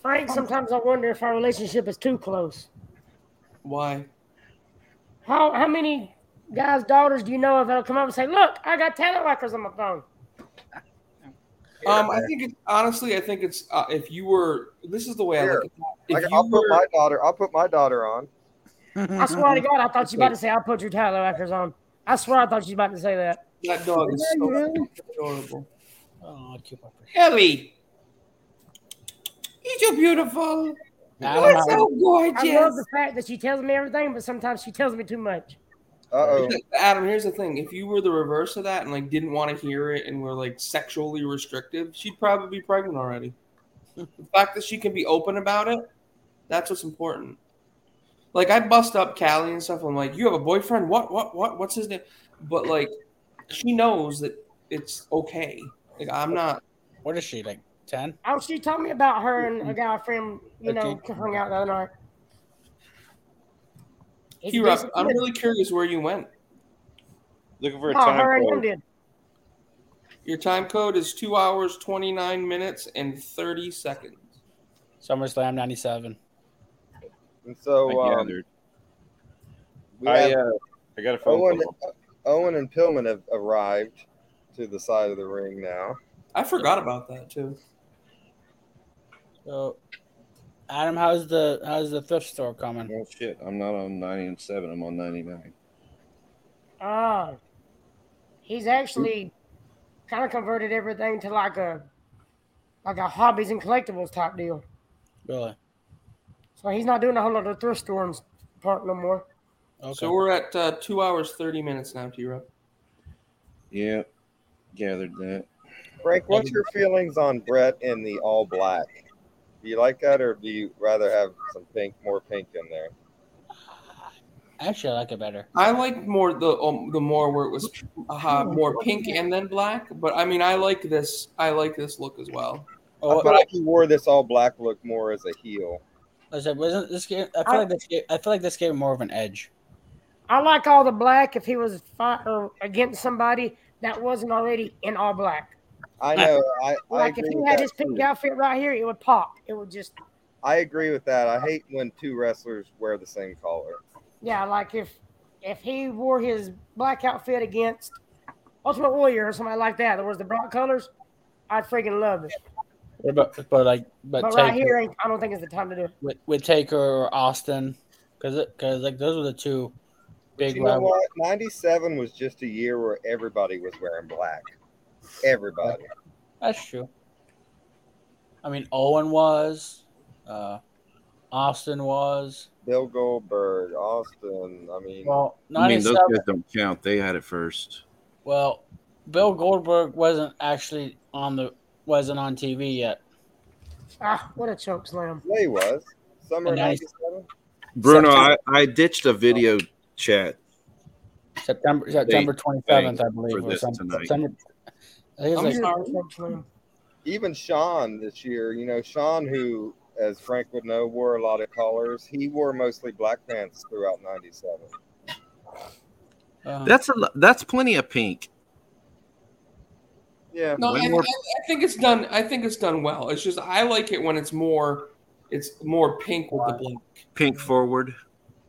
Speaker 10: Frank, sometimes I wonder if our relationship is too close.
Speaker 5: Why?
Speaker 10: How how many guys' daughters do you know of that'll come up and say, Look, I got teleworkers on my phone?
Speaker 5: Um, I think it's, honestly, I think it's uh, if you were. This is the way I look at that.
Speaker 9: Like,
Speaker 5: If
Speaker 9: I'll
Speaker 5: you
Speaker 9: put
Speaker 5: were,
Speaker 9: my daughter. I'll put my daughter on.
Speaker 10: I swear to God, I thought you about to say I put your teleworkers on. I swear I thought you about to say that.
Speaker 5: that dog is so adorable.
Speaker 7: Oh, I keep up.
Speaker 5: Ellie, you're so beautiful.
Speaker 7: Adam,
Speaker 5: You're so
Speaker 10: I love
Speaker 5: gorgeous.
Speaker 10: the fact that she tells me everything, but sometimes she tells me too much.
Speaker 9: Uh oh.
Speaker 5: Adam, here's the thing: if you were the reverse of that and like didn't want to hear it and were like sexually restrictive, she'd probably be pregnant already. the fact that she can be open about it, that's what's important. Like I bust up Callie and stuff. I'm like, you have a boyfriend? What? What? What? What's his name? But like, she knows that it's okay. Like I'm not.
Speaker 7: what is she like? Ten?
Speaker 10: Oh, she told me about her and a guy a friend, you know,
Speaker 7: Okay.
Speaker 10: hung out the other night. He's a
Speaker 5: T Rob,
Speaker 10: decent
Speaker 5: I'm
Speaker 10: kid.
Speaker 5: really curious where you went.
Speaker 8: Looking for
Speaker 10: Oh, her and him did.
Speaker 5: Your time code is two hours, 29 minutes, and 30 seconds.
Speaker 7: SummerSlam '97.
Speaker 9: And so um, we
Speaker 15: I,
Speaker 9: have
Speaker 15: uh, I got a phone
Speaker 9: Owen,
Speaker 15: call.
Speaker 9: Owen and Pillman have arrived to the side of the ring now.
Speaker 5: I forgot about that too.
Speaker 7: So, Adam, how's the how's the thrift store coming?
Speaker 8: Oh shit! I'm not on ninety seven. I'm on ninety nine.
Speaker 10: Oh, He's actually kind of converted everything to like a like a hobbies and collectibles type deal.
Speaker 7: Really?
Speaker 10: So he's not doing a whole lot of thrift storms part no more.
Speaker 5: So we're at uh, two hours thirty minutes now, T Rob.
Speaker 8: Yeah, gathered that.
Speaker 9: Frank, what's your feelings on Brett in the all black? Do you like that, or do you rather have some pink, more pink in there?
Speaker 7: Actually, I like it better.
Speaker 5: I like more the um, the more where it was uh, more pink and then black, but I mean I like this I like this look as well.
Speaker 7: Oh,
Speaker 9: I feel like he wore this all black look more as a heel.
Speaker 7: I said, wasn't this game? I feel like this game. I feel like this gave more of an edge.
Speaker 10: I like all the black if he was fight or against somebody that wasn't already in all black.
Speaker 9: I know. I, I
Speaker 10: Like if
Speaker 9: agree
Speaker 10: he
Speaker 9: with
Speaker 10: had
Speaker 9: that
Speaker 10: his pink
Speaker 9: too.
Speaker 10: outfit right here, it would pop. It would just
Speaker 9: I agree with that. I hate when two wrestlers wear the same color.
Speaker 10: yeah, like if if he wore his black outfit against Ultimate Warrior or somebody like that, that was the bright colors, I'd freaking love it.
Speaker 7: What about, but like,
Speaker 10: But,
Speaker 7: but,
Speaker 10: right
Speaker 7: Taker-
Speaker 10: here, ain't, I don't think it's the time to do it.
Speaker 7: with, with Taker or Austin, because because like those were the two
Speaker 9: But
Speaker 7: big
Speaker 9: you know
Speaker 7: rivals.
Speaker 9: what? Ninety-seven was just a year where everybody was wearing black. Everybody.
Speaker 7: That's true. I mean, Owen was, uh, Austin was.
Speaker 9: Bill Goldberg, Austin. I mean,
Speaker 7: Well,
Speaker 8: I mean, those
Speaker 7: ninety-seven.
Speaker 8: guys don't count. They had it first.
Speaker 7: well, Bill Goldberg wasn't actually on the wasn't on TV yet.
Speaker 10: Ah, what a choke slam!
Speaker 9: Clay was summer
Speaker 7: And nice.
Speaker 9: '97.
Speaker 8: Bruno, I,
Speaker 7: September-
Speaker 8: I ditched a video chat.
Speaker 7: September September
Speaker 8: They-
Speaker 7: twenty seventh, I
Speaker 8: for
Speaker 7: believe, or
Speaker 8: this
Speaker 7: something.
Speaker 8: tonight.
Speaker 7: September. I think it was
Speaker 9: I'm
Speaker 7: like,
Speaker 9: sorry.
Speaker 10: Choke slam.
Speaker 9: Even Sean this year, you know, Sean, who, as Frank would know, wore a lot of colors. He wore mostly black pants throughout '97.
Speaker 7: uh,
Speaker 8: That's a lo- that's plenty of pink.
Speaker 9: Yeah.
Speaker 5: No,
Speaker 8: Way
Speaker 5: I,
Speaker 8: more-
Speaker 5: I, I think it's done. I think it's done well. It's just I like it when it's more it's more pink with the black.
Speaker 8: Pink forward.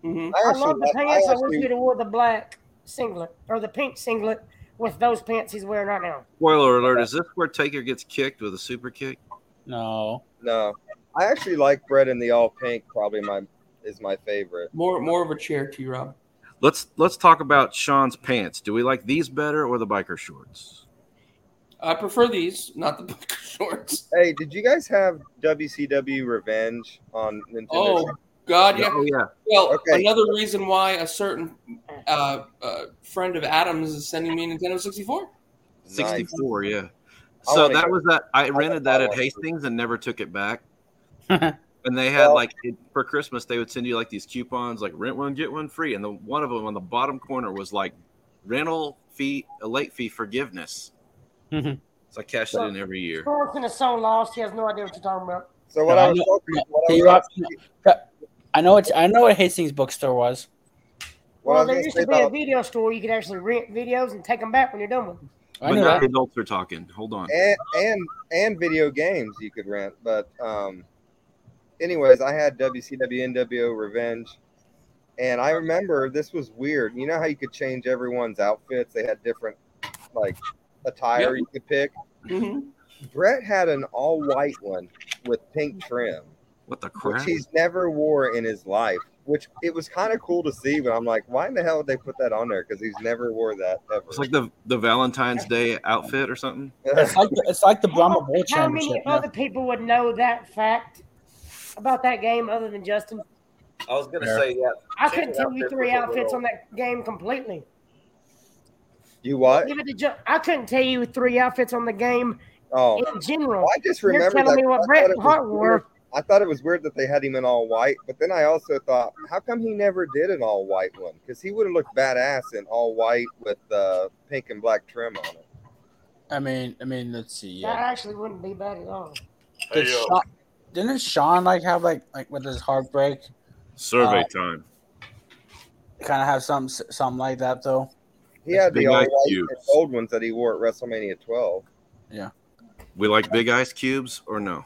Speaker 5: Mhm.
Speaker 9: I
Speaker 10: I
Speaker 9: actually
Speaker 10: love the
Speaker 9: like- I
Speaker 10: pants. I wish
Speaker 9: actually-
Speaker 10: you'd have wore the black singlet or the pink singlet with those pants he's wearing right now.
Speaker 8: Spoiler alert: Is this where Taker gets kicked with a super kick?
Speaker 7: no.
Speaker 9: No, I actually like Brett in the all pink. Probably my is my favorite.
Speaker 5: More more of a chair T Rob.
Speaker 8: Let's let's talk about Sean's pants. Do we like these better or the biker shorts?
Speaker 5: I prefer these, not the biker shorts.
Speaker 9: Hey, did you guys have WCW Revenge on Nintendo?
Speaker 5: Oh God, yeah.
Speaker 8: Oh yeah,
Speaker 5: Well,
Speaker 9: Okay.
Speaker 5: another reason why a certain uh, uh, friend of Adam's is sending me a Nintendo 64.
Speaker 8: sixty four. Yeah.
Speaker 9: I
Speaker 8: So
Speaker 9: wanna
Speaker 8: that
Speaker 9: go-
Speaker 8: was that. I rented that at
Speaker 9: one.
Speaker 8: Hastings and never took it back. And they had like it, for Christmas, they would send you like these coupons, like rent one get one free, and the one of them on the bottom corner was like rental fee, a late fee forgiveness.
Speaker 7: Mhm.
Speaker 8: So I cashed it in every year.
Speaker 10: Carlton is so lost; he has no idea what you're talking about.
Speaker 9: So what
Speaker 7: No,
Speaker 9: I
Speaker 7: I
Speaker 9: was
Speaker 7: know-
Speaker 9: talking, what I
Speaker 7: Hey, Rob,
Speaker 9: was actually-
Speaker 7: I know it's I know what Hastings bookstore was.
Speaker 9: what I
Speaker 10: well,
Speaker 9: was
Speaker 10: there
Speaker 9: gonna
Speaker 10: used
Speaker 9: say
Speaker 10: to be a
Speaker 9: about-
Speaker 10: video store you could actually rent videos and take them back when you're done with them.
Speaker 7: I
Speaker 8: But
Speaker 7: knew
Speaker 8: now
Speaker 7: that.
Speaker 8: adults are talking. Hold on.
Speaker 9: and and and video games you could rent. But um, anyways, I had WCW NWO Revenge, and I remember this was weird. You know how you could change everyone's outfits? They had different like attire
Speaker 5: Yeah.
Speaker 9: you could pick.
Speaker 5: Mhm.
Speaker 9: Brett had an all white one with pink trim,
Speaker 8: What the
Speaker 9: which
Speaker 8: crap?
Speaker 9: he's never wore in his life. Which it was kind of cool to see, but I'm like, why in the hell would they put that on there? Because he's never wore that ever.
Speaker 8: It's like the the Valentine's Day outfit or something.
Speaker 7: It's like the, it's like the Brahma Bull
Speaker 10: How many
Speaker 7: Championship. yeah.
Speaker 10: other people would know that fact about that game other than Justin?
Speaker 3: I was gonna
Speaker 7: Yeah.
Speaker 3: say uh, yeah.
Speaker 10: I
Speaker 3: Change
Speaker 10: couldn't tell you
Speaker 3: outfits
Speaker 10: three
Speaker 3: with the
Speaker 10: outfits
Speaker 3: world.
Speaker 10: on that game completely.
Speaker 9: you what?
Speaker 10: Give it to Ju- I couldn't tell you three outfits on the game
Speaker 9: Oh,
Speaker 10: in general.
Speaker 9: Well, I just
Speaker 10: You're
Speaker 9: remember
Speaker 10: telling
Speaker 9: that-
Speaker 10: me what
Speaker 9: I
Speaker 10: Bret
Speaker 9: thought it was
Speaker 10: Hart wore.
Speaker 9: weird. I thought it was weird that they had him in all white, but then I also thought, how come he never did an all white one? Because he would have looked badass in all white with uh, pink and black trim on it.
Speaker 7: I mean, I mean, let's see.
Speaker 10: That
Speaker 7: Yeah,
Speaker 10: actually wouldn't be bad at
Speaker 8: uh,
Speaker 10: all.
Speaker 7: Did
Speaker 3: Hey, yo.
Speaker 7: Sean, didn't Sean like have like like with his heartbreak?
Speaker 13: Survey
Speaker 7: Uh,
Speaker 13: time.
Speaker 7: Kind of have some something like that though.
Speaker 9: He had the
Speaker 8: big
Speaker 9: all
Speaker 8: ice
Speaker 9: white
Speaker 8: cubes.
Speaker 9: and gold ones that he wore at WrestleMania 12.
Speaker 8: We like big ice cubes or no?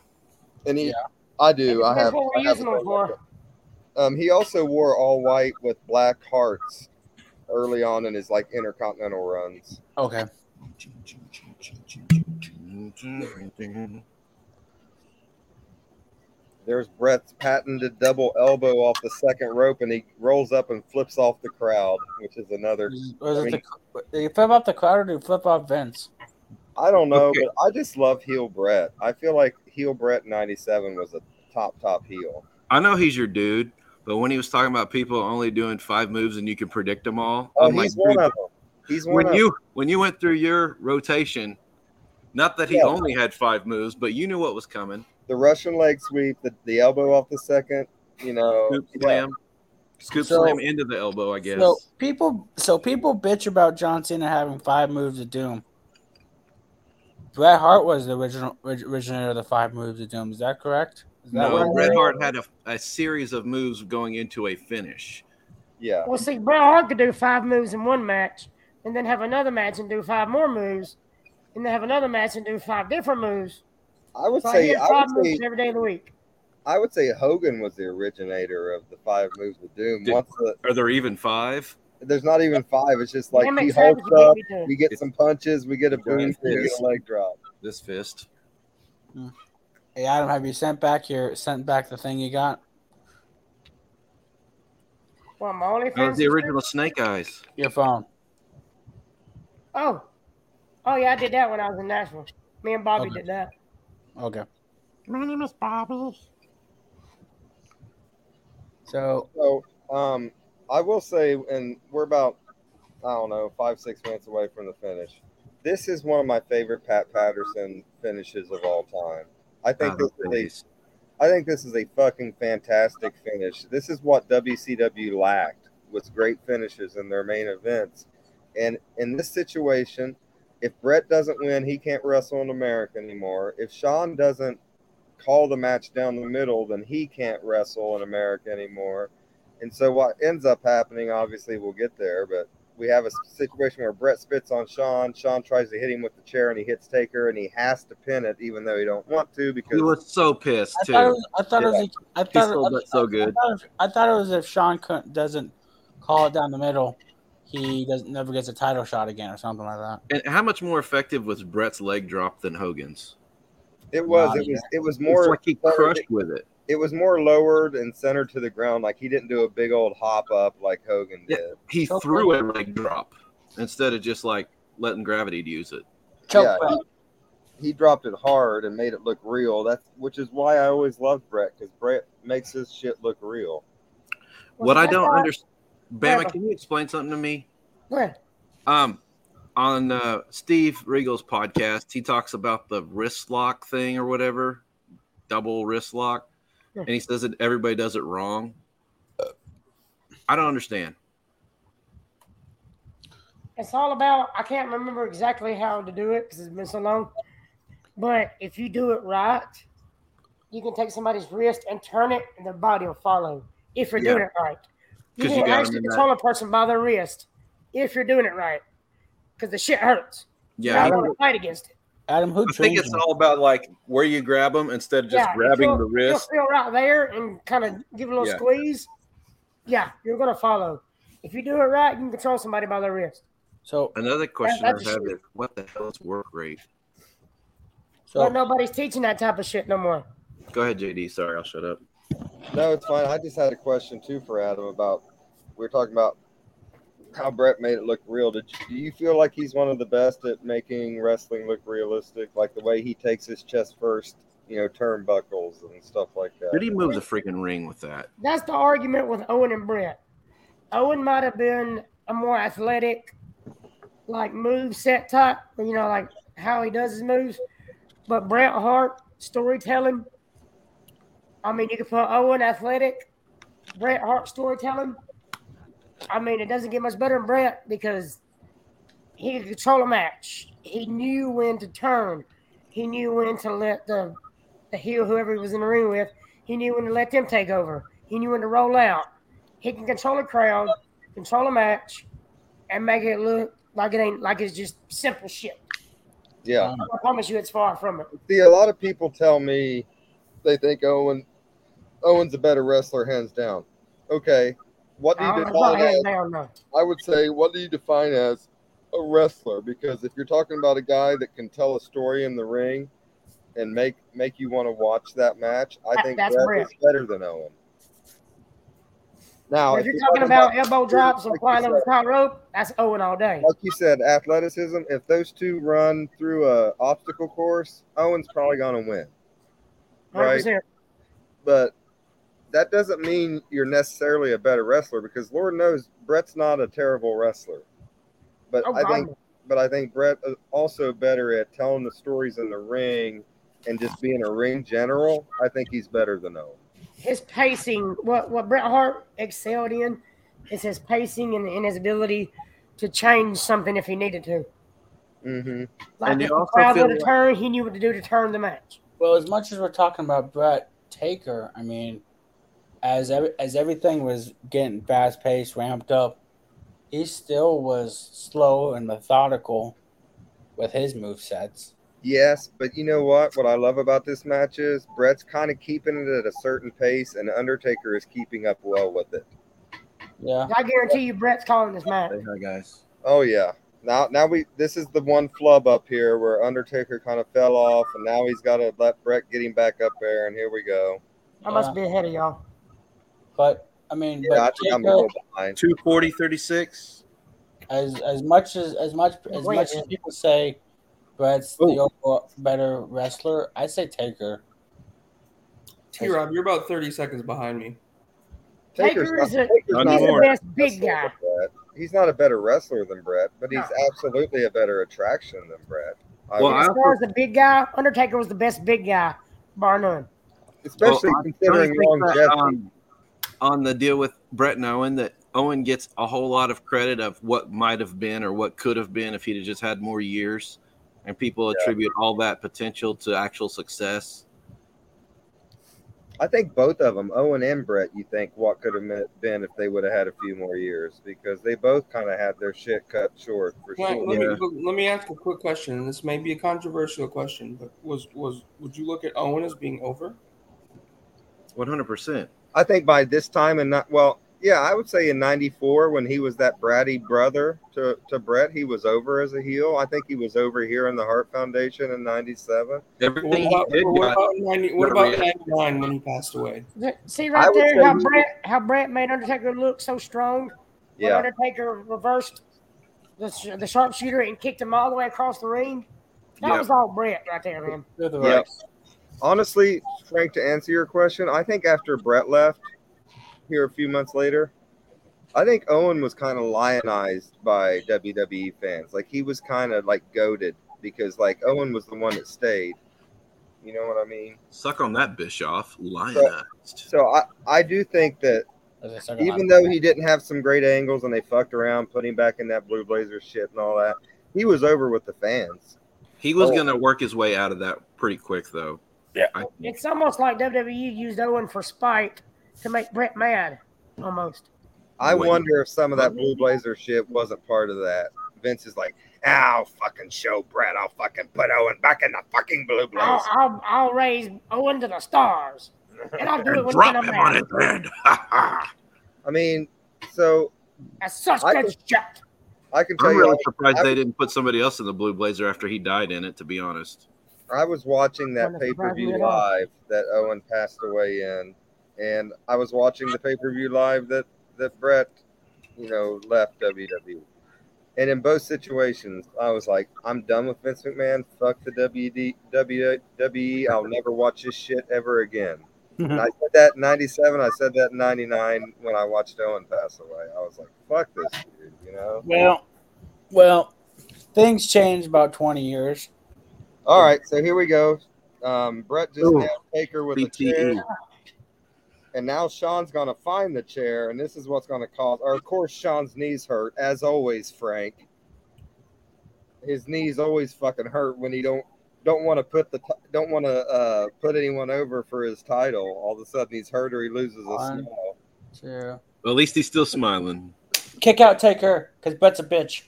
Speaker 9: And he,
Speaker 7: Yeah.
Speaker 9: I do. I
Speaker 10: That's
Speaker 9: have.
Speaker 10: what
Speaker 9: I
Speaker 10: we're
Speaker 9: have
Speaker 10: using them for.
Speaker 9: um, he also wore all white with black hearts early on in his like intercontinental runs.
Speaker 7: Okay.
Speaker 9: Did There's Brett's patented double elbow off the second rope, and he rolls up and flips off the crowd, which is another.
Speaker 13: Or is
Speaker 9: I,
Speaker 13: it
Speaker 9: mean,
Speaker 13: the, do you flip off the crowd or do you flip off Vince?
Speaker 9: I don't know, but I just love heel Brett. I feel like heel Brett '97 was a top top heel.
Speaker 8: I know he's your dude, but when he was talking about people only doing five moves and you can predict them all,
Speaker 9: Oh,
Speaker 8: I'm
Speaker 9: he's
Speaker 8: like,
Speaker 9: one
Speaker 8: dude,
Speaker 9: of them. He's one
Speaker 8: when
Speaker 9: of
Speaker 8: you
Speaker 9: them.
Speaker 8: when you went through your rotation, not that he
Speaker 9: Yeah.
Speaker 8: only had five moves, but you knew what was coming.
Speaker 9: the Russian leg sweep, the, the elbow off the second. You know,
Speaker 8: Scoop
Speaker 9: yeah.
Speaker 8: slam, scoop
Speaker 13: So-
Speaker 8: slam into the elbow, I guess.
Speaker 13: So people, so people bitch about John Cena having five moves of doom. Bret Hart was the original orig- originator of the five moves of doom. Is that correct? Is that
Speaker 8: no,
Speaker 13: what I
Speaker 8: Bret
Speaker 13: heard?
Speaker 8: Hart had a, a series of moves going into a finish.
Speaker 9: Yeah.
Speaker 10: Well, see, Bret Hart could do five moves in one match, and then have another match and do five more moves, and then have another match and do five different moves.
Speaker 9: I would
Speaker 10: so
Speaker 9: say-
Speaker 10: he did
Speaker 9: I
Speaker 10: five
Speaker 9: would
Speaker 10: moves
Speaker 9: say-
Speaker 10: every day of the week.
Speaker 9: I would say Hogan was the originator of the five moves of doom. Once the,
Speaker 8: Are there even five?
Speaker 9: there's not even five. It's just like
Speaker 8: Damn it,
Speaker 9: he
Speaker 8: Travis,
Speaker 9: hulks
Speaker 8: you gave
Speaker 9: up,
Speaker 8: me two.
Speaker 9: we get some punches, we get a boom, we get
Speaker 8: fist.
Speaker 9: a leg drop.
Speaker 8: This fist.
Speaker 13: Hey Adam, have you sent back your sent back the thing you got?
Speaker 10: Well, my only
Speaker 8: That was the
Speaker 10: is-
Speaker 8: original Snake Eyes.
Speaker 13: Your phone.
Speaker 10: Oh, oh yeah, I did that when I was in Nashville. Me and Bobby did that.
Speaker 13: Okay.
Speaker 10: My name is Bobby.
Speaker 13: So,
Speaker 9: so um, I will say, and we're about, I don't know, five, six minutes away from the finish. This is one of my favorite Pat Patterson finishes of all time. I think
Speaker 8: Oh,
Speaker 9: this is a, I think this is a fucking fantastic finish. This is what WCW lacked was great finishes in their main events. And in this situation, if Brett doesn't win, he can't wrestle in America anymore. If Sean doesn't call the match down the middle, then he can't wrestle in America anymore. And so what ends up happening, obviously, we'll get there, but we have a situation where Brett spits on Sean. Sean tries to hit him with the chair, and he hits Taker, and he has to pin it, even though he don't want to because
Speaker 8: He was so pissed
Speaker 13: I
Speaker 8: too.
Speaker 13: thought it was. I thought it was.
Speaker 9: Yeah.
Speaker 13: a- I
Speaker 8: He
Speaker 13: thought.
Speaker 8: sold
Speaker 13: I-
Speaker 8: that so
Speaker 13: I-
Speaker 8: good.
Speaker 13: I thought, I thought it was if Sean Cunt doesn't call it down the middle, he doesn't never gets a title shot again or something like that.
Speaker 8: And how much more effective was Brett's leg drop than Hogan's?
Speaker 9: it was
Speaker 8: Nah,
Speaker 9: it was
Speaker 8: yeah.
Speaker 9: it was
Speaker 8: It's
Speaker 9: more
Speaker 8: like he crushed with it.
Speaker 9: It was more lowered and centered to the ground. Like he didn't do a big old hop up like Hogan did.
Speaker 8: He threw a leg drop instead of just like letting gravity use it.
Speaker 9: yeah, he, he dropped it hard and made it look real. That's which is why I always loved Brett because Brett makes his shit look real.
Speaker 8: What I don't
Speaker 9: Well,
Speaker 8: understand,
Speaker 9: Yeah.
Speaker 8: Bama, can you explain something to me?
Speaker 10: What?
Speaker 8: Um, on uh, Steve Regal's podcast, he talks about the wrist lock thing or whatever, double wrist lock,
Speaker 10: Yeah.
Speaker 8: and he says that everybody does it wrong. I don't understand.
Speaker 10: It's all about. I can't remember exactly how to do it because it's been so long. But if you do it right, you can take somebody's wrist and turn it, and their body will follow. If you're
Speaker 8: Yeah.
Speaker 10: doing it right, you
Speaker 8: 'Cause you
Speaker 10: can
Speaker 8: got 'em
Speaker 10: actually
Speaker 8: in that-
Speaker 10: control a person by their wrist if you're doing it right, because the shit hurts.
Speaker 8: Yeah,
Speaker 10: you don't want to fight against it.
Speaker 13: Adam, who
Speaker 8: I think it's all about like where you grab them instead of just
Speaker 10: if
Speaker 8: grabbing
Speaker 10: you'll-
Speaker 8: the wrist.
Speaker 10: You'll feel right there and kind of give it a little
Speaker 8: Yeah.
Speaker 10: squeeze. Yeah, you're gonna follow. If you do it right, you can control somebody by their wrist.
Speaker 13: So
Speaker 8: another question
Speaker 10: that's
Speaker 8: I have
Speaker 10: true.
Speaker 8: is what the hell is work rate? Oh.
Speaker 10: but nobody's teaching that type of shit no more.
Speaker 8: Go ahead, JD. Sorry, I'll shut up.
Speaker 9: No, it's fine. I just had a question too for Adam about we were talking about how Brett made it look real. Did you, do you feel like he's one of the best at making wrestling look realistic, like the way he takes his chest first, you know, turnbuckles and stuff like that?
Speaker 8: Did he move the freaking ring with that?
Speaker 10: That's the argument with Owen and Brett. Owen might have been a more athletic, like move set type, you know, like how he does his moves. But Bret Hart storytelling. I mean, you can put Owen athletic, Bret Hart storytelling. I mean, it doesn't get much better than Bret because he could control a match. He knew when to turn. He knew when to let the the heel, whoever he was in the ring with, he knew when to let them take over. He knew when to roll out. He can control a crowd, control a match, and make it look like it ain't like it's just simple shit.
Speaker 9: Yeah.
Speaker 10: I promise you, it's far from it.
Speaker 9: See, a lot of people tell me they think Owen Owen's a better wrestler, hands down. Okay, what do
Speaker 10: I
Speaker 9: you
Speaker 10: don't know about
Speaker 9: define as?
Speaker 10: hands down, no.
Speaker 9: I would say, what do you define as a wrestler? Because if you're talking about a guy that can tell a story in the ring, and make make you want to watch that match, I
Speaker 10: That-
Speaker 9: think
Speaker 10: that's
Speaker 9: Brett
Speaker 10: Brett.
Speaker 9: is better than Owen. Now,
Speaker 10: if you're talking about elbow drops and
Speaker 9: like you
Speaker 10: flying over
Speaker 9: said-
Speaker 10: the top rope, that's Owen all day.
Speaker 9: like you said, athleticism. If those two run through a obstacle course, Owen's probably going to win. Right.
Speaker 10: 100%.
Speaker 9: But that doesn't mean you're necessarily a better wrestler because Lord knows Brett's not a terrible wrestler. But
Speaker 10: Oh,
Speaker 9: I think,
Speaker 10: God.
Speaker 9: but I think Brett is also better at telling the stories in the ring and just being a ring general. I think he's better than Owen.
Speaker 10: His pacing, what what Bret Hart excelled in, is his pacing and, and his ability to change something if he needed to.
Speaker 9: Mm-hmm.
Speaker 10: Like
Speaker 13: And you
Speaker 10: if the
Speaker 13: also
Speaker 10: crowd
Speaker 13: feel
Speaker 10: would have
Speaker 13: like-
Speaker 10: turned, he knew what to do to turn the match.
Speaker 13: Well, as much as we're talking about Brett Taker, I mean, as ev- as everything was getting fast paced, ramped up, he still was slow and methodical with his move sets.
Speaker 9: Yes, but you know what? What I love about this match is Brett's kind of keeping it at a certain pace, and Undertaker is keeping up well with it.
Speaker 13: Yeah.
Speaker 10: I guarantee you, Brett's calling this match.
Speaker 8: hi guys.
Speaker 9: Oh yeah. Now, now we this is the one flub up here where Undertaker kind of fell off, and now he's got to let Brett get him back up there, and here we go.
Speaker 10: I must be ahead of y'all.
Speaker 13: uh, But I mean,
Speaker 9: Yeah, I
Speaker 13: but
Speaker 9: think I'm
Speaker 13: Taker-
Speaker 9: gonna go behind.
Speaker 8: 240, 36.
Speaker 13: as as much as as much as
Speaker 10: Wait.
Speaker 13: much as people say Brett's the overall better wrestler, I say Taker.
Speaker 5: T Rob, you're about 30 seconds behind me.
Speaker 9: Taker's
Speaker 10: Taker
Speaker 9: not-
Speaker 10: is a-
Speaker 9: Taker's
Speaker 10: he's
Speaker 9: not
Speaker 10: the
Speaker 9: a better
Speaker 10: best big
Speaker 9: wrestler
Speaker 10: guy.
Speaker 9: than Brett. He's not a better wrestler than Brett, but he's absolutely a better attraction than Brett. I
Speaker 8: Well,
Speaker 9: would-
Speaker 10: As far as the big guy, Undertaker was the best big guy, bar none.
Speaker 9: especially
Speaker 8: Well, I-
Speaker 9: considering
Speaker 8: I think that,
Speaker 9: longevity.
Speaker 8: um, on the deal with Brett and Owen, that Owen gets a whole lot of credit of what might have been or what could have been if he'd have just had more years. And people attribute all that potential to actual success.
Speaker 9: I think both of them, Owen and Brett, you think what could have been if they would have had a few more years because they both kind of had their shit cut short for
Speaker 5: Well,
Speaker 9: sure.
Speaker 5: let, me, let me ask a quick question, and this may be a controversial question, but was was would you look at Owen as being over?
Speaker 8: 100%.
Speaker 9: I think by this time and not well, yeah, I would say in '94 when he was that bratty brother to, to Brett, he was over as a heel. I think he was over here in the Hart Foundation in '97.
Speaker 5: What
Speaker 8: Everything
Speaker 5: about,
Speaker 8: he did
Speaker 5: what
Speaker 8: got
Speaker 5: about, 90, what
Speaker 8: got
Speaker 5: about
Speaker 8: reacted.
Speaker 5: 99 when he passed away?
Speaker 10: See
Speaker 9: I
Speaker 10: right
Speaker 9: would
Speaker 10: there
Speaker 9: say
Speaker 10: how
Speaker 9: he-
Speaker 10: Brett how Brett made Undertaker look so strong. When
Speaker 9: Yeah.
Speaker 10: Undertaker reversed the sh- the sharpshooter and kicked him all the way across the ring. That
Speaker 8: Yeah.
Speaker 10: was all Brett right there, man.
Speaker 9: Yep. Honestly, Frank, to answer your question, I think after Brett left here a few months later, I think Owen was kind of lionized by WWE fans. Like he was kind of like goaded because like Owen was the one that stayed. You know what I mean?
Speaker 8: Suck on that, Bischoff. Lionized.
Speaker 9: So I I do think that
Speaker 13: As I said,
Speaker 9: even though he didn't have some great angles and they fucked around, put him back in that blue blazer shit and all that, he was over with the fans.
Speaker 8: He was
Speaker 9: Oh.
Speaker 8: going to work his way out of that pretty quick, though.
Speaker 13: Yeah.
Speaker 8: I,
Speaker 10: It's almost like WWE used Owen for spite to make Brett mad, almost.
Speaker 9: I
Speaker 8: Wait.
Speaker 9: wonder if some of that blue blazer shit wasn't part of that. Vince is like, I'll fucking show Brett. I'll fucking put Owen back in the fucking blue
Speaker 10: I'll,
Speaker 9: blazer.
Speaker 10: I'll, I'll raise Owen to the stars, and I'll do it when he's in
Speaker 8: drop
Speaker 10: a
Speaker 8: him on
Speaker 10: match.
Speaker 8: his head.
Speaker 9: I mean, so
Speaker 10: That's such
Speaker 9: I
Speaker 10: good
Speaker 9: think-
Speaker 10: shot.
Speaker 9: I can tell
Speaker 8: I'm
Speaker 9: you,
Speaker 8: really
Speaker 9: I-
Speaker 8: surprised
Speaker 9: I,
Speaker 8: they didn't put somebody else in the blue blazer after he died in it. To be honest,
Speaker 9: I was watching that
Speaker 10: Wouldn't
Speaker 9: pay
Speaker 10: have
Speaker 9: per
Speaker 10: surprised me
Speaker 9: view
Speaker 10: at all.
Speaker 9: live that Owen passed away in, and I was watching the pay per view live that that Brett, you know, left WWE. And in both situations, I was like, I'm done with Vince McMahon. Fuck the WD, WWE. E. I'll never watch this shit ever again. And I said that in 97. I said that in 99 when I watched Owen pass away. I was like, fuck this dude, you know?
Speaker 13: Well, well, things changed about twenty years.
Speaker 9: All right, so here we go. Um, Brett just
Speaker 8: Ooh.
Speaker 9: nailed Taker with a
Speaker 8: BTE.
Speaker 9: chair. And now Sean's going to find the chair, and this is what's going to cause. Or, of course, Sean's knees hurt, as always, Frank. His knees always fucking hurt when he don't don't want to put the t- don't want to uh, put anyone over for his title. All of a sudden, he's hurt or he loses a
Speaker 13: One.
Speaker 9: smile.
Speaker 13: Two.
Speaker 8: at least he's still smiling.
Speaker 13: Kick out Taker because Brett's a bitch.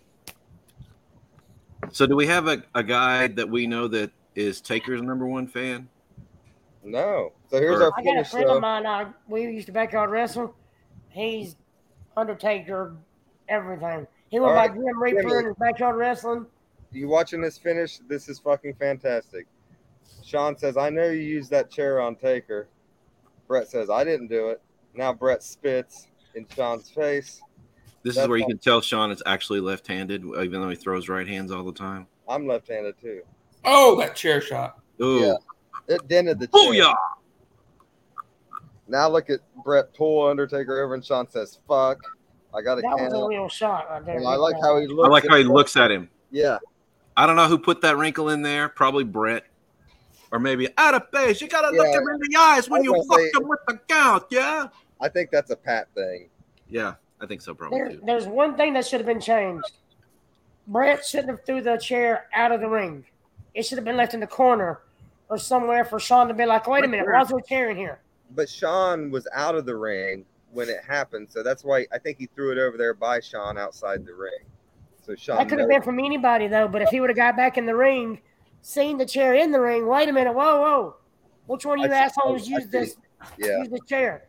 Speaker 8: So, do we have a, a guy that we know that is Taker's number one fan?
Speaker 9: No. So here's
Speaker 8: Or-
Speaker 9: our
Speaker 10: I got a
Speaker 9: finish.
Speaker 10: friend
Speaker 9: though.
Speaker 10: of mine. I, we used to backyard wrestle. He's Undertaker, everything. He went
Speaker 9: All right,
Speaker 10: by Jim Reaper
Speaker 9: Jimmy.
Speaker 10: in his backyard wrestling.
Speaker 9: You watching this finish? This is fucking fantastic. Sean says, I know you used that chair on Taker. Brett says, I didn't do it. Now Brett spits in Sean's face.
Speaker 8: This
Speaker 9: That's
Speaker 8: is where you
Speaker 9: all-
Speaker 8: can tell Sean is actually left-handed, even though he throws right hands all the time.
Speaker 9: I'm left handed too.
Speaker 5: Oh, that chair shot.
Speaker 8: Ooh,
Speaker 9: It dented the chair.
Speaker 8: Booyah!
Speaker 9: Now look at Brett pull Undertaker over and Sean says, Fuck. I got a
Speaker 10: That was a
Speaker 9: candle.
Speaker 10: real shot right there.
Speaker 9: And I like how he looks
Speaker 8: I like
Speaker 9: at
Speaker 8: how he
Speaker 9: Brett.
Speaker 8: looks at him.
Speaker 9: Yeah.
Speaker 8: I don't know who put that wrinkle in there. Probably Brett, or maybe out of base. You gotta look
Speaker 9: Yeah.
Speaker 8: him in the eyes when
Speaker 9: I
Speaker 8: you
Speaker 9: was
Speaker 8: fuck
Speaker 9: gonna say-
Speaker 8: him with the gout. Yeah.
Speaker 9: I think that's a Pat thing.
Speaker 8: Yeah, I think so. Probably.
Speaker 10: There,
Speaker 8: too.
Speaker 10: there's one thing that should have been changed. Brett shouldn't have threw the chair out of the ring. It should have been left in the corner or somewhere for Sean to be like, wait a minute, why is there a chair in here?
Speaker 9: But Sean was out of the ring when it happened. So that's why I think he threw it over there by Sean outside the ring. So Sean.
Speaker 10: That could have
Speaker 9: knows-
Speaker 10: been from anybody though, but if he would have got back in the ring, seen the chair in the ring, wait a minute, whoa, whoa. Which one of you
Speaker 9: I see-
Speaker 10: assholes
Speaker 9: I
Speaker 10: used this
Speaker 9: Yeah.
Speaker 10: used the chair?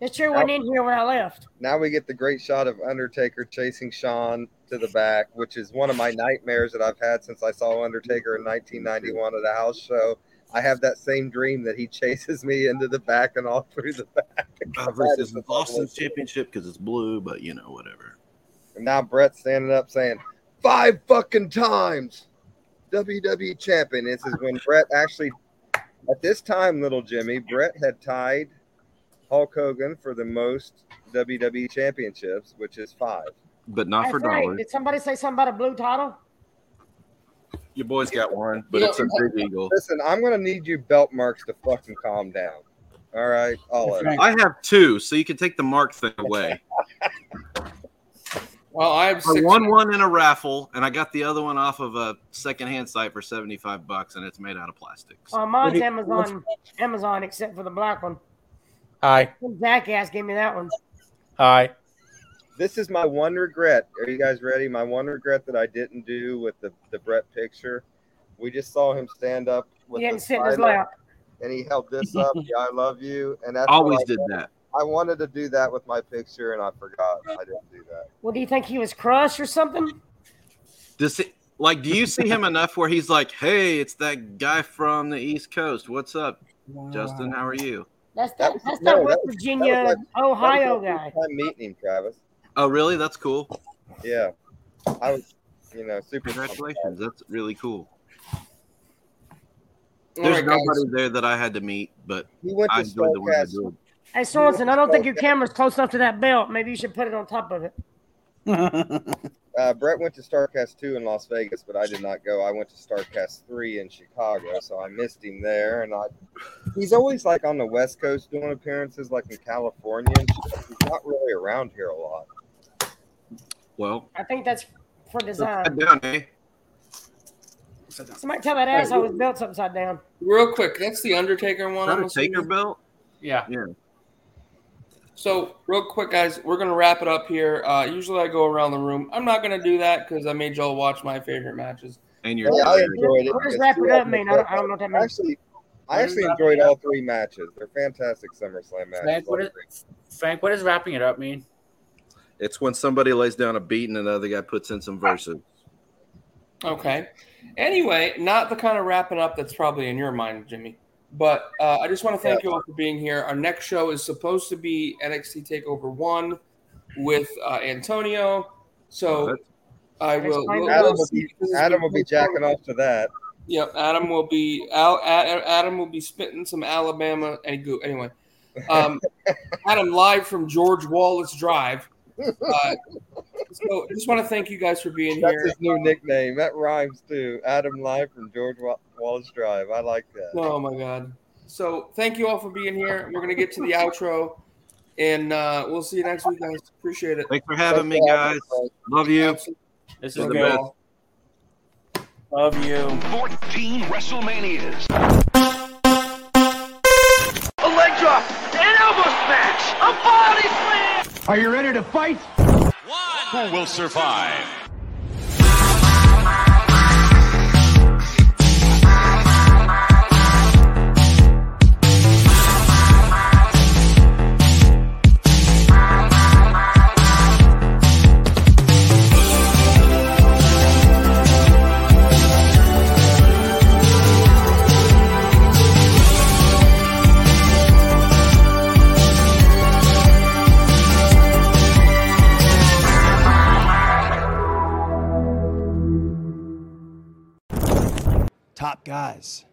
Speaker 10: This chair wasn't in here when I left.
Speaker 9: Now we get the great shot of Undertaker chasing Sean to the back, which is one of my nightmares that I've had since I saw Undertaker in 1991 at a house show. I have that same dream that he chases me into the back and all through the back.
Speaker 8: Uh, versus the Boston Championship because it's blue, but you know whatever.
Speaker 9: And now Brett's standing up saying, Five fucking times WWE champion. This is when Brett actually, at this time, little Jimmy, Brett had tied Hulk Hogan for the most WWE championships, which is five.
Speaker 8: But not for
Speaker 10: That's right.
Speaker 8: dollars.
Speaker 10: Did somebody say something about a blue title?
Speaker 8: Your boy's got one, but
Speaker 9: Yeah.
Speaker 8: it's a big eagle.
Speaker 9: Listen, I'm gonna need you belt marks to fucking calm down. All right, all of you.
Speaker 8: I have two, so you can take the mark thing away.
Speaker 5: Well, I have
Speaker 8: I
Speaker 5: six.
Speaker 8: won one in a raffle, and I got the other one off of a secondhand site for seventy-five bucks, and it's made out of plastic.
Speaker 10: Uh, mine's Amazon, Amazon, except for the black one.
Speaker 7: Hi.
Speaker 10: Some jackass gave me that one.
Speaker 7: Hi.
Speaker 9: This is my one regret. Are you guys ready? My one regret that I didn't do with the the Brett picture. We just saw him stand up. With
Speaker 10: He didn't
Speaker 9: the
Speaker 10: sit in his
Speaker 9: sign up,
Speaker 10: lap.
Speaker 9: And he held this up. yeah, I love you. And that's what
Speaker 8: Always
Speaker 9: I
Speaker 8: did
Speaker 9: wanted.
Speaker 8: that.
Speaker 9: I wanted to do that with my picture, and I forgot. I didn't do that.
Speaker 10: Well, do you think he was crushed or something?
Speaker 8: Does it, like, do you see him enough where he's like, "Hey, it's that guy from the East Coast. What's up, Justin? How are you?"
Speaker 10: That's
Speaker 9: That
Speaker 10: that.
Speaker 9: was-
Speaker 10: that's
Speaker 9: no,
Speaker 10: that West
Speaker 9: that was-
Speaker 10: Virginia,
Speaker 9: that was my- that
Speaker 10: Ohio
Speaker 9: was my
Speaker 10: guy.
Speaker 9: first time meeting him, Travis.
Speaker 8: Oh, really? That's cool.
Speaker 9: Yeah, I was, you know, super.
Speaker 8: Congratulations. That's really cool.
Speaker 5: All
Speaker 8: There's
Speaker 5: right, guys.
Speaker 8: nobody there that I had to meet, but
Speaker 9: He went
Speaker 8: I
Speaker 9: to
Speaker 8: enjoyed the one I
Speaker 9: Spellcast.
Speaker 8: did.
Speaker 10: Hey Sorensen, I don't think your camera's close enough to that belt. Maybe you should put it on top of it.
Speaker 9: Uh, Brett went to Starcast 2 in Las Vegas, but I did not go. I went to Starcast 3 in Chicago, so I missed him there. And I, he's always like on the West Coast doing appearances, like in California. And shit. He's not really around here a lot.
Speaker 8: Well,
Speaker 10: I think that's for
Speaker 8: sit
Speaker 10: design.
Speaker 8: down, eh?
Speaker 10: Somebody tell that asshole his belt's upside down.
Speaker 5: Real quick, that's the Undertaker
Speaker 8: Is
Speaker 5: one.
Speaker 8: that
Speaker 5: I'm
Speaker 8: a taker
Speaker 5: assuming.
Speaker 8: belt?
Speaker 7: Yeah.
Speaker 8: Yeah.
Speaker 5: So, real quick, guys, we're gonna wrap it up here. Uh, usually, I go around the room. I'm not gonna do that because I made y'all watch my favorite matches.
Speaker 8: And you're
Speaker 9: Yeah, I
Speaker 8: tired.
Speaker 9: enjoyed it.
Speaker 10: What does
Speaker 9: because
Speaker 10: wrap it
Speaker 9: two
Speaker 10: up
Speaker 9: of them
Speaker 10: mean?
Speaker 9: were
Speaker 10: I don't, I don't know what that
Speaker 9: great.
Speaker 10: means.
Speaker 9: Actually,
Speaker 7: What
Speaker 9: I
Speaker 7: does
Speaker 9: actually
Speaker 7: wrap
Speaker 9: enjoyed
Speaker 7: it up?
Speaker 9: all three matches. They're fantastic SummerSlam matches.
Speaker 7: Frank, what
Speaker 9: all
Speaker 7: is,
Speaker 9: three.
Speaker 7: Frank, what does wrapping it up mean?
Speaker 8: It's when somebody lays down a beat and another guy puts in some verses.
Speaker 5: Okay. Anyway, not the kind of wrapping up that's probably in your mind, Jimmy. But uh, I just want to thank you all for being here. Our next show is supposed to be NXT Takeover One with uh, Antonio. So
Speaker 8: What?
Speaker 5: I will.
Speaker 10: Explain
Speaker 5: we'll-
Speaker 10: that.
Speaker 9: Adam
Speaker 5: we'll
Speaker 9: will
Speaker 5: see.
Speaker 9: be,
Speaker 5: This has
Speaker 9: Adam
Speaker 5: been
Speaker 9: will be
Speaker 5: so fun.
Speaker 9: jacking off to that.
Speaker 5: Yep, Adam will be Al, Ad- Adam will be spitting some Alabama and goo. Anyway, um, Adam live from George Wallace Drive. Uh, so just want to thank you guys for being
Speaker 9: That's
Speaker 5: here.
Speaker 9: his new nickname. That rhymes too. Adam Live from George Wa- Wallace Drive. I like that.
Speaker 5: Oh my god! So thank you all for being here. We're gonna get to the outro, and uh, we'll see you next week, guys. Appreciate it.
Speaker 8: Thanks for having me, guys. Love you.
Speaker 7: This is
Speaker 8: You're the
Speaker 7: good.
Speaker 8: best.
Speaker 7: Love you.
Speaker 3: 14 WrestleManias.
Speaker 16: A leg drop, an elbow smash, a body slam.
Speaker 17: Are you ready to fight?
Speaker 3: Who will survive?
Speaker 18: guys,